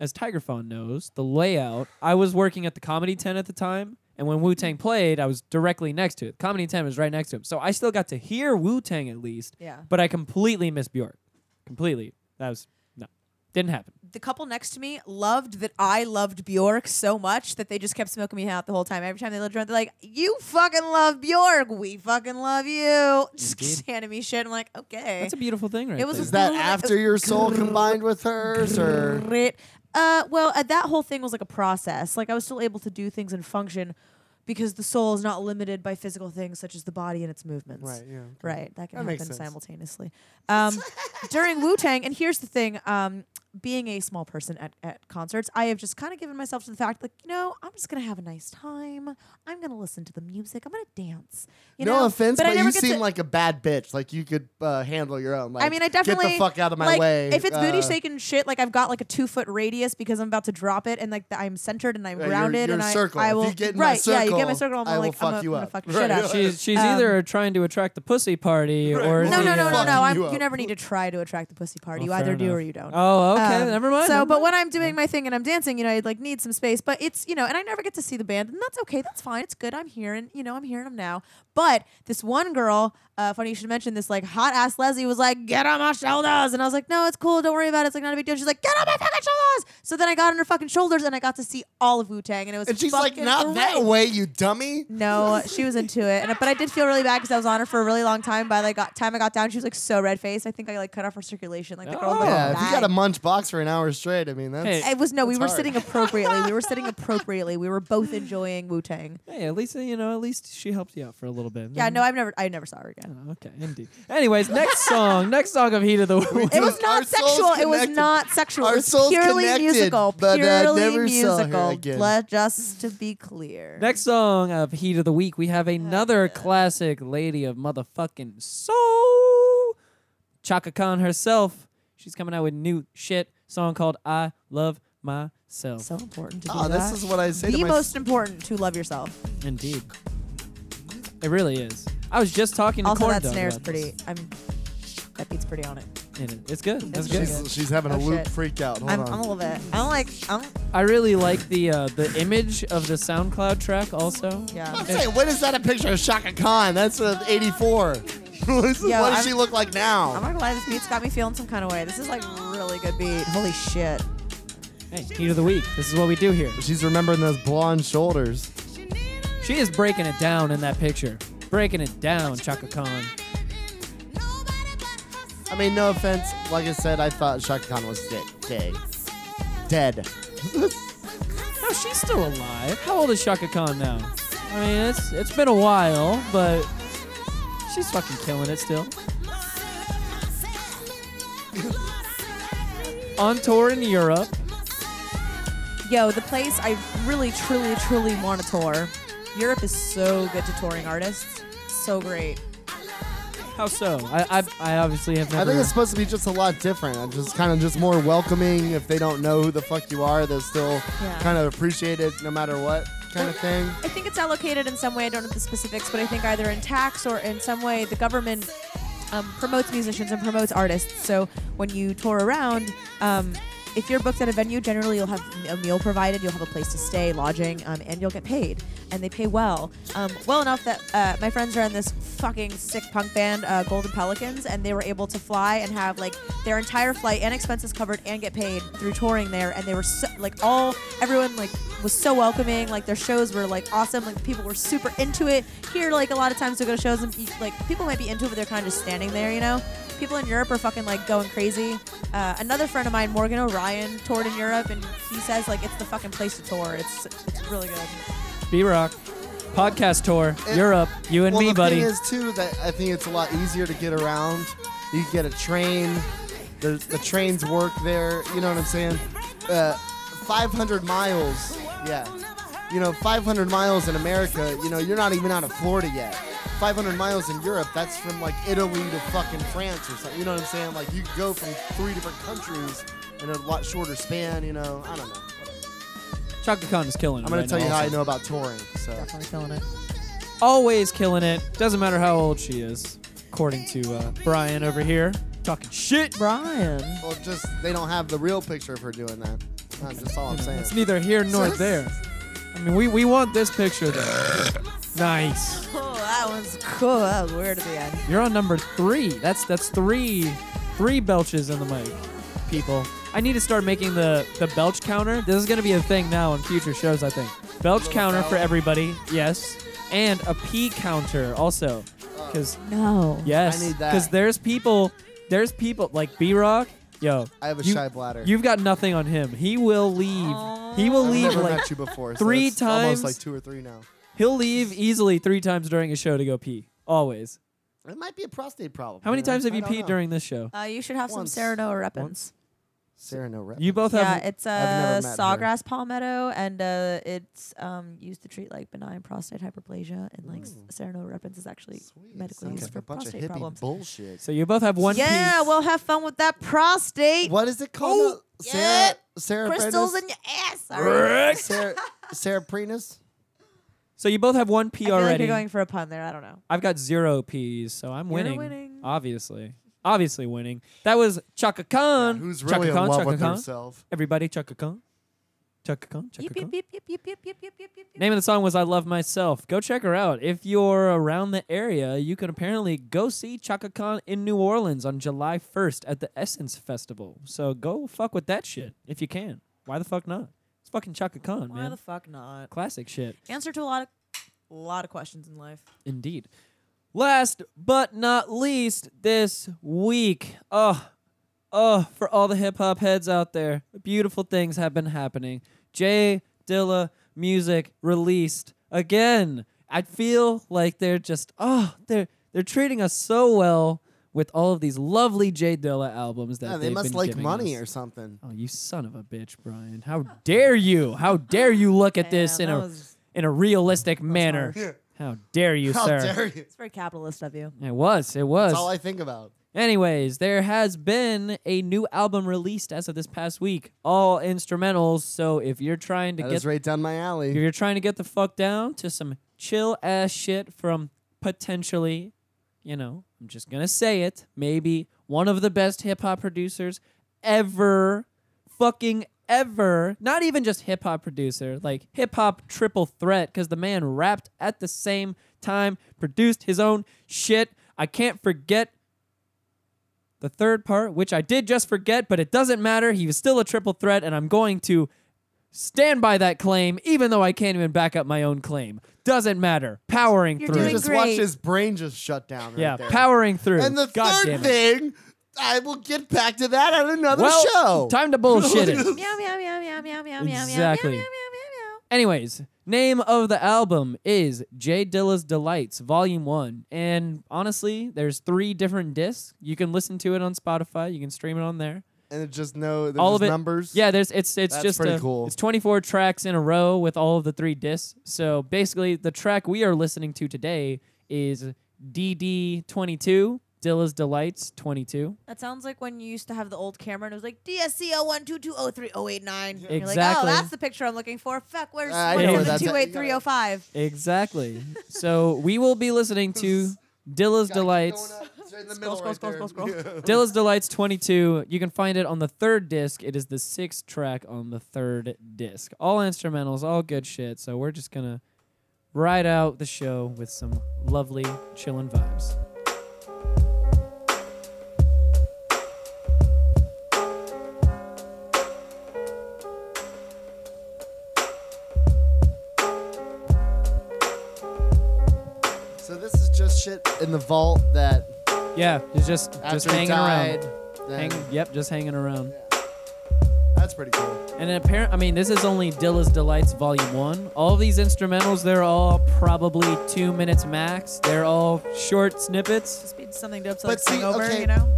as Tiger Fawn knows, the layout. I was working at the Comedy Tent at the time, And when Wu Tang played, I was directly next to it. Comedy 10 was right next to him. So I still got to hear Wu Tang at least. Yeah. But I completely missed Bjork. Completely. That was, no, didn't happen. the couple next to me loved that I loved Bjork so much that they just kept smoking me out the whole time. Every time they looked around, they're like, "You fucking love Bjork. We fucking love you." Just Indeed. handing me shit. I'm like, okay. That's a beautiful thing right It was there. Is that after your soul combined with hers, or Great. Uh, well, uh, that whole thing was like a process. Like I was still able to do things and function because the soul is not limited by physical things such as the body and its movements. Right, yeah, okay. Right. That can That makes happen sense. simultaneously. Um, during Wu Tang, and here's the thing. Um, being a small person at, at concerts, I have just kind of given myself to the fact, like, you know, I'm just gonna have a nice time. I'm gonna listen to the music. I'm gonna dance. You no know? offense, I but, never you get seem to- like a bad bitch. Like you could uh, handle your own. Like, I mean, I definitely get the fuck out of my like, way. If it's booty uh, shaking shit, like I've got like a two foot radius because I'm about to drop it, and like th- I'm centered and I'm Yeah, your- rounded your and circle. I, I If will you get in my right, yeah, you get my circle, circle. I'm I will like, fuck I'm you gonna up. fuck your Right. shit out. of you. She's, she's Um, either trying to attract the pussy party or. No, Well, no, yeah. no, no, Fuck no. I'm, you you, up. never need to try to attract the pussy party. Well, you either fair do or enough. you don't. Oh, okay. Um, never mind. So, never but mind. when I'm doing my thing and I'm dancing, you know, I like need some space. But it's you know, and I never get to see the band, and that's okay. That's fine. It's good. I'm here, and you know, I'm here and I'm now. But this one girl, uh, funny you should mention this, like hot ass Leslie was like, "Get on my shoulders," and I was like, "No, it's cool. Don't worry about it. It's like not a big deal." She's like, "Get on my fucking shoulders." So then I got on her fucking shoulders, and I got to see all of Wu Tang, and it was and she's like, fucking not that great." way, you dummy. No, she was into it, and but I did feel really bad because I was on her for a really long time. By like got, time I got down, she was like so red faced. I think I like cut off her circulation. Like the girl was Oh. like, yeah, if you "Bad." got to munch box for an hour straight, I mean, that's Hey. It was no, we That's were hard. sitting appropriately. we were sitting appropriately. We were both enjoying Wu Tang. hey, at least, uh, you know, at least she helped you out for a little bit. Yeah, Then- no, I've never, I never saw her again. Okay, indeed. Anyways, next song. Next song of Heat of the Week. It Dude, was our not souls sexual. It was connected. not sexual. Our it was souls purely connected, musical. but, uh, purely never saw her musical. again. Let- just to be clear. Next song of Heat of the Week, we have another classic lady of motherfucking soul. Chaka Khan herself. She's coming out with new shit. Song called I Love Myself. so important to do Oh, this that. is what I say the to my most important to love yourself. Indeed. It really is. I was just talking to Also, Corn that Dog snare's about pretty. I'm. That beat's pretty on it. this. It is- It's good. That's good. She's, she's having a Oh, loop shit. freak out. Hold I'm, on. I'm a little bit. I'm like. I'm. I really like the uh, the image of the SoundCloud track also. Yeah. I'm saying, when is that a picture of Shaka Khan? That's uh, 84. what Yo, does I'm- she look like I'm now? not gonna lie. This beat's got me feeling some kind of way. This is like really good beat. Holy shit. Hey, Heat of the Week. This is what we do here. She's remembering those blonde shoulders. She is breaking it down in that picture. Breaking it down, Chaka Khan. I mean, no offense. Like I said, I thought Shaka Khan was dead. Dead. dead. No, she's still alive. How old is Shaka Khan now? I mean, it's it's been a while, but she's fucking killing it still. On tour in Europe. Yo, the place I really, truly, truly want to tour. Europe is so good to touring artists. So great. How so? I I, I obviously have I never. think it's supposed to be just a lot different. i just kind of just more welcoming. If they don't know who the fuck you are, they'll still Yeah. kind of appreciate it no matter what kind of thing. I think it's allocated in some way. I don't know the specifics, but I think either in tax or in some way the government um, promotes musicians and promotes artists. So when you tour around, um, if you're booked at a venue, generally you'll have a meal provided, you'll have a place to stay, lodging, um, and you'll get paid. And they pay well. Um, well enough that uh, my friends are in this fucking sick punk band, uh, Golden Pelicans, and they were able to fly and have like their entire flight and expenses covered and get paid through touring there. And they were so, like all, everyone like was so welcoming. Like their shows were like awesome. Like people were super into it. Here, like a lot of times we go to shows and like people might be into it, but they're kind of just standing there, you know. People in Europe are fucking like going crazy. Uh, another friend of mine, Morgan O'Ryan, toured in Europe, and he says like it's the fucking place to tour. It's it's really good. B Rock podcast tour It- Europe. You and well, me, the buddy. thing is too that I think it's a lot easier to get around. You can get a train. The, the trains work there. You know what I'm saying? Uh, 500 miles. Yeah. You know, 500 miles in America. You know, you're not even out of Florida yet. 500 miles in Europe. That's from like Italy to fucking France or something. You know what I'm saying? Like you go from three different countries in a lot shorter span. You know, I don't know. Chaka Khan is killing it. I'm gonna right tell now you how I also. know about touring. So Definitely killing it. Always killing it. Doesn't matter how old she is, according to uh, Brian over here. Talking shit. Brian, Well, just they don't have the real picture of her doing that. That's just all I'm saying. It's neither here nor there. I mean, we, we want this picture though. nice. Oh, that was cool. That was weird at the end. You're on number three. That's that's three three belches in the mic, people. I need to start making the the belch counter. This is gonna be a thing now in future shows, I think. Belch counter for everybody, yes, and a pee counter also, because No. yes, I need that. because there's people, there's people like B Rock. Yo, I have a you- shy bladder. You've got nothing on him. He will leave. He will I've leave never like met you before. three so it's almost times. like two or three now. He'll leave easily three times during a show to go pee. Always. It might be a prostate problem. How many you know? times have I you don't peed know. during this show? Uh, you should have Once. some Serenoa repens. Sarah no rep? You both Yeah, have. it's I've uh, never met her. sawgrass palmetto, and uh, it's um, used to treat like benign prostate hyperplasia, and like Ooh. Serenoa repens is actually Sweet. medically Sounds used like for a bunch of prostate hippie problems. bullshit. So you both have one yeah, piece. well, have fun with that prostate. What is it called? Oh, now? Sarah, yeah. Sarah Crystals Prenus? in your ass. Sorry. Sarah, Sarah Prenus? so you both have one pee I feel like already. you're going for a pun there. I don't know. I've got zero peas, so I'm winning. winning. Obviously. Obviously winning. That was Chaka Khan. Who's Chaka really in Khan, love Chaka with Khan. herself? Everybody, Chaka Khan. Chaka Khan, Chaka Yip, Khan. yip, yip, yip, yip, yip, yip, yip, yip, yip. Name of the song was I Love Myself. Go check her out. If you're around the area, you can apparently go see Chaka Khan in New Orleans on July 1st at the Essence Festival. So go fuck with that shit if you can. Why the fuck not? It's fucking Chaka Khan, Why man. the fuck not? Classic shit. Answer to a lot of a lot of questions in life. Indeed. Last but not least, this week, oh, oh, for all the hip hop heads out there, beautiful things have been happening. Jay Dilla music released again. I feel like they're just oh, they're they're treating us so well with all of these lovely Jay Dilla albums that Yeah, they they've must been like giving money us. or something. Oh, you son of a bitch, Brian! How dare you? How dare you look at this Man, in that a was- in a realistic manner? How dare you, How sir? dare you? it's very capitalist of you. It was. It was. That's all I think about. Anyways, there has been a new album released as of this past week, all instrumentals. So if you're trying to That get is right down my if alley. you're trying to get the fuck down to some chill ass shit from potentially, you know, I'm just gonna say it, maybe one of the best hip hop producers ever, fucking ever. Not even just hip hop producer, like hip hop triple threat, because the man rapped at the same time, produced his own shit. I can't forget the third part, which I did just forget, but it doesn't matter. He was still a triple threat, and I'm going to stand by that claim, even though I can't even back up my own claim. Doesn't matter. Powering You're through. You doing just great. watch his brain just shut down. Right yeah, there. powering through. And the God third damn it. thing, I will get back to that at another well, show. time to bullshit it. meow meow meow meow meow meow meow Exactly. meow meow meow meow meow. Anyways, name of the album is Jay Dilla's Delights, Volume 1. And honestly, there's three different discs. You can listen to it on Spotify, you can stream it on there. and it just no, there's all just of it, numbers. Yeah, there's it's it's That's just pretty a- cool. It's 24 tracks in a row with all of the three discs. So basically, the track we are listening to today is DD22, Dilla's Delights 22. That sounds like when you used to have the old camera and it was like DSCO one two two oh three oh eight nine. You're like, oh, Exactly. that's the picture I'm looking for. Fuck, where's Uh, I know where one that's two at. eight three oh five? Exactly. so we will be listening to Dilla's Delights. scroll, scroll, scroll, scroll, Dilla's Delights 22. You can find it on the third disc. It is the sixth track on the third disc. All instrumentals, all good shit. So we're just going to ride out the show with some lovely, chillin' vibes. So this is just shit in the vault that Yeah, it's just after just he hanging died. around. then- Hang, yep, just hanging around. That's pretty cool. And then apparent, I mean, this is only Dilla's Delights Volume One. All these instrumentals, they're all probably two minutes max. They're all short snippets. Just be something dope to But like sing see, over, okay. you know?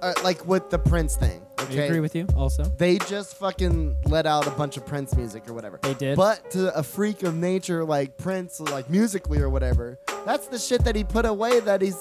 Uh, like with the Prince thing. I Okay. agree with you. Also, they just fucking let out a bunch of Prince music or whatever. They did. But to a freak of nature like Prince, like musically or whatever, that's the shit that he put away that he's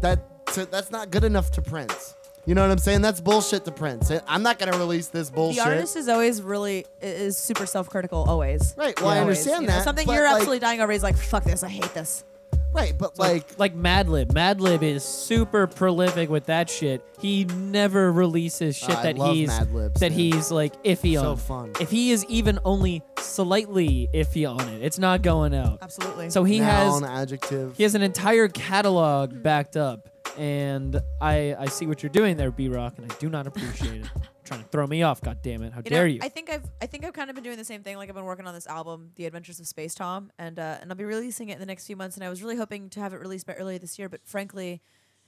that to, that's not good enough to Prince. You know what I'm saying? That's bullshit to Prince. I'm not gonna release this The bullshit. artist is always really i- is super self critical always. Right, well, I Always, understand you know, that, Something but, you're like- absolutely dying over is like, fuck this, I hate this. right, but like like Madlib. Madlib is super prolific with that shit. He never releases shit I that love he's Madlibs, that man. he's like iffy So on. fun. If he is even only slightly iffy on it. It's not going out. Absolutely. So he has Noun, adjective. he has an entire catalog backed up, and I I see what you're doing there, B Rock, and I do not appreciate it. Trying to throw me off, god damn it! How You know, dare you? I think I've I think I've kind of been doing the same thing. Like I've been working on this album, The Adventures of Space Tom, and uh, and I'll be releasing it in the next few months. And I was really hoping to have it released by earlier this year, but frankly,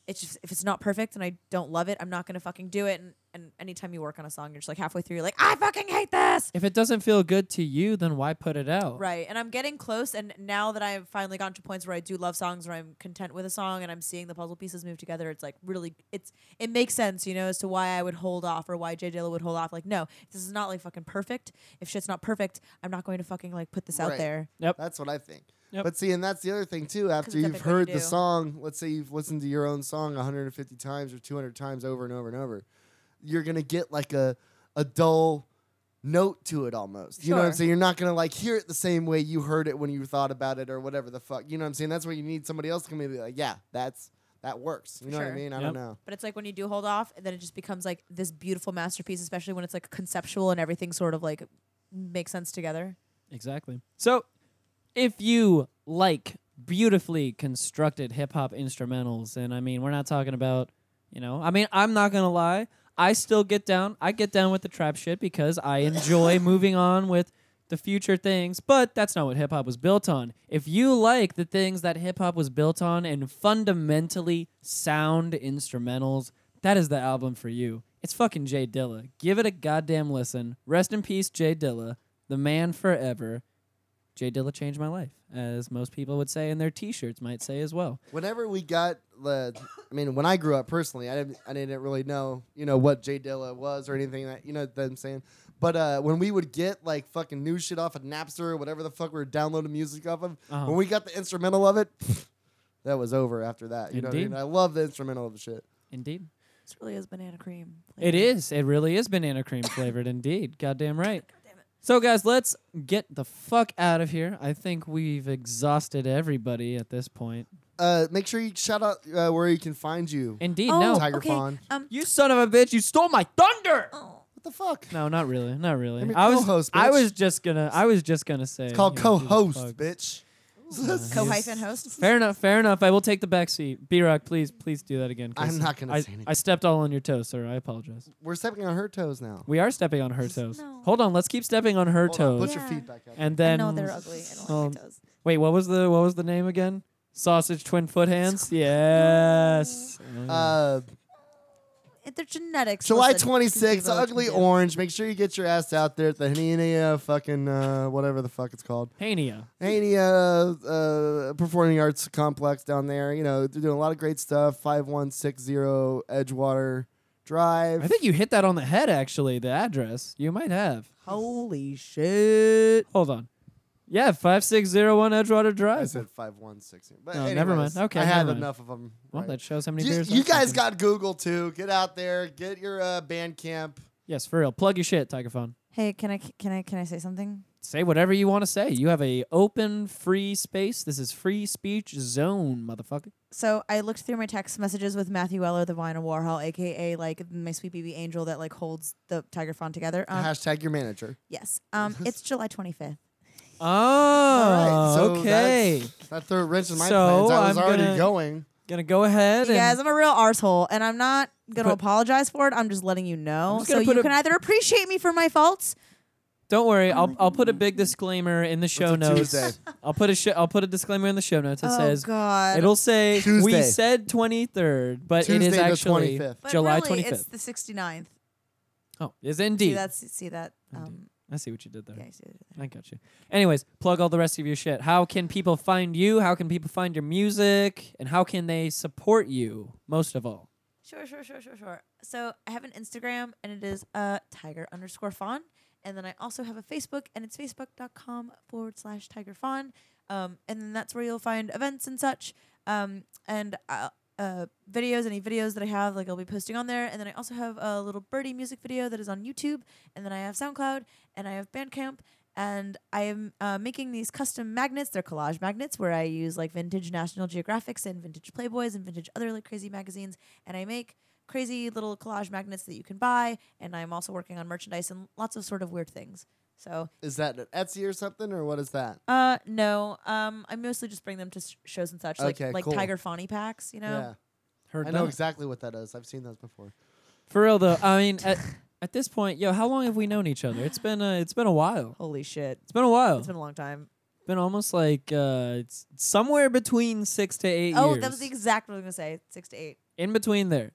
it's just if it's not perfect and I don't love it, I'm not gonna fucking do it. And and anytime you work on a song, you're just like halfway through, you're like, I fucking hate this. if it doesn't feel good to you, then why put it out? Right. And I'm getting close. And now that I've finally gotten to points where I do love songs, where I'm content with a song and I'm seeing the puzzle pieces move together, it's like really, it's it makes sense, you know, as to why I would hold off or why Jay Dilla would hold off. Like, no, this is not like fucking perfect. If shit's not perfect, I'm not going to fucking like put this Right. out there. Yep. That's what I think. Yep. But see, and that's the other thing too. After it's you've epic what you heard the do. song, let's say you've listened to your own song 150 times or 200 times over and over and over, you're gonna get like a a dull note to it almost. You know what I'm Sure. saying? You're not gonna like hear it the same way you heard it when you thought about it or whatever the fuck. You know what I'm saying? That's where you need somebody else to come in and be like, yeah, that's that works. You know what I Sure. mean? I Yep. don't know. But it's like when you do hold off, then it just becomes like this beautiful masterpiece, especially when it's like conceptual and everything sort of like makes sense together. Exactly. So, if you like beautifully constructed hip hop instrumentals, and I mean, we're not talking about, you know, I mean, I'm not gonna lie, I still get down. I get down with the trap shit because I enjoy moving on with the future things, but that's not what hip hop was built on. If you like the things that hip hop was built on and fundamentally sound instrumentals, that is the album for you. It's fucking Jay Dilla. Give it a goddamn listen. Rest in peace, Jay Dilla, the man forever. Jay Dilla changed my life, as most people would say, and their T-shirts might say as well. whenever we got the, I mean, when I grew up personally, I didn't, I didn't really know, you know, what Jay Dilla was or anything that, you know, what I'm saying. But uh, when we would get like fucking new shit off of Napster or whatever the fuck we were downloading music off of, Uh-huh. when we got the instrumental of it, that was over after that. You Indeed. know what I mean? I love the instrumental of the shit. Indeed, This really is banana cream. it is. It really is banana cream flavored. Indeed, goddamn right. So, guys, let's get the fuck out of here. I think we've exhausted everybody at this point. Uh, make sure you shout out uh, where you can find you. Indeed, Oh, no. Tiger okay. Fawn. Um, You son of a bitch! You stole my thunder. What the fuck? No, not really, not really. I'm your I was, Oh. co-host, I bitch. was just gonna, I was just gonna say. It's called you know, who the co-host, fuck- bitch. co-hyphen host. Fair enough. Fair enough. I will take the back seat. B Rock, please, please do that again. 'cause I'm not gonna I, say anything. I stepped all on your toes, sir. I apologize. We're stepping on her toes now. We are stepping on her toes. no. Hold on. Let's keep stepping on her Hold on, toes. put your Yeah. feet back up. and I then know they're ugly. I don't um, like my toes. wait, what was the what was the name again? Sausage twin foot hands. Yes. Uh, If They're genetics. July listen, these 26th, people can Ugly do. Orange. Make sure you get your ass out there at the Hanania fucking uh, whatever the fuck it's called. Hania. Hanania uh, Performing Arts Complex down there. You know, they're doing a lot of great stuff. 5160 Edgewater Drive. I think you hit that on the head. Actually, the address you might have. Holy shit. Hold on. Yeah, five six zero one Edgewater I Drive. said 5160. But Oh, never anyways, mind. Okay, I had never mind. enough of them. Well, that shows how many you, beers. you I'm guys drinking. got Google too. Get out there. Get your uh, Bandcamp. yes for real. Plug your shit, Tiger Phone. Hey, can I can I can I say something? Say whatever you want to say. You have a open, free space. This is free speech zone, motherfucker. So I looked through my text messages with Matthew Weller, the Vine and Warhol, aka like my sweet baby angel that like holds the Tiger Font together. Um, Hashtag your manager. yes. Um, it's July 25th. Oh, All right. So okay. that's- That threw a wrench in my So plans. I was I'm already gonna- going. Gonna go ahead. You and guys, I'm a real arsehole, and I'm not gonna But- apologize for it. I'm just letting you I'm know. just So gonna put you a- can either appreciate me for my faults. Don't worry, I'll I'll put a Mm. big disclaimer in the show a notes. Tuesday. I'll put a sh- I'll put a disclaimer in the show notes that oh says God. it'll say we Tuesday. said 23rd, but it Tuesday is the actually 25th. But July really, 25th. It's the 69th. oh, is see indeed. that's see that. Um, I see what you did there. yeah, I see that. I got you. Anyways, plug all the rest of your shit. How can people find you? How can people find your music? And how can they support you most of all? Sure, sure, sure, sure, sure. So I have an Instagram and it is uh, tiger underscore fawn. And then I also have a Facebook and it's facebook.com forward slash tiger fawn. Um, and then that's where you'll find events and such um, and uh, uh, videos, any videos that I have, like I'll be posting on there. And then I also have a little birdie music video that is on YouTube. And then I have SoundCloud and I have Bandcamp. And I am uh, making these custom magnets. They're collage magnets where I use like vintage National Geographics and vintage Playboys and vintage other like crazy magazines. And I make crazy little collage magnets that you can buy. And I'm also working on merchandise and lots of sort of weird things. So Is that an Etsy or something, or what is that? uh, no, um, I mostly just bring them to s- shows and such, like Okay, like cool. Tiger Fawny packs, you know. Yeah, Heard I know that. exactly what that is. I've seen those before. For real though, I mean, at, at this point, yo, how long have we known each other? It's been uh, it's been a while. Holy shit, It's been a while. it's been a long time. been almost like uh, it's somewhere between six to eight Oh, years. that was the exact what I was gonna say. Six to eight. in between there.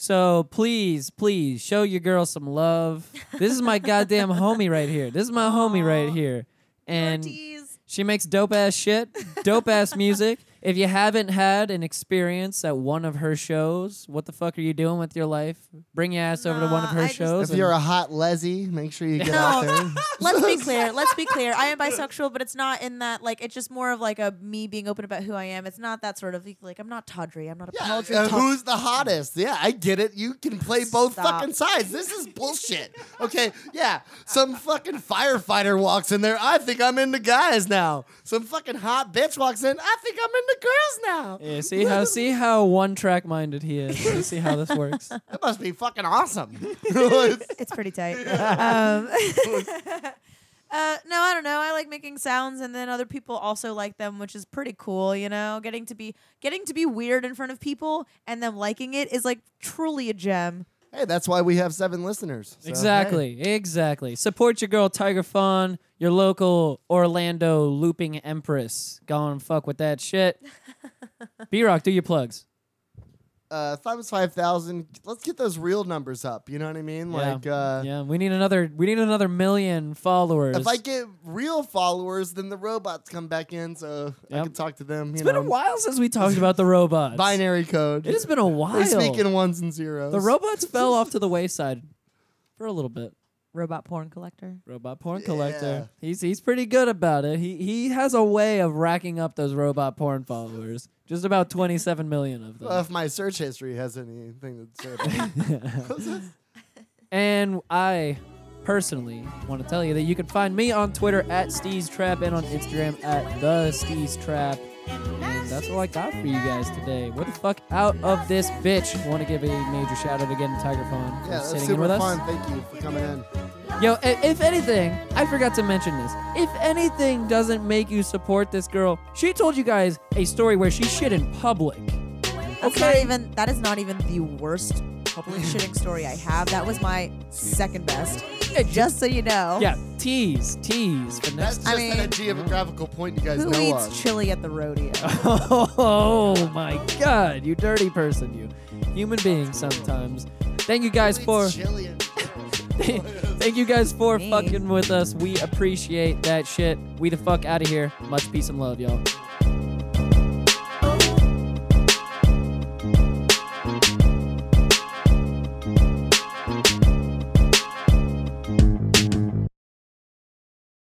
So please, please show your girl some love. This is my goddamn homie right here. This is my homie right here, and Ortiz. she makes dope ass shit, dope ass music. If you haven't had an experience at one of her shows, what the fuck are you doing with your life? Bring your ass over to one of Nah, her I just- shows. If you're a hot lezzy, make sure you get out there. Let's be clear. Let's be clear. I am bisexual, but it's not in that like it's just more of like a me being open about who I am. It's not that sort of like I'm not tawdry. I'm not a paltry. Uh, tawdry. who's the hottest? Yeah, I get it. You can play both Stop. fucking sides. This is bullshit. Okay, yeah. Some fucking firefighter walks in there. I think I'm into guys now. Some fucking hot bitch walks in. I think I'm into girls now. yeah, see how see how one track minded he is. You see how this works. That must be fucking awesome. It's- It's pretty tight. um, uh, no, I don't know. I like making sounds, and then other people also like them, which is pretty cool. You know, getting to be getting to be weird in front of people and them liking it is like truly a gem. hey, that's why we have seven listeners. So, hey. Exactly, exactly. Support your girl Tiger Fawn, your local Orlando looping empress. Go and fuck with that shit. B Rock, do your plugs. uh, if I was 5,000, let's get those real numbers up. You know what I mean? Like, yeah. uh, yeah, we need another. We need another million followers. if I get real followers, then the robots come back in, so I Yep. can talk to them. You it's know, been a while since we talked about the robots. Binary code. It has been a We while. speak in ones and zeros. the robots fell off to the wayside for a little bit. Robot porn collector. Robot porn collector. He's he's pretty good about it. He he has a way of racking up those robot porn followers. Just about twenty seven million of them. Well, if my search history has anything to say about it. And I personally want to tell you that you can find me on Twitter at Steez Trap and on Instagram at the Steez Trap. And that's all I got for you guys today. We're the fuck out of this bitch. Want to give a major shout out again to Tiger Fawn for Yeah, that's sitting in super with us. fun. Thank you for coming in. Yo, i- if anything, I forgot to mention this. If anything doesn't make you support this girl, she told you guys a story where she shit in public. That's not even that is not even the worst public shitting story I have. That was my second best. Just so you know. Yeah, tease, tease for That's next. just I mean- an geographical point you guys Who know eats of. chili at the rodeo? Oh my god, you dirty person, you human being. Sometimes. Thank you guys Who for eats chili and- thank you guys for Me. fucking with us. We appreciate that shit. We the fuck out of here. Much peace and love, y'all.